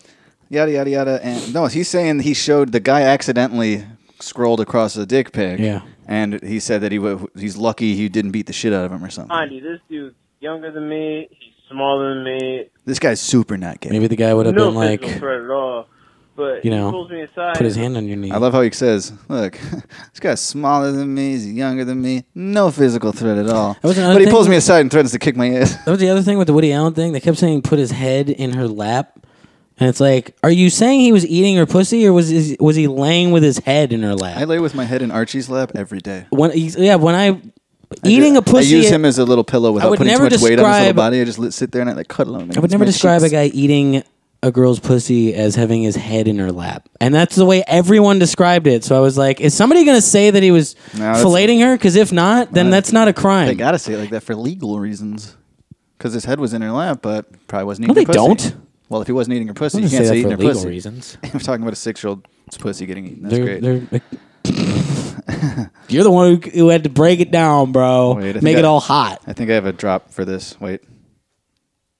Speaker 4: Yada yada yada. And no, he's saying he showed the guy accidentally scrolled across a dick pic.
Speaker 1: Yeah.
Speaker 4: And he said that he w- he's lucky he didn't beat the shit out of him or something.
Speaker 11: Mind you, this dude's younger than me. He's smaller than me.
Speaker 4: This guy's super not gay.
Speaker 1: Maybe the guy would have
Speaker 11: no
Speaker 1: been like,
Speaker 11: physical threat at all. But
Speaker 1: You know,
Speaker 11: he pulls me aside.
Speaker 1: Put his hand on your knee.
Speaker 4: I love how he says, "Look, this guy's smaller than me. He's younger than me. No physical threat at all."
Speaker 1: was another
Speaker 4: But he pulls
Speaker 1: thing-
Speaker 4: me aside and threatens to kick my ass.
Speaker 1: That was the other thing with the Woody Allen thing. They kept saying put his head in her lap, and it's like, are you saying he was eating her pussy, or was is, was he laying with his head in her lap?
Speaker 4: I lay with my head in Archie's lap every day.
Speaker 1: when yeah, when I eating a
Speaker 4: I
Speaker 1: pussy,
Speaker 4: use him as a little pillow without
Speaker 1: would
Speaker 4: putting too
Speaker 1: never
Speaker 4: much weight on his little
Speaker 1: describe-
Speaker 4: body. I just li- sit there and I like cuddle him.
Speaker 1: I would never describe a guy eating a girl's pussy as having his head in her lap, and that's the way everyone described it. So I was like, is somebody going to say that he was
Speaker 4: that's-
Speaker 1: filleting her? Because if not, then
Speaker 4: Well,
Speaker 1: that's not a crime.
Speaker 4: They gotta say it like that for legal reasons, because his head was in her lap, but probably wasn't.
Speaker 1: No,
Speaker 4: eating
Speaker 1: they
Speaker 4: her pussy.
Speaker 1: don't.
Speaker 4: Well, if he wasn't eating her pussy,
Speaker 1: Don't
Speaker 4: you
Speaker 1: say
Speaker 4: can't
Speaker 1: that
Speaker 4: say
Speaker 1: for
Speaker 4: eating her
Speaker 1: legal
Speaker 4: pussy.
Speaker 1: reasons.
Speaker 4: We're talking about a six-year-old's pussy getting eaten. That's
Speaker 1: They're-
Speaker 4: great.
Speaker 1: they're- you're the one who, who had to break it down, bro.
Speaker 4: Wait, I think
Speaker 1: Make it
Speaker 4: I-
Speaker 1: all hot.
Speaker 4: I think I have a drop for this. Wait.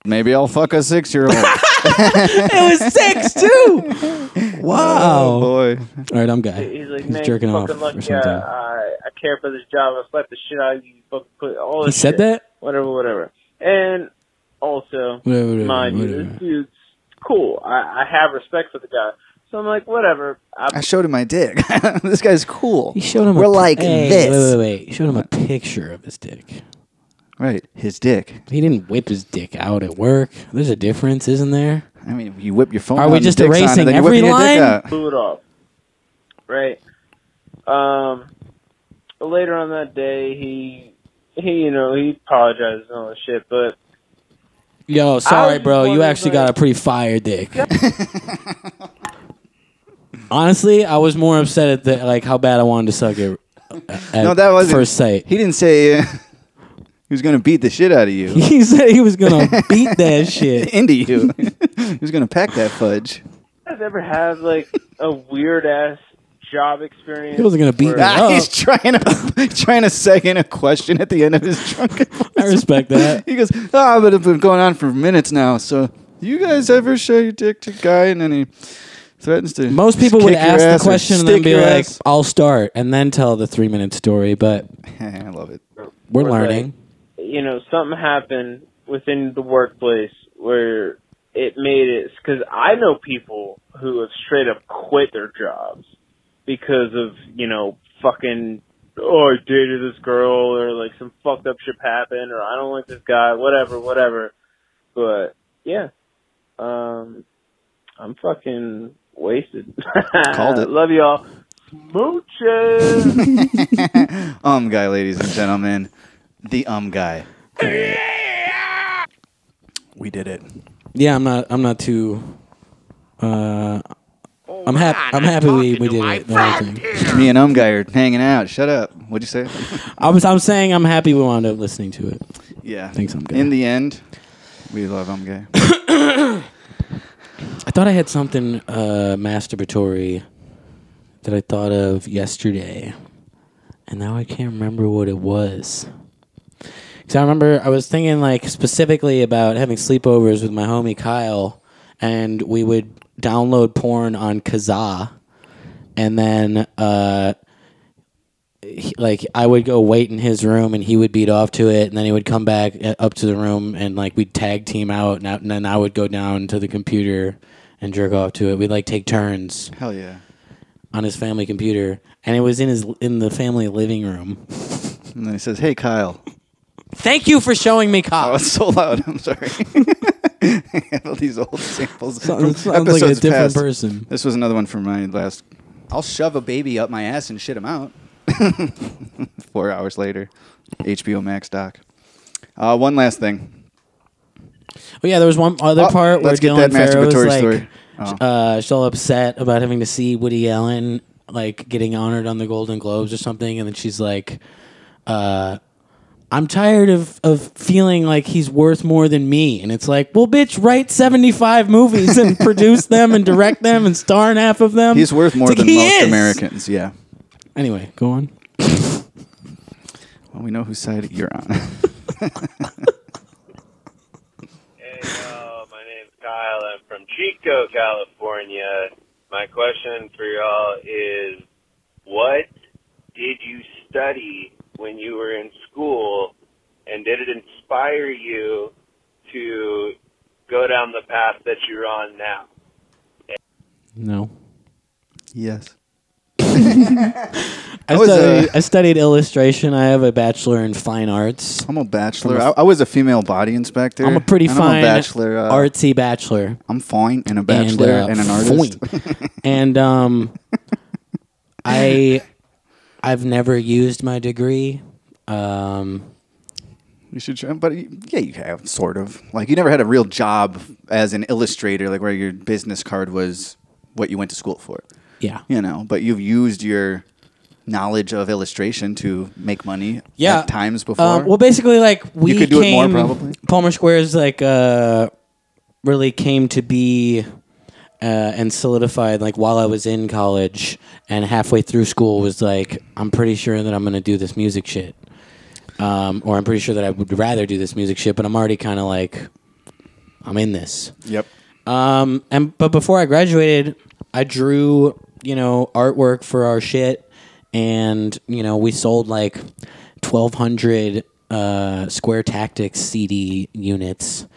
Speaker 4: Maybe I'll fuck a six-year-old.
Speaker 1: it was six too.
Speaker 4: oh
Speaker 1: Wow. All
Speaker 4: boy.
Speaker 1: right, I'm guy.
Speaker 11: He's like,
Speaker 1: He's
Speaker 11: man,
Speaker 1: jerking
Speaker 11: you
Speaker 1: off
Speaker 11: fucking
Speaker 1: or
Speaker 11: lucky. uh,
Speaker 1: something.
Speaker 11: I, I, I care for this job. I slapped the shit out of you. You fucking put all
Speaker 1: He
Speaker 11: this
Speaker 1: said
Speaker 11: shit.
Speaker 1: that?
Speaker 11: Whatever, whatever. And also,
Speaker 1: Whatever, whatever,
Speaker 11: mind you,
Speaker 1: whatever.
Speaker 11: this dude's cool. I, I have respect for the guy. So I'm like, whatever.
Speaker 4: I
Speaker 11: I,
Speaker 4: showed him my dick. this guy's cool.
Speaker 1: He showed him.
Speaker 4: We're
Speaker 1: a, pi-
Speaker 4: like
Speaker 1: Hey,
Speaker 4: this.
Speaker 1: Wait, wait, wait. He showed him a picture of his dick.
Speaker 4: Right. His dick.
Speaker 1: He didn't whip his dick out at work. There's a difference, isn't there?
Speaker 4: I mean, you whip your phone.
Speaker 1: Are we
Speaker 4: out and
Speaker 1: just
Speaker 4: dick's on it,
Speaker 1: erasing
Speaker 4: then you whip
Speaker 1: every
Speaker 4: your dick
Speaker 1: line?
Speaker 4: out.
Speaker 11: blew it off. Right. Um. Later on that day, he he you know he apologizes and all this shit, but
Speaker 1: Yo, sorry,
Speaker 11: just
Speaker 1: bro. You
Speaker 11: wondering,
Speaker 1: actually
Speaker 11: like-
Speaker 1: got a pretty fire dick. Honestly, I was more upset at the, like how bad I wanted to suck it. At
Speaker 4: No, that wasn't.
Speaker 1: first sight.
Speaker 4: He didn't say uh, he was going to beat the shit out of you.
Speaker 1: He said he was gonna beat that shit.
Speaker 4: into you. he was going to pack that fudge.
Speaker 11: you guys ever have like a weird ass job experience?
Speaker 1: He wasn't gonna beat
Speaker 11: where-
Speaker 1: me
Speaker 4: Ah, he's
Speaker 1: up.
Speaker 4: trying to trying to second a question at the end of his drunken.
Speaker 1: I respect that.
Speaker 4: He goes, ah, but it's been going on for minutes now. So, you guys ever show your dick to a guy and then he threatens to?
Speaker 1: Most people would
Speaker 4: kick your
Speaker 1: ask
Speaker 4: ass
Speaker 1: the
Speaker 4: or
Speaker 1: question and then
Speaker 4: stick
Speaker 1: be
Speaker 4: your
Speaker 1: like,
Speaker 4: ass?
Speaker 1: "I'll start," and then tell the three-minute story. But
Speaker 4: I love it.
Speaker 1: we're
Speaker 11: Or, like,
Speaker 1: learning.
Speaker 11: you know, something happened within the workplace where it made it because I know people who have straight up quit their jobs because of you know fucking oh I dated this girl or like some fucked up shit happened or I don't like this guy whatever whatever but yeah um I'm fucking wasted
Speaker 4: Called it.
Speaker 11: love y'all smooches.
Speaker 4: um guy, ladies and gentlemen, the um guy. We did it.
Speaker 1: Yeah, I'm not. I'm not too. Uh, I'm happy. I'm happy we, we did it. the whole thing.
Speaker 4: Me and um guy are hanging out. Shut up. What'd you say?
Speaker 1: I was. I'm saying I'm happy we wound up listening to it.
Speaker 4: yeah.
Speaker 1: Thanks, um guy.
Speaker 4: In the end, we love um guy.
Speaker 1: I thought I had something uh, masturbatory that I thought of yesterday, and now I can't remember what it was. Because I remember I was thinking like specifically about having sleepovers with my homie Kyle, and we would download porn on Kazaa, and then uh, he- like I would go wait in his room and he would beat off to it, and then he would come back uh, up to the room and like we'd tag team out, and, I- and then I would go down to the computer and jerk off to it. We'd like take turns
Speaker 4: Hell yeah.
Speaker 1: on his family computer, and it was in his in the family living room.
Speaker 4: And then he says, "Hey, Kyle."
Speaker 1: Thank you for showing me
Speaker 4: Oh,
Speaker 1: cops.
Speaker 4: it's so loud. I'm sorry. I have all these old samples. from
Speaker 1: Sounds, sounds like a
Speaker 4: episodes
Speaker 1: different
Speaker 4: past.
Speaker 1: person.
Speaker 4: This was another one from my last. I'll shove a baby up my ass and shit him out. Four hours later, HBO Max doc. Uh, one last thing.
Speaker 1: Oh yeah, there was one other
Speaker 4: Oh,
Speaker 1: part where
Speaker 4: let's get
Speaker 1: Dylan
Speaker 4: that
Speaker 1: Farrow was
Speaker 4: masturbatory
Speaker 1: like,
Speaker 4: story. Oh.
Speaker 1: uh, so upset about having to see Woody Allen like getting honored on the Golden Globes or something, and then she's like, uh, "I'm tired of of feeling like he's worth more than me," and it's like, "Well, bitch, write 75 movies and produce them and direct them and star in half of them."
Speaker 4: He's worth more
Speaker 1: um, It's like,
Speaker 4: than
Speaker 1: "He
Speaker 4: most
Speaker 1: is!"
Speaker 4: Americans. Yeah.
Speaker 1: Anyway, go on.
Speaker 4: Well, we know whose side you're on.
Speaker 9: Hey, y'all. My name's Kyle. I'm from Chico, California. My question for y'all is what did you study when you were in school, and did it inspire you to go down the path that you're on now?
Speaker 1: No.
Speaker 4: Yes.
Speaker 1: I,
Speaker 4: I was,
Speaker 1: studied,
Speaker 4: uh,
Speaker 1: I studied illustration. I have a bachelor in fine arts.
Speaker 4: I'm a bachelor. I, I was a female body inspector.
Speaker 1: I'm a pretty
Speaker 4: and
Speaker 1: fine
Speaker 4: I'm a bachelor. Uh,
Speaker 1: artsy bachelor.
Speaker 4: I'm fine and a bachelor
Speaker 1: uh,
Speaker 4: and, an artist.
Speaker 1: fine. and um, I, I've never used my degree. Um,
Speaker 4: You should try, but y- yeah, you have sort of. Like you never had a real job as an illustrator, like where your business card was what you went to school for.
Speaker 1: Yeah.
Speaker 4: you know, but you've used your knowledge of illustration to make money.
Speaker 1: Yeah.
Speaker 4: at times before.
Speaker 1: Um, well, basically, like we
Speaker 4: could do it more,
Speaker 1: came-
Speaker 4: probably.
Speaker 1: Palmer Squares like uh, really came to be uh, and solidified like while I was in college and halfway through school was like I'm pretty sure that I'm going to do this music shit, um, or I'm pretty sure that I would rather do this music shit, but I'm already kind of like I'm in this.
Speaker 4: yep.
Speaker 1: Um, and but before I graduated, I drew you know artwork for our shit, and you know we sold like twelve hundred uh, Square Tactics CD units,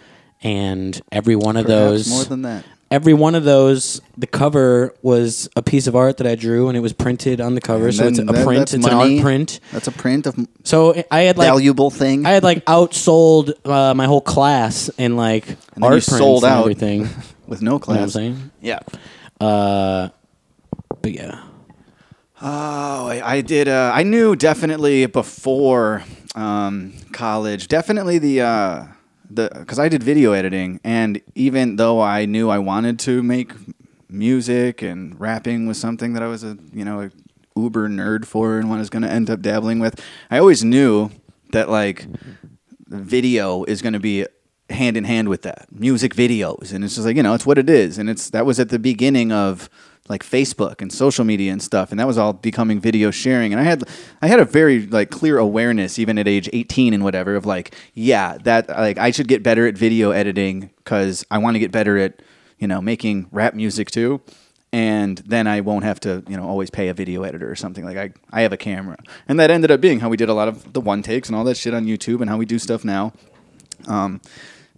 Speaker 1: and every one of
Speaker 4: Perhaps
Speaker 1: those
Speaker 4: more than that.
Speaker 1: Every one of those, the cover was a piece of art that I drew, and it was printed on the cover.
Speaker 4: And
Speaker 1: so it's a
Speaker 4: then that-
Speaker 1: print.
Speaker 4: that's
Speaker 1: It's an
Speaker 4: money.
Speaker 1: art print.
Speaker 4: That's a print of
Speaker 1: So I had like
Speaker 4: valuable thing.
Speaker 1: I had like outsold uh, my whole class in like
Speaker 4: And then
Speaker 1: art
Speaker 4: you
Speaker 1: prints
Speaker 4: sold
Speaker 1: and
Speaker 4: out
Speaker 1: everything.
Speaker 4: with
Speaker 1: You know
Speaker 4: no
Speaker 1: what I'm
Speaker 4: class.
Speaker 1: saying?
Speaker 4: yeah.
Speaker 1: Uh, but yeah,
Speaker 4: Oh, I, I did. Uh, I knew definitely before um, college. Definitely the uh, the because I did video editing, and even though I knew I wanted to make music and rapping was something that I was a you know a uber nerd for and what I was going to end up dabbling with, I always knew that like video is going to be hand in hand with that music videos and it's just like you know it's what it is and it's that was at the beginning of like facebook and social media and stuff and that was all becoming video sharing and i had i had a very like clear awareness even at age 18 and whatever of like yeah that like i should get better at video editing because i want to get better at you know making rap music too and then I won't have to, you know, always pay a video editor or something. Like I, I have a camera, and that ended up being how we did a lot of the one takes and all that shit on YouTube, and how we do stuff now. Um,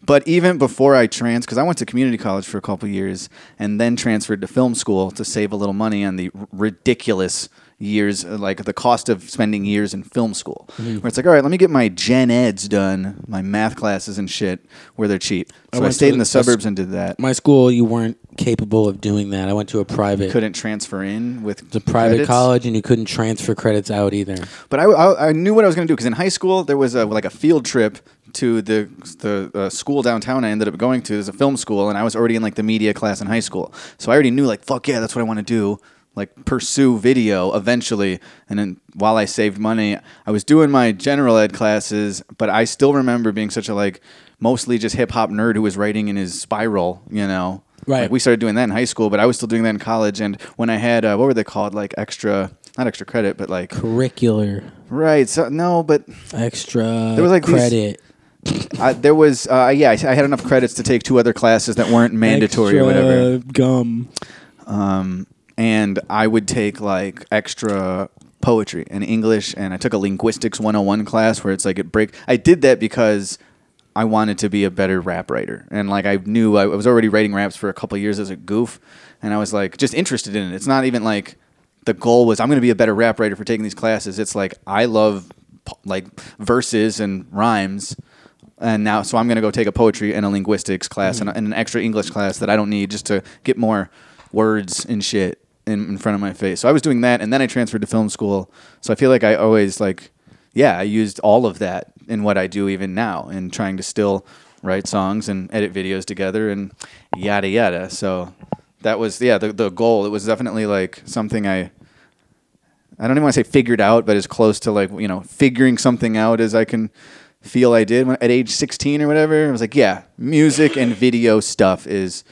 Speaker 4: but even before I trans, because I went to community college for a couple years and then transferred to film school to save a little money on the r- ridiculous years, uh, like the cost of spending years in film school,
Speaker 1: Mm-hmm.
Speaker 4: where it's like, all right, let me get my gen eds done, my math classes and shit, where they're cheap. So I,
Speaker 1: went
Speaker 4: stayed
Speaker 1: to
Speaker 4: in
Speaker 1: a
Speaker 4: the
Speaker 1: s-
Speaker 4: suburbs and did that.
Speaker 1: my school, you weren't capable of doing that. I went to a private,
Speaker 4: Couldn't transfer in with
Speaker 1: the private
Speaker 4: credits.
Speaker 1: college, and you couldn't transfer credits out either.
Speaker 4: But I, I, I knew what I was going to do because in high school there was a, like a field trip to the the uh, school downtown I ended up going to. There's a film school, and I was already in like the media class in high school, so I already knew like fuck yeah, that's what I want to do. Like pursue video eventually, and then while I saved money, I was doing my general ed classes. But I still remember being such a like mostly just hip hop nerd who was writing in his spiral, you know.
Speaker 1: Right.
Speaker 4: Like, we started doing that in high school, but I was still doing that in college. And when I had uh, what were they called? Like extra, not extra credit, but like
Speaker 1: Curricular,
Speaker 4: Right. So no, but
Speaker 1: extra
Speaker 4: was, like, these-
Speaker 1: credit,
Speaker 4: I, there was uh, yeah, I I had enough credits to take two other classes that weren't mandatory or whatever.
Speaker 1: gum.
Speaker 4: Um, and I would take like extra poetry and English, and I took a linguistics 101 class where it's like it break. I did that because I wanted to be a better rap writer, and like I knew I was already writing raps for a couple of years as a goof, and I was like just interested in it. It's not even like the goal was I'm going to be a better rap writer for taking these classes. It's like I love po- like verses and rhymes and now so I'm going to go take a poetry and a linguistics class and, a- and an extra English class that I don't need just to get more words and shit in, in front of my face. So I was doing that, and then I transferred to film school. So I feel like I always like, yeah, I used all of that in what I do even now, and trying to still write songs and edit videos together and yada yada. So that was yeah the the goal. It was definitely like something I. I don't even want to say figured out, but as close to like you know figuring something out as I can feel I did when, at age 16 or whatever. I was like, yeah, music and video stuff is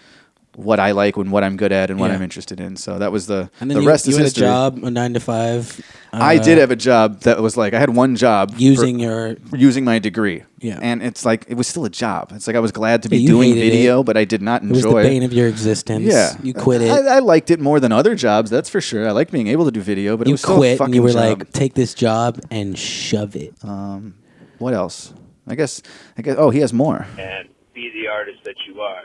Speaker 4: what I like and what I'm good at and what
Speaker 1: Yeah.
Speaker 4: I'm interested in. So that was the
Speaker 1: And then
Speaker 4: the
Speaker 1: you,
Speaker 4: rest
Speaker 1: you
Speaker 4: is
Speaker 1: had
Speaker 4: history.
Speaker 1: a job, a nine to five.
Speaker 4: I
Speaker 1: uh,
Speaker 4: did have a job that was like I had one job for-
Speaker 1: using your
Speaker 4: using my degree.
Speaker 1: Yeah.
Speaker 4: And it's like it was still a job. It's like I was glad to be
Speaker 1: Yeah, you
Speaker 4: doing
Speaker 1: hated it.
Speaker 4: video, but I did not
Speaker 1: it was
Speaker 4: enjoy
Speaker 1: the bane of your existence.
Speaker 4: yeah,
Speaker 1: you quit it.
Speaker 4: I, I liked it more than other jobs. That's for sure. I liked being able to do video, but it
Speaker 1: you
Speaker 4: was still a
Speaker 1: quit,
Speaker 4: fucking
Speaker 1: and you were
Speaker 4: job.
Speaker 1: like, "Take this job and shove it."
Speaker 4: What else? I guess. I guess. Oh, he has more.
Speaker 9: and be the artist that you are.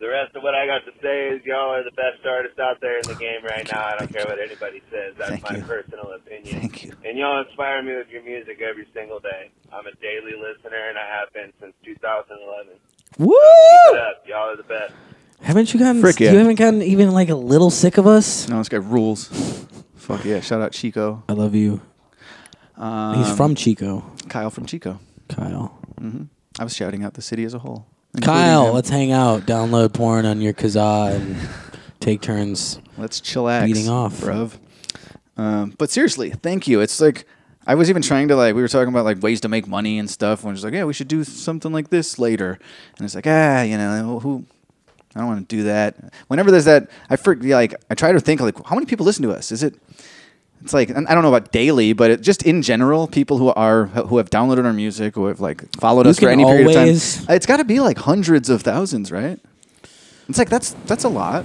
Speaker 9: The rest of what I got to say is y'all are the best artists out there in the game right now. I don't care what anybody says. That's my personal opinion. Thank you. And y'all inspire me with your music every single day. I'm a daily listener, and I have been since 2011.
Speaker 1: Woo!
Speaker 9: Keep it up. Y'all are the best.
Speaker 1: Haven't you gotten?
Speaker 4: Frick yeah.
Speaker 1: You haven't gotten even like a little sick of us.
Speaker 4: No, this guy rules. Fuck yeah! Shout out Chico.
Speaker 1: I love you.
Speaker 4: Um,
Speaker 1: He's from Chico,
Speaker 4: Kyle from Chico.
Speaker 1: Kyle.
Speaker 4: hmm I was shouting out the city as a whole. including
Speaker 1: Kyle,
Speaker 4: him.
Speaker 1: let's hang out. Download porn on your Kazaa and take turns.
Speaker 4: Let's chillax.
Speaker 1: Beating off.
Speaker 4: bruv. Um, but seriously, thank you. It's like I was even trying to like we were talking about like ways to make money and stuff. And I was like, yeah, we should do something like this later. And it's like, ah, you know, who? I don't want to do that. Whenever there's that, I freak yeah, like I try to think like how many people listen to us? Is it? It's like and I don't know about daily, but it, just in general, people who are who have downloaded our music, who have like followed
Speaker 1: You
Speaker 4: us for
Speaker 1: can
Speaker 4: any period
Speaker 1: always-
Speaker 4: of time, it's got to be like hundreds of thousands, right? It's like that's that's a lot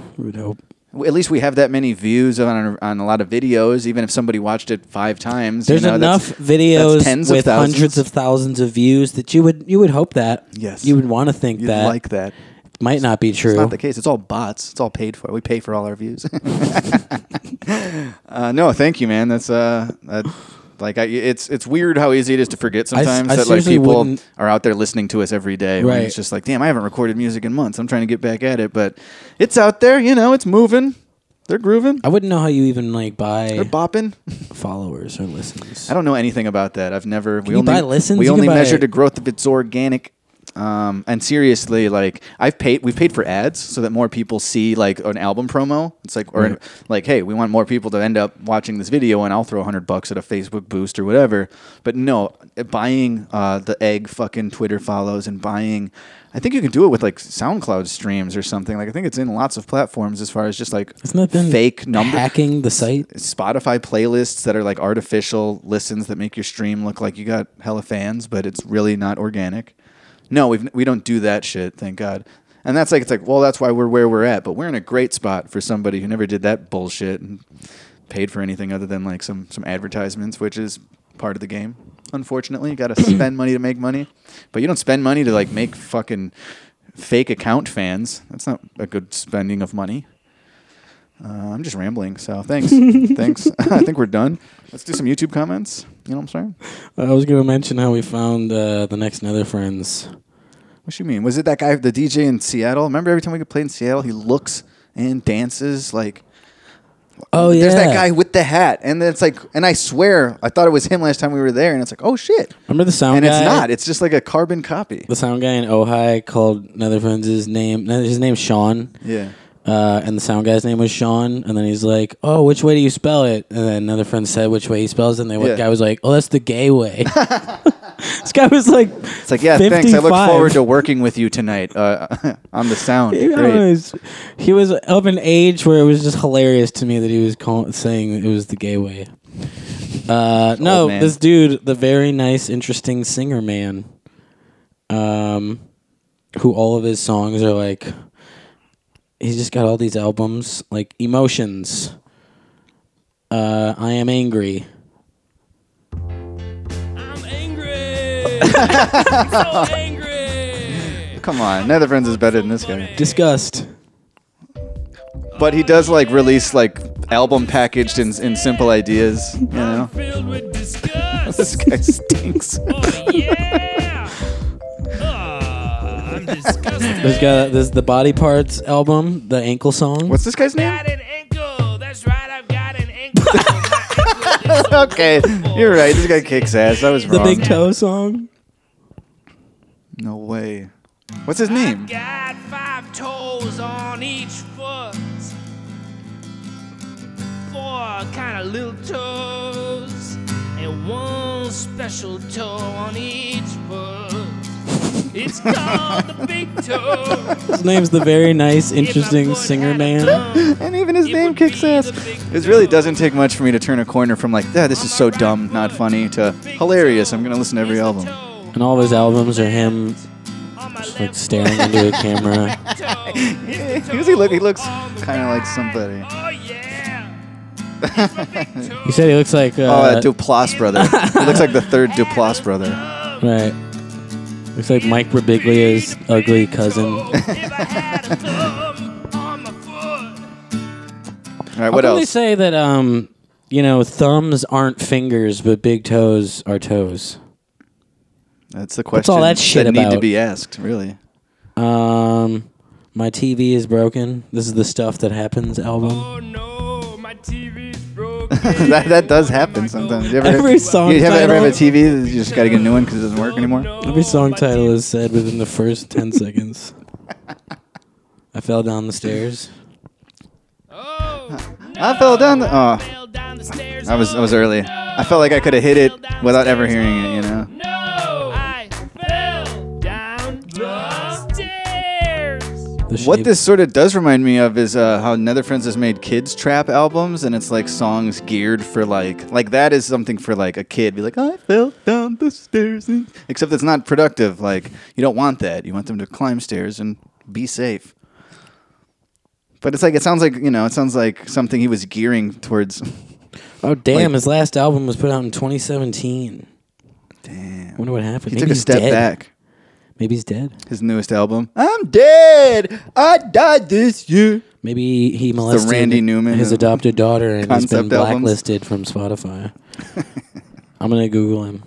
Speaker 4: at least we have that many views on on a lot of videos. Even if somebody watched it five times, you
Speaker 1: There's
Speaker 4: know,
Speaker 1: enough
Speaker 4: that's-
Speaker 1: videos
Speaker 4: that's tens
Speaker 1: with
Speaker 4: of thousands.
Speaker 1: hundreds of thousands of views that you would you would hope that.
Speaker 4: Yes.
Speaker 1: You would want to think
Speaker 4: You'd
Speaker 1: that.
Speaker 4: like that.
Speaker 1: Might not be true.
Speaker 4: It's not the case. It's all bots. It's all paid for. We pay for all our views. uh, no, thank you, man. That's uh, that, like I, it's it's weird how easy it is to forget
Speaker 1: I s-
Speaker 4: sometimes
Speaker 1: I
Speaker 4: that like
Speaker 1: seriously
Speaker 4: people
Speaker 1: wouldn't-
Speaker 4: are out there listening to us every day. when
Speaker 1: Right.
Speaker 4: It's just like, damn, I haven't recorded music in months. I'm trying to get back at it, but it's out there. You know, it's moving. They're grooving.
Speaker 1: I wouldn't know how you even like buy
Speaker 4: They're bopping.
Speaker 1: followers or listeners.
Speaker 4: I don't know anything about that. I've never. we
Speaker 1: you
Speaker 4: only
Speaker 1: buy listens?
Speaker 4: we
Speaker 1: You can
Speaker 4: only
Speaker 1: buy-
Speaker 4: measured the growth if it's organic. Um, and seriously, like I've paid, we've paid for ads so that more people see like an album promo. It's like or like, hey, we want more people to end up watching this video, and I'll throw hundred bucks at a Facebook boost or whatever. But no, buying uh, the egg fucking Twitter follows and buying, I think you can do it with like SoundCloud streams or something. Like I think it's in lots of platforms as far as just like
Speaker 1: Isn't that been
Speaker 4: fake number
Speaker 1: hacking the site?
Speaker 4: Spotify playlists that are like artificial listens that make your stream look like you got hella fans, but it's really not organic. No, we've, we don't do that shit, thank God. And that's like, it's like, well, that's why we're where we're at, but we're in a great spot for somebody who never did that bullshit and paid for anything other than like some, some advertisements, which is part of the game. Unfortunately, you got to spend money to make money, but you don't spend money to like make fucking fake account fans. That's not a good spending of money. Uh, I'm just rambling, so thanks. thanks. I think we're done. Let's do some YouTube comments. You know what I'm saying?
Speaker 1: I was going to mention how we found uh, the next Nether Friends.
Speaker 4: What you mean? Was it that guy, the DJ in Seattle? Remember every time we could play in Seattle, he looks and dances like.
Speaker 1: Oh yeah.
Speaker 4: There's that guy with the hat, and it's like, and I swear, I thought it was him last time we were there, and it's like, oh shit,
Speaker 1: Remember the sound
Speaker 4: and
Speaker 1: guy?
Speaker 4: it's not. It's just like a carbon copy.
Speaker 1: the sound guy in Ojai called Nether Friends' name. His name's Sean.
Speaker 4: Yeah.
Speaker 1: uh, and the sound guy's name was Sean. And then he's like, "Oh, which way do you spell it?" And then another friend said which way he spells, it, and the
Speaker 4: Yeah.
Speaker 1: guy was like, "Oh, that's the gay way." this guy was like,
Speaker 4: It's like, yeah, thanks. I look
Speaker 1: 55.
Speaker 4: forward to working with you tonight uh, on the sound.
Speaker 1: He
Speaker 4: Great.
Speaker 1: was, he was of an age where it was just hilarious to me that he was call- saying it was the gay way. Uh, no,
Speaker 4: man.
Speaker 1: this dude, the very nice, interesting singer man, um, who all of his songs are like, he's just got all these albums like Emotions, uh, I Am Angry.
Speaker 3: I'm angry. I'm so angry.
Speaker 4: Come on, Nether Friends is better than this guy.
Speaker 1: Disgust.
Speaker 4: But he does like release like album packaged in, in simple ideas, you know.
Speaker 3: Filled with disgust.
Speaker 4: This guy stinks.
Speaker 3: Oh yeah. Ah, I'm disgusted.
Speaker 1: There's got this the body parts album, the ankle song.
Speaker 4: What's this guy's name?
Speaker 3: Got an ankle. That's right. I've got an ankle. My ankle is so
Speaker 4: Okay, you're right. This guy kicks ass. I was
Speaker 1: the
Speaker 4: wrong.
Speaker 1: big toe song?
Speaker 4: no way. What's his name?
Speaker 3: Got five toes on each foot. Four kind of little toes. And one special toe on each foot. It's called the big toe.
Speaker 1: His name's the very nice, interesting
Speaker 3: If I
Speaker 1: singer
Speaker 3: had a
Speaker 1: man.
Speaker 3: tongue,
Speaker 4: And even his
Speaker 3: it
Speaker 4: name
Speaker 3: would be
Speaker 4: kicks ass.
Speaker 3: the big
Speaker 4: It really
Speaker 3: toe.
Speaker 4: doesn't take much for me to turn a corner from like, yeah, this is so dumb, not funny, to
Speaker 3: Big
Speaker 4: hilarious.
Speaker 3: toe
Speaker 4: I'm gonna listen to every
Speaker 3: is the
Speaker 4: album.
Speaker 3: toe
Speaker 1: And all of his albums are him
Speaker 3: on my
Speaker 1: like
Speaker 3: left
Speaker 1: staring into a camera.
Speaker 3: toe.
Speaker 4: Yeah, He does- he look? He looks kind of like somebody.
Speaker 3: Oh, yeah.
Speaker 1: He said he looks like uh,
Speaker 4: Oh, that Duplass brother. he looks like the third Duplass brother.
Speaker 1: right. Looks like Mike Rabiglia's ugly cousin.
Speaker 4: All right, what
Speaker 1: How come They
Speaker 4: else?
Speaker 1: say that um, you know, thumbs aren't fingers, but big toes are toes.
Speaker 4: That's the
Speaker 1: What's
Speaker 4: question.
Speaker 1: all that shit
Speaker 4: need to
Speaker 1: about?
Speaker 4: be asked, really.
Speaker 1: Um, my TV is broken. This is the stuff that happens album.
Speaker 4: that, that does happen sometimes. You ever,
Speaker 1: Every song
Speaker 4: You ever, ever have a
Speaker 1: title.
Speaker 4: TV? that You just got to get a new one because it doesn't work anymore.
Speaker 3: Oh,
Speaker 1: Every song title is said within the first 10 seconds. I fell down the stairs.
Speaker 4: I fell down. The, oh, I was I was early. I felt like I could have hit it without ever hearing it. You know.
Speaker 1: The
Speaker 4: What
Speaker 1: shape-
Speaker 4: this sort of does remind me of is uh, how Netherfriends has made kids trap albums, and it's like songs geared for like like that is something for like a kid. Be like, I fell down the stairs, and-" except it's not productive. Like you don't want that. You want them to climb stairs and be safe. But it's like it sounds like you know it sounds like something he was gearing towards.
Speaker 1: Oh, damn. his last album was put out in 2017. Damn. wonder what happened.
Speaker 4: He
Speaker 1: Maybe
Speaker 4: took a
Speaker 1: he's
Speaker 4: step
Speaker 1: dead.
Speaker 4: back.
Speaker 1: Maybe he's dead.
Speaker 4: His newest album. I'm dead. I died this year.
Speaker 1: Maybe he molested
Speaker 4: Randy Newman
Speaker 1: his
Speaker 4: of
Speaker 1: adopted daughter and he's been
Speaker 4: concept albums.
Speaker 1: blacklisted from Spotify. I'm going to Google him.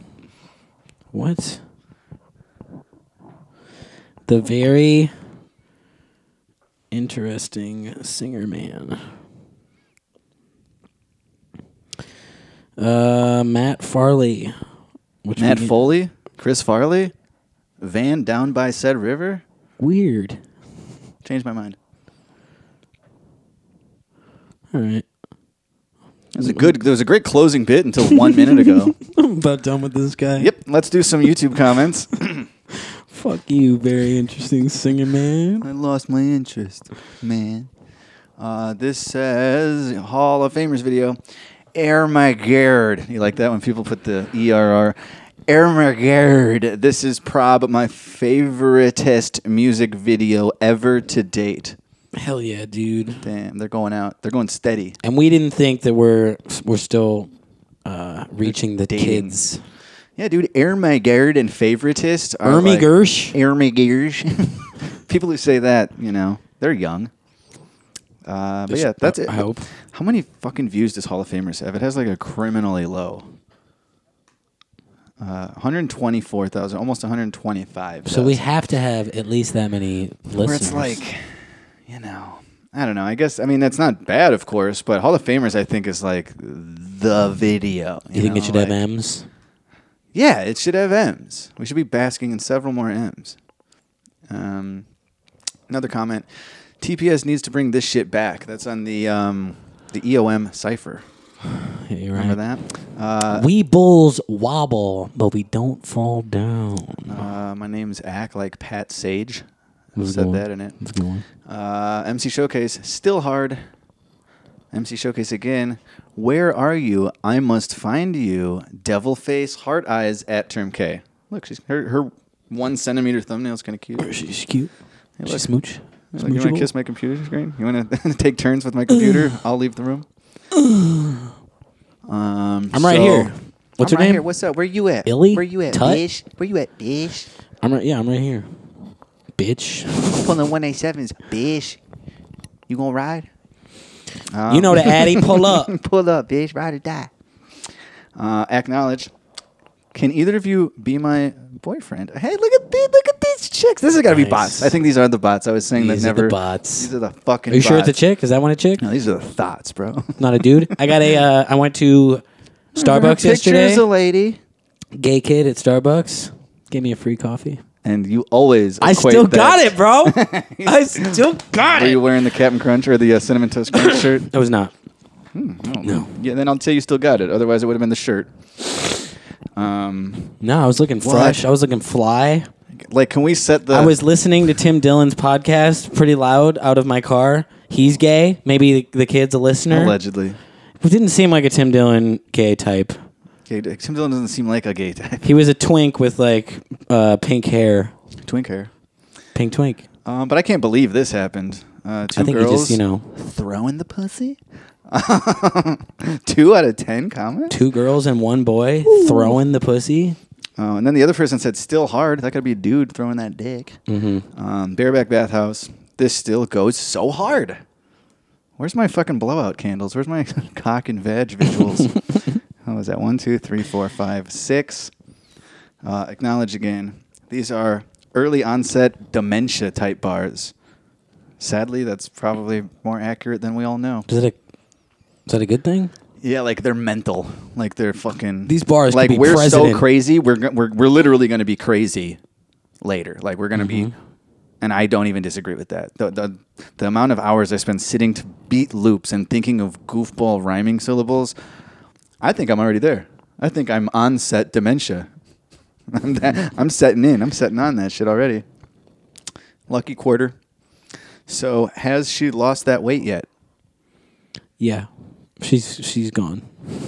Speaker 1: What? The very interesting singer man. Uh, Matt Farley. Which
Speaker 4: Matt
Speaker 1: we-
Speaker 4: Foley, Chris Farley, Van down by said river.
Speaker 1: Weird.
Speaker 4: Changed my mind.
Speaker 1: All right.
Speaker 4: It was a good. There was a great closing bit until one minute ago.
Speaker 1: I'm about done with this guy.
Speaker 4: Yep. Let's do some YouTube comments.
Speaker 1: Fuck you, very interesting singer man.
Speaker 4: I lost my interest, man. Uh, this says Hall of Famers video. Air my Gerd. You like that when people put the ERR? Air my Gerd. This is prob my favoriteest music video ever to date.
Speaker 1: Hell yeah, dude.
Speaker 4: Damn, they're going out. They're going steady.
Speaker 1: And we didn't think that we're we're still uh, reaching the
Speaker 4: Dating.
Speaker 1: kids.
Speaker 4: Yeah, dude, Ermigerd and favoritist are
Speaker 1: Ermy
Speaker 4: like,
Speaker 1: Gersh?
Speaker 4: Ermigerd. People who say that, you know, they're young. Uh, but yeah, that's it.
Speaker 1: I hope.
Speaker 4: How many fucking views does Hall of Famers have? It has like a criminally low. Uh, 124,000, almost 125.
Speaker 1: So we have to have at least that many listeners.
Speaker 4: where it's like, you know, I don't know. I guess I mean that's not bad, of course, but Hall of Famers I think is like the video.
Speaker 1: you think
Speaker 4: know,
Speaker 1: it should
Speaker 4: like-
Speaker 1: have M's?
Speaker 4: yeah, it should have M's. We should be basking in several more M's. Um, another comment: TPS needs to bring this shit back. That's on the um, the EOM cipher.
Speaker 1: Yeah, you're
Speaker 4: Remember
Speaker 1: right.
Speaker 4: that? Uh,
Speaker 1: We bulls wobble, but we don't fall down.
Speaker 4: uh, my name's Act Like Pat Sage. I've
Speaker 1: That's a
Speaker 4: said
Speaker 1: good one.
Speaker 4: that in it.
Speaker 1: That's a good one.
Speaker 4: Uh, MC Showcase still hard. MC Showcase again. Where are you? I must find you. Devil face, heart eyes at Term K. Look, she's her her one centimeter thumbnail's kind of cute.
Speaker 1: She's cute.
Speaker 4: look.
Speaker 1: She's smooch.
Speaker 4: Like, you want to
Speaker 1: Smoochable.
Speaker 4: kiss my computer screen? You want to take turns with my computer? I'll leave the room. Um,
Speaker 1: I'm right
Speaker 4: so-
Speaker 1: here. What's
Speaker 4: I'm
Speaker 1: her
Speaker 4: right
Speaker 1: name?
Speaker 4: Here. What's up? Where you at?
Speaker 1: Billy?
Speaker 4: Where you at,
Speaker 1: Tut?
Speaker 4: bitch? Where you at, bitch?
Speaker 1: I'm right. Yeah, I'm right here. Bitch.
Speaker 4: I'm pulling 187s, bitch. You gonna ride? Uh,
Speaker 1: you know the Addy pull up.
Speaker 4: Pull up, bitch. Ride or die. Uh, acknowledge. Can either of you be my boyfriend? Hey, look at these, look at these chicks. This has got to be
Speaker 1: Nice.
Speaker 4: bots. I think these are the bots. I was saying
Speaker 1: These
Speaker 4: that
Speaker 1: are the
Speaker 4: never.
Speaker 1: bots.
Speaker 4: These are the fucking.
Speaker 1: Are you sure it's a
Speaker 4: bots.
Speaker 1: chick? Is that one a chick?
Speaker 4: No, these are the thoughts, bro.
Speaker 1: Not a dude. I got a. Uh, I went to Starbucks yesterday.
Speaker 4: Pictures a lady.
Speaker 1: Gay kid at Starbucks gave me a free coffee.
Speaker 4: And you always.
Speaker 1: I
Speaker 4: equate
Speaker 1: still
Speaker 4: that-
Speaker 1: got it, bro. I still got
Speaker 4: Were
Speaker 1: it.
Speaker 4: you wearing the Captain Crunch or the uh, Cinnamon Toast Crunch shirt?
Speaker 1: I was not.
Speaker 4: No. Yeah, then I'll say you still got it. Otherwise, it would have been the shirt. Um,
Speaker 1: No, I was looking fresh. I was looking fly.
Speaker 4: like, can we set the?
Speaker 1: I was listening to Tim Dillon's podcast pretty loud out of my car. He's gay. Maybe the, the kid's a listener.
Speaker 4: allegedly.
Speaker 1: Who didn't seem like a Tim Dillon gay type.
Speaker 4: Okay, Tim Dillon doesn't seem like a gay type.
Speaker 1: He was a twink with like uh, pink hair,
Speaker 4: Twink hair.
Speaker 1: pink twink.
Speaker 4: Um, but I can't believe this happened. Uh, two
Speaker 1: I think he
Speaker 4: girls,
Speaker 1: just you know
Speaker 4: throwing the pussy. two out of ten comments.
Speaker 1: two girls and one boy throwing the pussy.
Speaker 4: Uh, and then the other person said, "Still hard." That could be a dude throwing that dick. Mm-hmm. Um, bareback bathhouse. This still goes so hard. Where's my fucking blowout candles? Where's my cock and veg visuals? How was that? One, two, three, four, five, six. Uh, acknowledge again. These are early onset dementia type bars. Sadly, that's probably more accurate than we all know.
Speaker 1: Is that a is that a good thing?
Speaker 4: Yeah, like they're mental. Like they're fucking.
Speaker 1: These bars could
Speaker 4: Like
Speaker 1: be
Speaker 4: we're
Speaker 1: president.
Speaker 4: so crazy. We're go- we're we're literally going to be crazy later. Like we're going to
Speaker 1: Mm-hmm.
Speaker 4: be. And I don't even disagree with that. The, the the amount of hours I spend sitting to beat loops and thinking of goofball rhyming syllables, I think I'm already there. I think I'm on set dementia. I'm that, I'm setting in. I'm setting on that shit already. Lucky quarter. So has she lost that weight yet?
Speaker 1: Yeah, she's she's gone.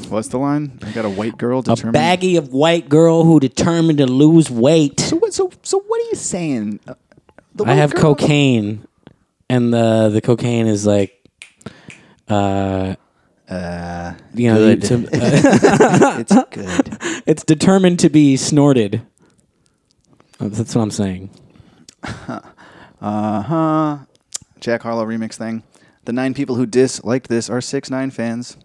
Speaker 4: What's the line? I got a white girl
Speaker 1: A
Speaker 4: determined.
Speaker 1: baggy of white girl who determined to lose weight.
Speaker 4: So what? So so what are you saying? Uh, the
Speaker 1: I
Speaker 4: white
Speaker 1: have
Speaker 4: girl-
Speaker 1: cocaine, and the the cocaine is like, uh, uh, you know,
Speaker 4: good.
Speaker 1: to- uh,
Speaker 4: it's good.
Speaker 1: It's determined to be snorted. Uh, That's what I'm saying.
Speaker 4: Uh huh. Jack Harlow remix thing. The nine people who disliked this are six nine fans.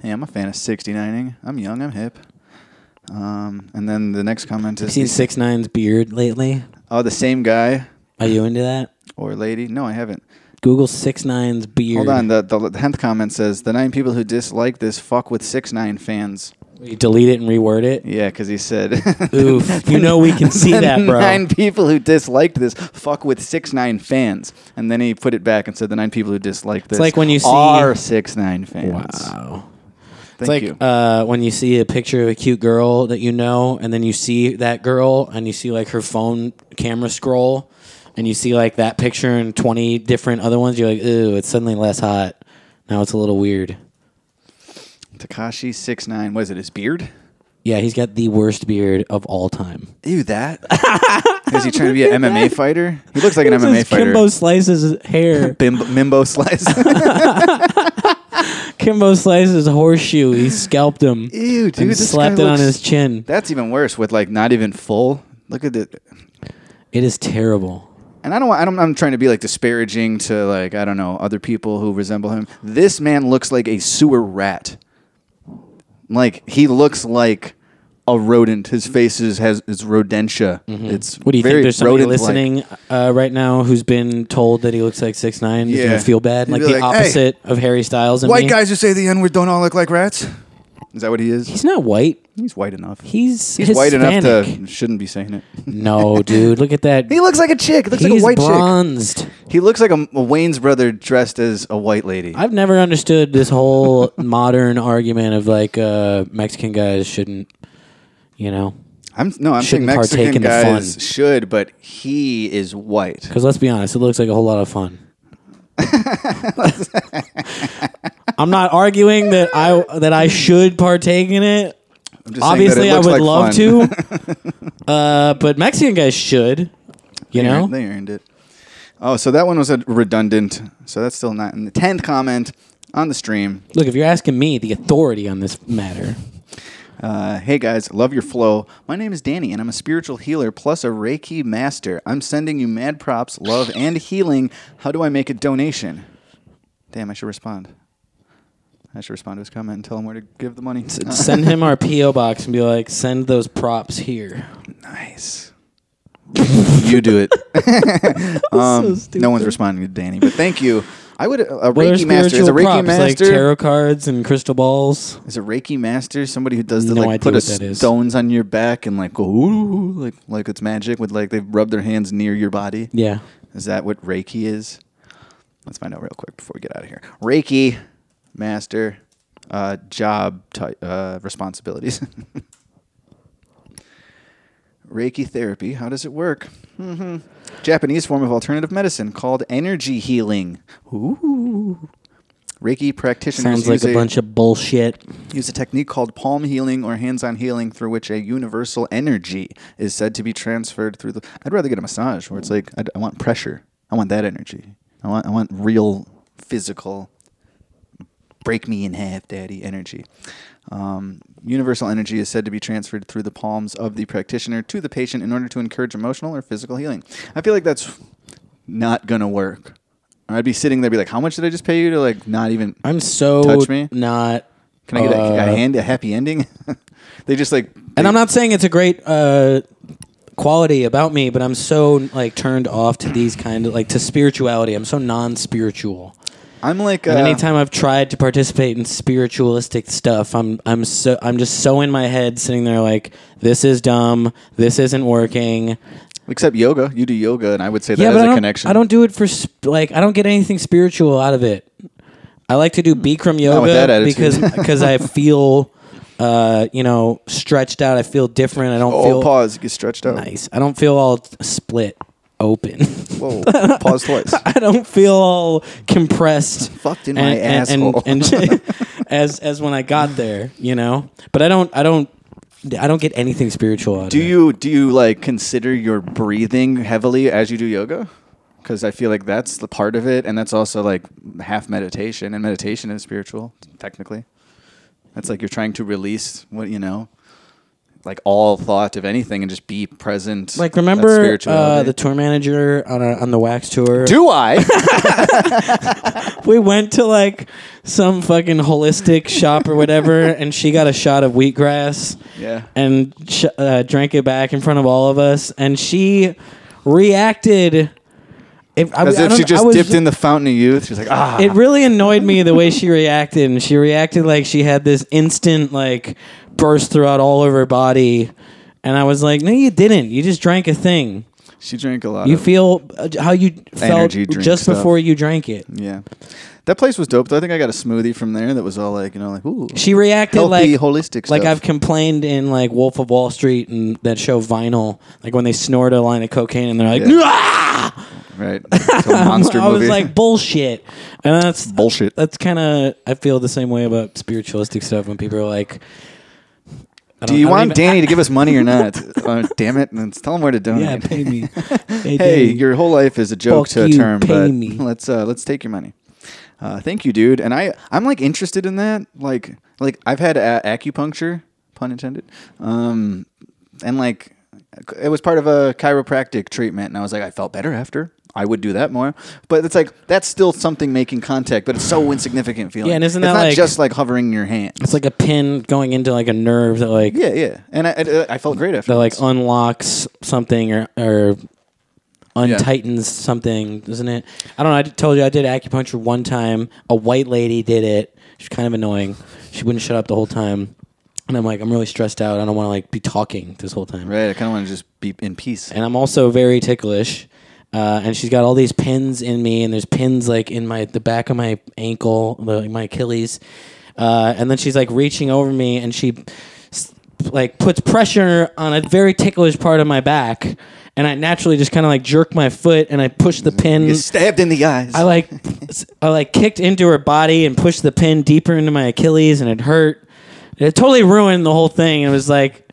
Speaker 4: Hey, I'm a fan of 69ing. I'm young. I'm hip. Um, and then the next comment
Speaker 1: I've
Speaker 4: is
Speaker 1: seen Six Nine's beard lately.
Speaker 4: oh the same guy
Speaker 1: Are you into that?
Speaker 4: or lady. No, I haven't.
Speaker 1: Google Six Nine's beard.
Speaker 4: Hold on. The the tenth comment says the nine people who dislike this fuck with six nine fans.
Speaker 1: You delete it and reword it.
Speaker 4: Yeah, because he said.
Speaker 1: Oof, you know we can see that, bro.
Speaker 4: Nine people who disliked this fuck with six nine fans, and then he put it back and said the nine people who disliked this
Speaker 1: like when you see-
Speaker 4: are six nine fans.
Speaker 1: Wow.
Speaker 4: Thank
Speaker 1: it's like
Speaker 4: you.
Speaker 1: Uh, when you see a picture of a cute girl that you know, and then you see that girl, and you see like her phone camera scroll, and you see like that picture and twenty different other ones. You're like, ooh, it's suddenly less hot. Now it's a little weird.
Speaker 4: Takashi six nine. What is it? His beard?
Speaker 1: Yeah, he's got the worst beard of all time.
Speaker 4: Ew, that. is he trying to be an MMA fighter? He looks like an MMA fighter.
Speaker 1: Kimbo slices hair.
Speaker 4: Bimbo, Mimbo slice.
Speaker 1: Kimbo slices horseshoe. He scalped him.
Speaker 4: Ew, dude.
Speaker 1: and
Speaker 4: this
Speaker 1: slapped
Speaker 4: guy
Speaker 1: it on
Speaker 4: looks-
Speaker 1: his chin.
Speaker 4: That's even worse. With like not even full. Look at the
Speaker 1: It is terrible.
Speaker 4: and I don't, want- I don't, I'm trying to be like disparaging to like, I don't know, other people who resemble him. This man looks like a sewer rat. Like, he looks like a rodent. His face is, has, is rodentia. It's
Speaker 1: Mm-hmm. What do you
Speaker 4: very
Speaker 1: think? There's somebody
Speaker 4: rodent-like.
Speaker 1: listening uh, right now who's been told that he looks like six nine. He's
Speaker 4: Yeah.
Speaker 1: gonna feel bad,
Speaker 4: He'd
Speaker 1: like
Speaker 4: be
Speaker 1: the
Speaker 4: like, "Hey,
Speaker 1: opposite of Harry Styles. And
Speaker 4: White
Speaker 1: me.
Speaker 4: guys who say the N word don't all look like rats? Is that what he is?
Speaker 1: He's not white.
Speaker 4: He's white enough.
Speaker 1: He's
Speaker 4: He's white enough
Speaker 1: Hispanic.
Speaker 4: to, shouldn't be saying it.
Speaker 1: No, dude, look at that.
Speaker 4: He looks like a chick. Looks like
Speaker 1: He's
Speaker 4: a white chick.
Speaker 1: bronzed.
Speaker 4: He looks like a, a Wayne's brother dressed as a white lady.
Speaker 1: I've never understood this whole modern argument of like uh, Mexican guys shouldn't, you know,
Speaker 4: I'm no, I'm saying
Speaker 1: shouldn't partake
Speaker 4: Mexican
Speaker 1: in the
Speaker 4: guys
Speaker 1: fun.
Speaker 4: should, but he is white.
Speaker 1: because let's be honest, it looks like a whole lot of fun. I'm not arguing that I that I should partake in it.
Speaker 4: I'm just saying that it
Speaker 1: Obviously, I
Speaker 4: looks
Speaker 1: would
Speaker 4: like
Speaker 1: love
Speaker 4: fun.
Speaker 1: to, uh, but Mexican guys should. You
Speaker 4: They
Speaker 1: know,
Speaker 4: earned- they earned it. Oh, so that one was a redundant. So that's still not in the tenth comment on the stream.
Speaker 1: look if you're asking me, the authority on this matter.
Speaker 4: Uh, hey guys, love your flow. My name is Danny, and I'm a spiritual healer plus a Reiki master. I'm sending you mad props, love, and healing. How do I make a donation? Damn, I should respond. I should respond to his comment and tell him where to give the money.
Speaker 1: Send him our PO box and be like, send those props here.
Speaker 4: Nice. you do it. um, no one's responding to Danny, but thank you. I would a
Speaker 1: What are
Speaker 4: Reiki master is a
Speaker 1: spiritual
Speaker 4: Reiki
Speaker 1: props, like
Speaker 4: master
Speaker 1: tarot cards and crystal balls.
Speaker 4: is a Reiki master somebody who does the
Speaker 1: No idea
Speaker 4: like put a
Speaker 1: what that is.
Speaker 4: stones on your back and like go ooh like like it's magic with like they rub their hands near your body.
Speaker 1: Yeah,
Speaker 4: Is that what Reiki is? Let's find out real quick before we get out of here. Reiki master uh, job ty- uh, responsibilities. Reiki therapy. How does it work? hmm Japanese form of alternative medicine called energy healing. Ooh. Reiki practitioners
Speaker 1: sounds like
Speaker 4: use
Speaker 1: a bunch of bullshit.
Speaker 4: use a technique called palm healing or hands-on healing through which a universal energy is said to be transferred through the i'd rather get a massage where it's like i, I want pressure i want that energy i want i want real physical break me in half daddy energy Um, universal energy is said to be transferred through the palms of the practitioner to the patient in order to encourage emotional or physical healing. I feel like that's not gonna work. I'd be sitting there, be like, "How much did I just pay you to like not even?"
Speaker 1: I'm so
Speaker 4: touch me.
Speaker 1: Not.
Speaker 4: Can I get a,
Speaker 1: uh,
Speaker 4: a hand a happy ending? they just like
Speaker 1: And I'm not saying it's a great uh, quality about me, but I'm so like turned off to these kind of like to spirituality. I'm so non-spiritual.
Speaker 4: I'm like
Speaker 1: And
Speaker 4: uh,
Speaker 1: anytime I've tried to participate in spiritualistic stuff, I'm I'm so I'm just so in my head, sitting there like this is dumb, this isn't working.
Speaker 4: Except yoga, you do yoga, and I would say that
Speaker 1: yeah,
Speaker 4: as
Speaker 1: but I
Speaker 4: a
Speaker 1: don't,
Speaker 4: connection.
Speaker 1: I don't do it for sp- like I don't get anything spiritual out of it. I like to do Bikram
Speaker 4: Not with that
Speaker 1: yoga
Speaker 4: attitude.
Speaker 1: because because I feel uh, you know stretched out. I feel different. I don't
Speaker 4: oh,
Speaker 1: feel
Speaker 4: pause, get stretched out.
Speaker 1: nice. I don't feel all split open.
Speaker 4: Whoa, pause twice.
Speaker 1: I don't feel all compressed,
Speaker 4: fucked in my asshole.
Speaker 1: and, and as as when I got there, you know. But I don't, I don't, I don't get anything spiritual out
Speaker 4: Do
Speaker 1: of it.
Speaker 4: you do you like consider your breathing heavily as you do yoga? Because I feel like that's the part of it, and that's also like half meditation, and meditation is spiritual technically. That's like you're trying to release what you know, like all thought of anything, and just be present.
Speaker 1: Like
Speaker 4: That's
Speaker 1: remember uh,
Speaker 4: spirituality.
Speaker 1: the tour manager on our, on the Wax tour?
Speaker 4: do I?
Speaker 1: we went to like some fucking holistic shop or whatever, and she got a shot of wheatgrass.
Speaker 4: Yeah.
Speaker 1: And sh- uh, drank it back in front of all of us, and she reacted. If, I,
Speaker 4: As
Speaker 1: I
Speaker 4: if
Speaker 1: don't-
Speaker 4: she
Speaker 1: I
Speaker 4: just
Speaker 1: was-
Speaker 4: dipped in the fountain of youth. She's like, ah,
Speaker 1: it really annoyed me the way she reacted and she reacted like she had this instant like burst throughout all of her body and i was like no you didn't you just drank a thing
Speaker 4: she drank a lot.
Speaker 1: you
Speaker 4: of
Speaker 1: feel uh, how you felt
Speaker 4: Energy drink
Speaker 1: just
Speaker 4: stuff.
Speaker 1: before you drank it
Speaker 4: Yeah. That place was dope. Though. I think I got a smoothie from there that was all like, you know, like, ooh.
Speaker 1: she reacted
Speaker 4: Healthy,
Speaker 1: like
Speaker 4: holistic
Speaker 1: like
Speaker 4: stuff.
Speaker 1: i've complained in like wolf of wall street and that show vinyl like when they snort a line of cocaine and they're like
Speaker 4: Yeah.
Speaker 1: "Ah!"
Speaker 4: right. It's a monster
Speaker 1: i
Speaker 4: movie.
Speaker 1: was like bullshit and that's
Speaker 4: bullshit.
Speaker 1: that's kind of i feel the same way about spiritualistic stuff when people are like I
Speaker 4: Do
Speaker 1: don't-
Speaker 4: you
Speaker 1: I don't
Speaker 4: want
Speaker 1: even-
Speaker 4: Danny to give us money or not? uh, damn it. Let's tell him where to
Speaker 1: Yeah,
Speaker 4: donate.
Speaker 1: pay me. hey,
Speaker 4: hey,
Speaker 1: dude.
Speaker 4: your whole life is a joke
Speaker 1: Fuck
Speaker 4: to a
Speaker 1: you,
Speaker 4: term,
Speaker 1: pay
Speaker 4: but
Speaker 1: me.
Speaker 4: let's uh, let's take your money. Uh, thank you, dude. And I I'm like interested in that. Like like I've had a- acupuncture, pun intended. Um, and like it was part of a chiropractic treatment, and I was like, I felt better after. I would do that more, but it's like that's still something making contact, but it's so insignificant feeling.
Speaker 1: Yeah, and isn't
Speaker 4: it's
Speaker 1: that,
Speaker 4: not
Speaker 1: like-
Speaker 4: just like hovering your hand?
Speaker 1: it's like a pin going into like a nerve that like
Speaker 4: yeah, yeah. And I, I, I felt great after.
Speaker 1: that like unlocks something or or untightens something, isn't it? I don't know. I told you I did acupuncture one time. A white lady did it. She's kind of annoying. She wouldn't shut up the whole time, and I'm like, I'm really stressed out. I don't want to like be talking this whole time.
Speaker 4: right. I kind of want to just be in peace.
Speaker 1: and I'm also very ticklish. Uh, and she's got all these pins in me, and there's pins like in my the back of my ankle, the, my Achilles. Uh, and then she's like reaching over me, and she s- like puts pressure on a very ticklish part of my back, and I naturally just kind of like jerk my foot, and I push the pin.
Speaker 4: Get stabbed in the eyes.
Speaker 1: I like I like kicked into her body and pushed the pin deeper into my Achilles and it hurt. It totally ruined the whole thing. It was like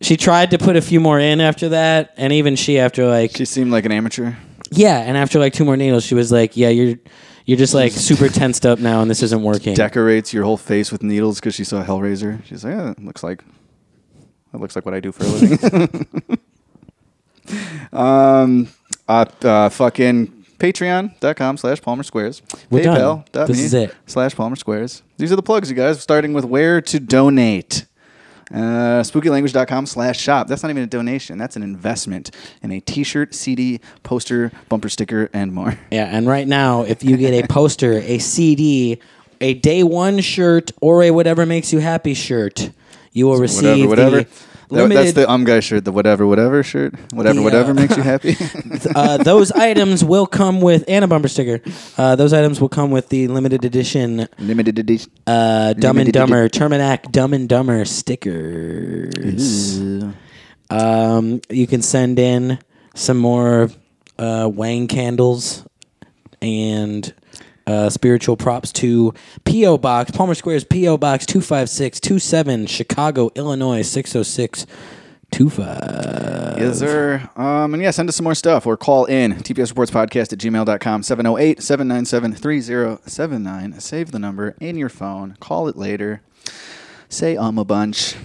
Speaker 1: she tried to put a few more in after that and even she after like
Speaker 4: She seemed like an amateur.
Speaker 1: yeah, and after like two more needles she was like, "Yeah, you're you're just like super tensed up now and this isn't working."
Speaker 4: Decorates your whole face with needles because she saw Hellraiser. She's like, yeah, it looks like that looks like what I do for a living. um, uh, uh, fucking patreon.com slash palmer squares
Speaker 1: We're done.
Speaker 4: paypal.me
Speaker 1: This is it.
Speaker 4: slash palmer squares these are the plugs you guys starting with where to donate uh, spookylanguage.com slash shop that's not even a donation that's an investment in a t-shirt cd poster bumper sticker and more
Speaker 1: Yeah, and right now, if you get a poster, a CD, a day one shirt, or a whatever makes you happy shirt, you will receive
Speaker 4: whatever, whatever.
Speaker 1: the
Speaker 4: That-
Speaker 1: limited
Speaker 4: that's the um guy shirt, the whatever, whatever shirt, whatever,
Speaker 1: The, uh,
Speaker 4: whatever makes you happy.
Speaker 1: uh, those items will come with and a bumper sticker. Uh, those items will come with the limited edition
Speaker 4: Limited edition.
Speaker 1: uh, Dumb and
Speaker 4: Limited
Speaker 1: Dumber Terminac Dumb and Dumber stickers. Um, you can send in some more uh, Wang candles and uh, spiritual props to P.O. Box, Palmer Squares, P.O. Box 25627, Chicago, Illinois 60625.
Speaker 4: Yes, sir. Um, and yeah, send us some more stuff or call in. TPS Reports Podcast at gmail.com, 708 797 3079. Save the number in your phone. Call it later. say um a bunch.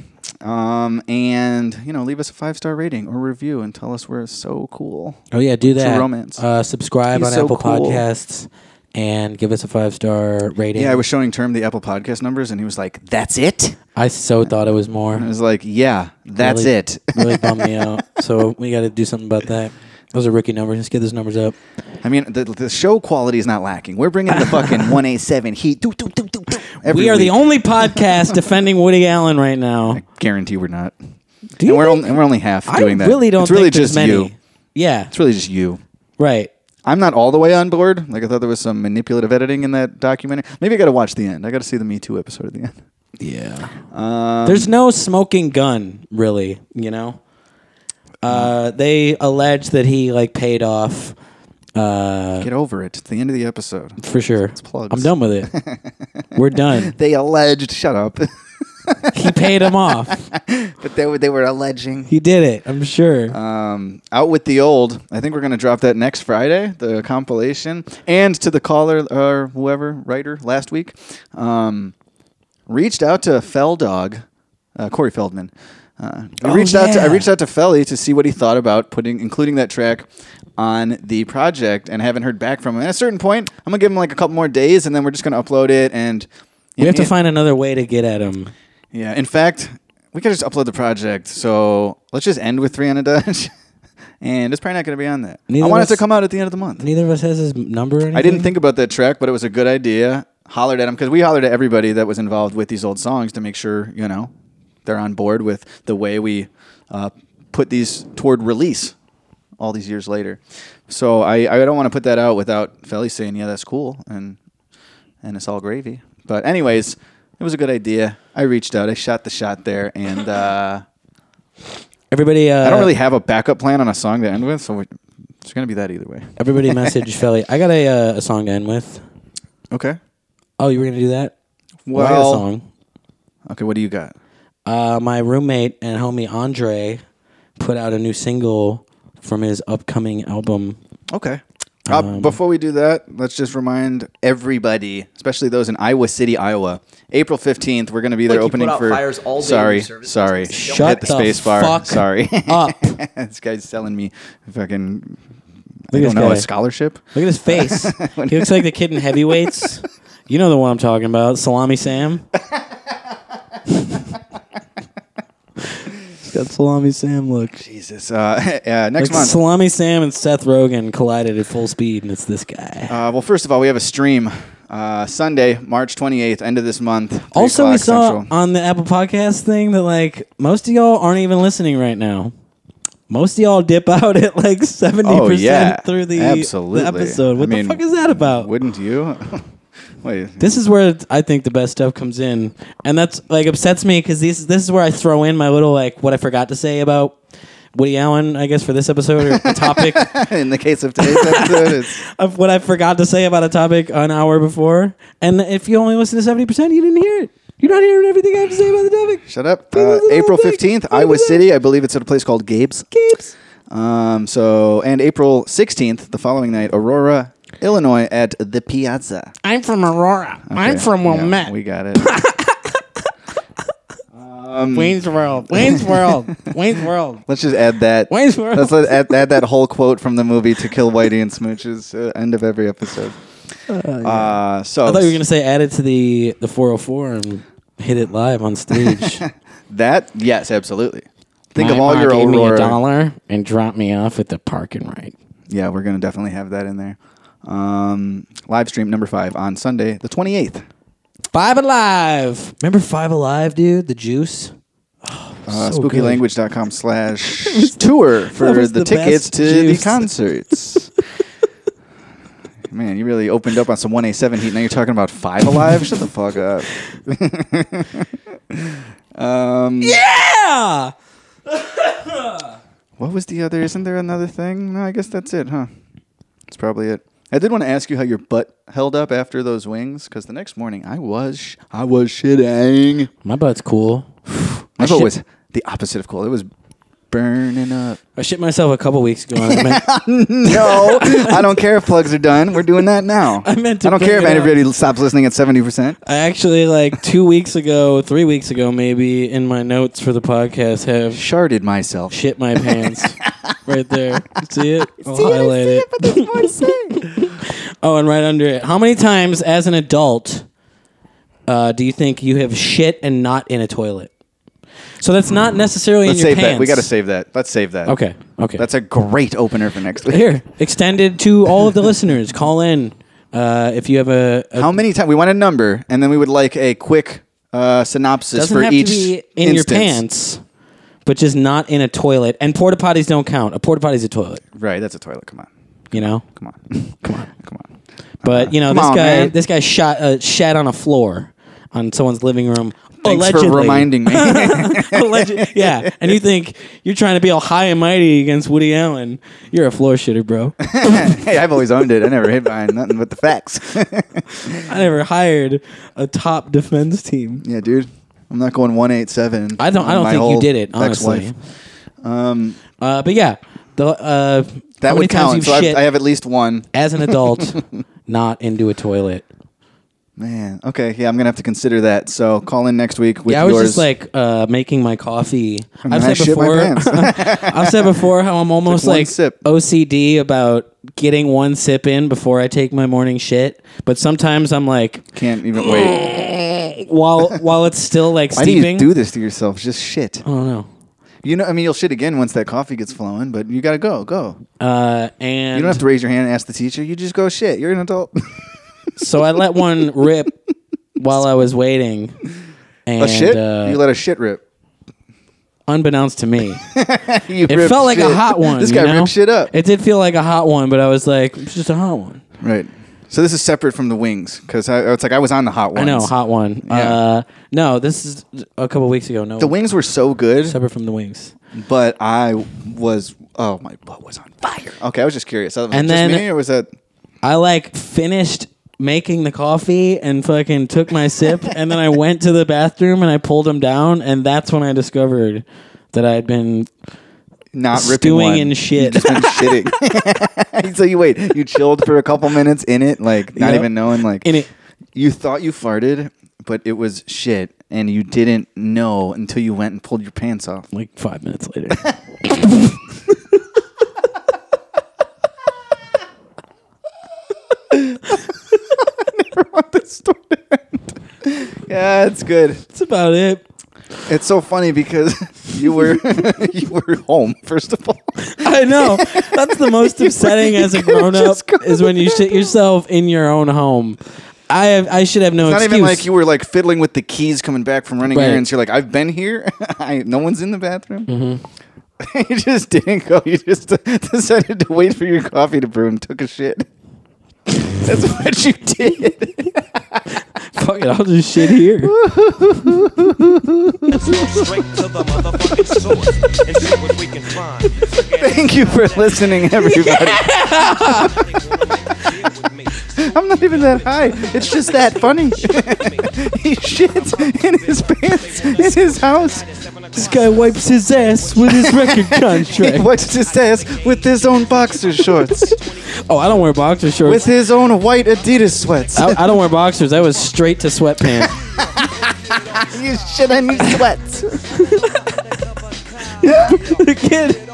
Speaker 4: Um, and you know, leave us a five star rating or review and tell us we're so cool.
Speaker 1: Oh yeah, do
Speaker 4: True
Speaker 1: that.
Speaker 4: romance.
Speaker 1: Uh, subscribe
Speaker 4: He's
Speaker 1: on
Speaker 4: so
Speaker 1: Apple
Speaker 4: cool.
Speaker 1: Podcasts and give us a five star rating.
Speaker 4: Yeah, I was showing Term the Apple Podcast numbers, and he was like, "That's it."
Speaker 1: I so thought it was more.
Speaker 4: I was like, "Yeah, that's
Speaker 1: Really-
Speaker 4: it."
Speaker 1: really bummed me out. So we got to do something about that. Those are rookie numbers. Let's get those numbers up.
Speaker 4: I mean, the, the show quality is not lacking. We're bringing the fucking one eight seven heat. Do, do, do, do, do, every
Speaker 1: we are the
Speaker 4: week.
Speaker 1: only podcast defending Woody Allen right now.
Speaker 4: guarantee we're not.
Speaker 1: Do
Speaker 4: and
Speaker 1: you
Speaker 4: we're
Speaker 1: think-
Speaker 4: only, and we're only half
Speaker 1: I
Speaker 4: doing that.
Speaker 1: really don't
Speaker 4: It's really
Speaker 1: think there's
Speaker 4: just
Speaker 1: many.
Speaker 4: you.
Speaker 1: Yeah,
Speaker 4: It's really just you.
Speaker 1: right.
Speaker 4: I'm not all the way on board. Like I thought there was some manipulative editing in that documentary. Maybe I got to watch the end. I got to see the Me Too episode at the end.
Speaker 1: Yeah. There's
Speaker 4: Um,
Speaker 1: no smoking gun, really. You know, uh, they allege that he like paid off uh,
Speaker 4: Get over it. It's the end of the episode.
Speaker 1: for sure.
Speaker 4: plugs.
Speaker 1: I'm done with it. We're done.
Speaker 4: They alleged. Shut up.
Speaker 1: He paid him off.
Speaker 4: but they were they were alleging.
Speaker 1: He did it. I'm sure.
Speaker 4: Um, out with the old. I think we're gonna drop that next Friday. The compilation and to the caller or whoever writer last week, um, reached out to Fell Dog, uh, Corey Feldman. Uh, I
Speaker 1: Oh,
Speaker 4: reached out to I
Speaker 1: yeah.
Speaker 4: reached out to Felly to see what he thought about putting including that track on the project, and haven't heard back from him. At a certain point, I'm gonna give him like a couple more days, and then we're just gonna upload it. And
Speaker 1: we have to find another way to get at him.
Speaker 4: Yeah. In fact, we could just upload the project. So let's just end with three on a dodge, and it's probably not going to be on that.
Speaker 1: Neither
Speaker 4: I want
Speaker 1: of
Speaker 4: it to
Speaker 1: us-
Speaker 4: come out at the end of the month.
Speaker 1: Neither of us has his number. Or anything.
Speaker 4: I didn't think about that track, but it was a good idea. Hollered at him because we hollered at everybody that was involved with these old songs to make sure you know they're on board with the way we uh, put these toward release all these years later. So I, I don't want to put that out without Felly saying, yeah, that's cool, and and it's all gravy. But anyways, it was a good idea. I reached out, I shot the shot there, and uh,
Speaker 1: Everybody. Uh,
Speaker 4: I don't really have a backup plan on a song to end with, so we it's gonna be that either way.
Speaker 1: Everybody message Felly. I got a, uh, a song to end with.
Speaker 4: Okay.
Speaker 1: Oh, you were gonna do that? Well, I got a
Speaker 4: Well,
Speaker 1: song.
Speaker 4: okay. What do you got?
Speaker 1: Uh, my roommate and homie Andre put out a new single from his upcoming album.
Speaker 4: Okay. Uh,
Speaker 1: Um,
Speaker 4: before we do that, let's just remind everybody, especially those in Iowa City, Iowa, April fifteenth, we're going to be there
Speaker 12: Like you
Speaker 4: opening
Speaker 12: put out
Speaker 4: for.
Speaker 12: fires all day
Speaker 4: sorry,
Speaker 12: with service
Speaker 4: sorry,
Speaker 12: business.
Speaker 1: Shut
Speaker 4: hit the,
Speaker 1: the
Speaker 4: space bar.
Speaker 1: fuck
Speaker 4: sorry,
Speaker 1: up.
Speaker 4: this guy's selling me fucking. I
Speaker 1: Look at
Speaker 4: don't
Speaker 1: this
Speaker 4: know
Speaker 1: guy.
Speaker 4: a scholarship.
Speaker 1: Look at his face. he looks like the kid in Heavyweights. You know the one I'm talking about, Salami Sam. He's got Salami Sam look.
Speaker 4: Jesus. Uh, uh, next
Speaker 1: Like
Speaker 4: month.
Speaker 1: Salami Sam and Seth Rogen collided at full speed, and it's this guy.
Speaker 4: uh, well, first of all, we have a stream uh, Sunday, March twenty eighth, end of this month. three
Speaker 1: Also, we
Speaker 4: o'clock
Speaker 1: saw
Speaker 4: Central.
Speaker 1: on the Apple Podcast thing that like most of y'all aren't even listening right now. Most of y'all dip out at like seventy
Speaker 4: Oh, yeah.
Speaker 1: percent through the,
Speaker 4: Absolutely.
Speaker 1: the episode. What
Speaker 4: I mean,
Speaker 1: the fuck is that about?
Speaker 4: Wouldn't you? Wait.
Speaker 1: this is where I think the best stuff comes in, and that's like upsets me because this this is where I throw in my little like what I forgot to say about Woody Allen, I guess for this episode or a topic
Speaker 4: In the case of today's episode, it's,
Speaker 1: of what I forgot to say about a topic an hour before, and if you only listen to seventy percent, you didn't hear it. You're not hearing everything I have to say about the topic.
Speaker 4: shut up. Uh, April 15th, Iowa City. I believe it's at a place called Gabe's.
Speaker 1: Gabe's.
Speaker 4: Um, so, and April 16th, the following night, Aurora, Illinois at the Piazza.
Speaker 3: I'm from Aurora. I'm
Speaker 4: Okay,
Speaker 3: from
Speaker 4: yeah,
Speaker 3: Wilmette.
Speaker 4: we got it. Um,
Speaker 3: Wayne's World. Wayne's World. Wayne's World.
Speaker 4: Let's just add that.
Speaker 3: Wayne's World.
Speaker 4: Let's let- add, add that whole quote from the movie "To Kill Whitey and Smooches." Uh, end of every episode. Uh, so
Speaker 1: Oh, I thought you were gonna say add it to the the 404 and hit it live on stage.
Speaker 4: that. Yes, absolutely. Think
Speaker 1: My
Speaker 4: of all
Speaker 1: ma
Speaker 4: your
Speaker 1: gave me a
Speaker 4: Aurora.
Speaker 1: dollar and dropped me off at the parking right.
Speaker 4: yeah, we're going to definitely have that in there. Um, live stream number five on Sunday, the 28th.
Speaker 1: Five Alive. Remember Five Alive, dude? The juice.
Speaker 4: Uh,
Speaker 1: So good.
Speaker 4: spookylanguage.com slash tour for
Speaker 1: that
Speaker 4: the,
Speaker 1: was the
Speaker 4: tickets
Speaker 1: best
Speaker 4: to
Speaker 1: juice.
Speaker 4: the concerts. Man, you really opened up on some 1A7 heat. Now you're talking about Five Alive? Shut the fuck up. um,
Speaker 1: Yeah.
Speaker 4: What was the other? Isn't there another thing? No, I guess that's it, huh? That's probably it. I did want to ask you how your butt held up after those wings, because the next morning I was sh- I was shitting.
Speaker 1: My butt's cool.
Speaker 4: My butt
Speaker 1: shit-
Speaker 4: was the opposite of cool. It was burning up.
Speaker 1: I shit myself a couple weeks ago. I meant,
Speaker 4: no, I don't care if plugs are done. We're doing that now. I
Speaker 1: meant to
Speaker 4: I don't
Speaker 1: bring
Speaker 4: care if
Speaker 1: it up.
Speaker 4: everybody stops listening at seventy percent.
Speaker 1: I actually like two weeks ago, three weeks ago, maybe in my notes for the podcast have
Speaker 4: sharded myself,
Speaker 1: shit my pants right there. See it? I'll highlight it. oh, and right under it. How many times as an adult uh, do you think you have shit and not in a toilet? So that's not necessarily
Speaker 4: Let's
Speaker 1: in your
Speaker 4: save
Speaker 1: pants.
Speaker 4: that. We got to save that. Let's save that.
Speaker 1: Okay, okay.
Speaker 4: That's a great opener for next week.
Speaker 1: Here, extended to all of the listeners. Call in uh, if you have a. a
Speaker 4: How many times? We want a number, and then we would like a quick uh, synopsis
Speaker 1: doesn't
Speaker 4: for
Speaker 1: have
Speaker 4: each
Speaker 1: to be in
Speaker 4: instance.
Speaker 1: your pants, but just not in a toilet. And porta potties don't count. A porta potty's a toilet.
Speaker 4: Right, that's a toilet. Come on,
Speaker 1: You know.
Speaker 4: come on, come on, come on.
Speaker 1: But you know,
Speaker 4: Come
Speaker 1: this
Speaker 4: on,
Speaker 1: guy,
Speaker 4: man.
Speaker 1: this guy shot uh, shat on a floor on someone's living room.
Speaker 4: Thanks
Speaker 1: allegedly.
Speaker 4: for reminding me.
Speaker 1: Alleged- yeah, and you think you're trying to be all high and mighty against Woody Allen? You're a floor shitter, bro.
Speaker 4: hey, I've always owned it. I never hid behind nothing but the facts.
Speaker 1: I never hired a top defense team.
Speaker 4: yeah, dude. I'm not going one eight seven.
Speaker 1: I don't. I don't think you did it, honestly.
Speaker 4: Um,
Speaker 1: Uh, but yeah, the uh,
Speaker 4: that
Speaker 1: how many times
Speaker 4: would count.
Speaker 1: you've
Speaker 4: So I've,
Speaker 1: shit
Speaker 4: I have at least one.
Speaker 1: as an adult, not into a toilet.
Speaker 4: Man, okay, yeah, I'm gonna have to consider that. So call in next week with
Speaker 1: yeah, I was
Speaker 4: yours.
Speaker 1: just like uh, making my coffee.
Speaker 4: And I shit my pants.
Speaker 1: I've said before how I'm almost
Speaker 4: one
Speaker 1: like
Speaker 4: sip.
Speaker 1: OCD about getting one sip in before I take my morning shit. But sometimes I'm like,
Speaker 4: Can't even wait.
Speaker 1: while while it's still like
Speaker 4: Why do you
Speaker 1: steeping.
Speaker 4: do this to yourself? Just shit.
Speaker 1: I don't know.
Speaker 4: You know, I mean, you'll shit again once that coffee gets flowing, but you gotta go, go.
Speaker 1: Uh, and
Speaker 4: You don't have to raise your hand and ask the teacher. You just go shit. You're an adult.
Speaker 1: so I let one rip while I was waiting. And,
Speaker 4: a shit?
Speaker 1: Uh,
Speaker 4: you let a shit rip.
Speaker 1: unbeknownst to me,
Speaker 4: You
Speaker 1: it
Speaker 4: ripped
Speaker 1: felt like a
Speaker 4: shit.
Speaker 1: hot one.
Speaker 4: this
Speaker 1: you
Speaker 4: guy
Speaker 1: know?
Speaker 4: ripped shit up.
Speaker 1: It did feel like a hot one, but I was like, it's just a hot one.
Speaker 4: right. So this is separate from the wings because it's like I was on the hot ones.
Speaker 1: I know, hot one.
Speaker 4: Yeah.
Speaker 1: Uh, no, this is a couple weeks ago. No,
Speaker 4: The wings were so good,
Speaker 1: separate from the wings.
Speaker 4: but I was oh my butt was on fire. Okay, I was just curious. Was
Speaker 1: And
Speaker 4: and then
Speaker 1: then-
Speaker 4: me or was that
Speaker 1: I like finished making the coffee and fucking took my sip, and then I went to the bathroom and I pulled him down, and that's when I discovered that I had been
Speaker 4: not ripping
Speaker 1: stewing
Speaker 4: one?
Speaker 1: in shit.
Speaker 4: Just been shitting. so you wait, you chilled for a couple minutes in it, like not
Speaker 1: Yep.
Speaker 4: even knowing, like
Speaker 1: In it.
Speaker 4: You thought you farted, but it was shit, and you didn't know until you went and pulled your pants off.
Speaker 1: like five minutes later.
Speaker 4: Yeah, it's good.
Speaker 1: that's about it.
Speaker 4: It's so funny because you were you were home first of all.
Speaker 1: I know. That's the most upsetting as a grown up
Speaker 4: just gone
Speaker 1: is when you shit yourself in your own home. I have, I should have no
Speaker 4: Not
Speaker 1: excuse.
Speaker 4: even like you were like fiddling with the keys coming back from running
Speaker 1: Right.
Speaker 4: errands. You're like, I've been here. I, no one's in the bathroom.
Speaker 1: Mm-hmm.
Speaker 4: you just didn't go. You just decided to wait for your coffee to brew and took a shit. That's what you did.
Speaker 1: Fuck it, I'll just shit here.
Speaker 4: Thank you for listening, everybody. I'm not even that high. It's just that funny. he shits in his pants in his house.
Speaker 1: This guy wipes his ass with his record
Speaker 4: He
Speaker 1: contract.
Speaker 4: wipes his ass with his own boxer shorts,
Speaker 1: oh, I don't wear boxer shorts.
Speaker 4: with his own white Adidas sweats.
Speaker 1: I, I don't wear boxers. I was straight to sweatpants.
Speaker 4: you shit on your sweats.
Speaker 1: the kid.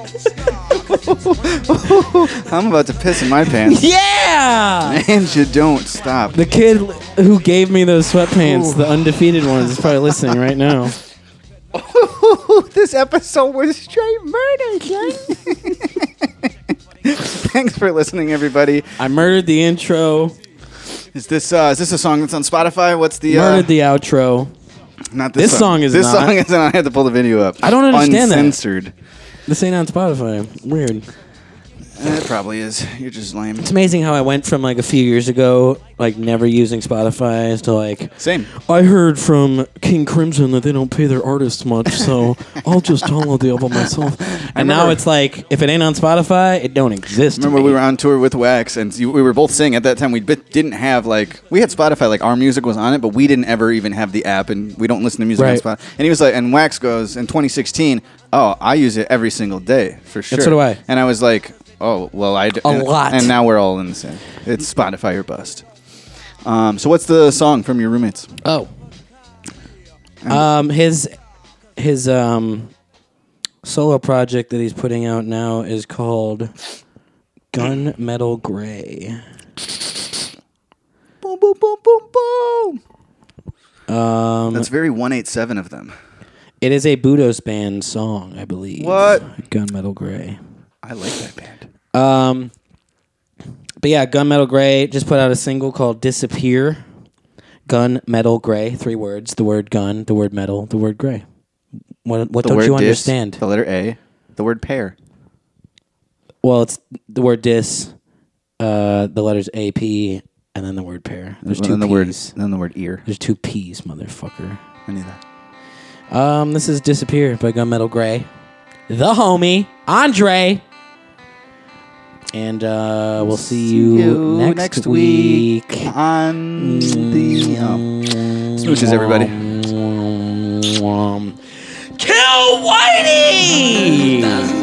Speaker 4: I'm about to piss in my pants.
Speaker 1: Yeah.
Speaker 4: And you don't stop.
Speaker 1: The kid who gave me those sweatpants, the undefeated ones, is probably listening right now.
Speaker 4: this episode was straight murder, John. Thanks for listening, everybody.
Speaker 1: I murdered the intro,
Speaker 4: Is this uh, is this a song that's on Spotify? What's the uh,
Speaker 1: murdered the outro.
Speaker 4: not this,
Speaker 1: this song is
Speaker 4: this
Speaker 1: not.
Speaker 4: song isn't. I had to pull the video up.
Speaker 1: I don't understand that.
Speaker 4: Uncensored.
Speaker 1: This ain't on Spotify. Weird.
Speaker 4: It probably is. You're just lame.
Speaker 1: It's amazing how I went from like a few years ago, like never using Spotify, to like
Speaker 4: same.
Speaker 12: I heard from King Crimson that they don't pay their artists much, so I'll just download the album myself.
Speaker 1: And now it's like if it ain't on Spotify, it don't exist.
Speaker 4: Remember we were on tour with Wax, and you, we were both singing at that time. We bit, didn't have like we had Spotify, like our music was on it, but we didn't ever even have the app, and we don't listen to music
Speaker 1: Right.
Speaker 4: on Spotify. And he was like, and Wax goes in 2016, oh, I use it every single day for sure.
Speaker 1: so do I.
Speaker 4: And I was like, oh, well, I d-
Speaker 1: A
Speaker 4: and-
Speaker 1: lot.
Speaker 4: And now we're all in the same. It's Spotify or bust. Um, so what's the song from your roommates?
Speaker 1: Oh. Um, his his um solo project that he's putting out now is called Gun Metal Gray.
Speaker 4: Boom, boom, boom, boom, boom.
Speaker 1: Um,
Speaker 4: That's very 187 of them.
Speaker 1: it is a Budos band song, I believe.
Speaker 4: What?
Speaker 1: Gun Metal Gray.
Speaker 4: I like that band.
Speaker 1: Um, but yeah, Gunmetal Gray just put out a single called "Disappear." Gunmetal Gray, three words: the word gun, the word metal, the word gray. What, what
Speaker 4: The
Speaker 1: don't
Speaker 4: word
Speaker 1: you
Speaker 4: dis,
Speaker 1: understand?
Speaker 4: The letter A, the word pair.
Speaker 1: Well, it's the word "dis," uh, the letters AP, and then the word pair. There's
Speaker 4: And
Speaker 1: two
Speaker 4: then the word-
Speaker 1: P's.
Speaker 4: then the word ear.
Speaker 1: There's two P's, motherfucker.
Speaker 4: I knew that.
Speaker 1: Um, this is "Disappear" by Gunmetal Gray, the homie Andre, and uh, we'll see, you,
Speaker 4: you
Speaker 1: next,
Speaker 4: next
Speaker 1: week.
Speaker 4: on the um, smooches, everybody.
Speaker 1: Kill Whitey!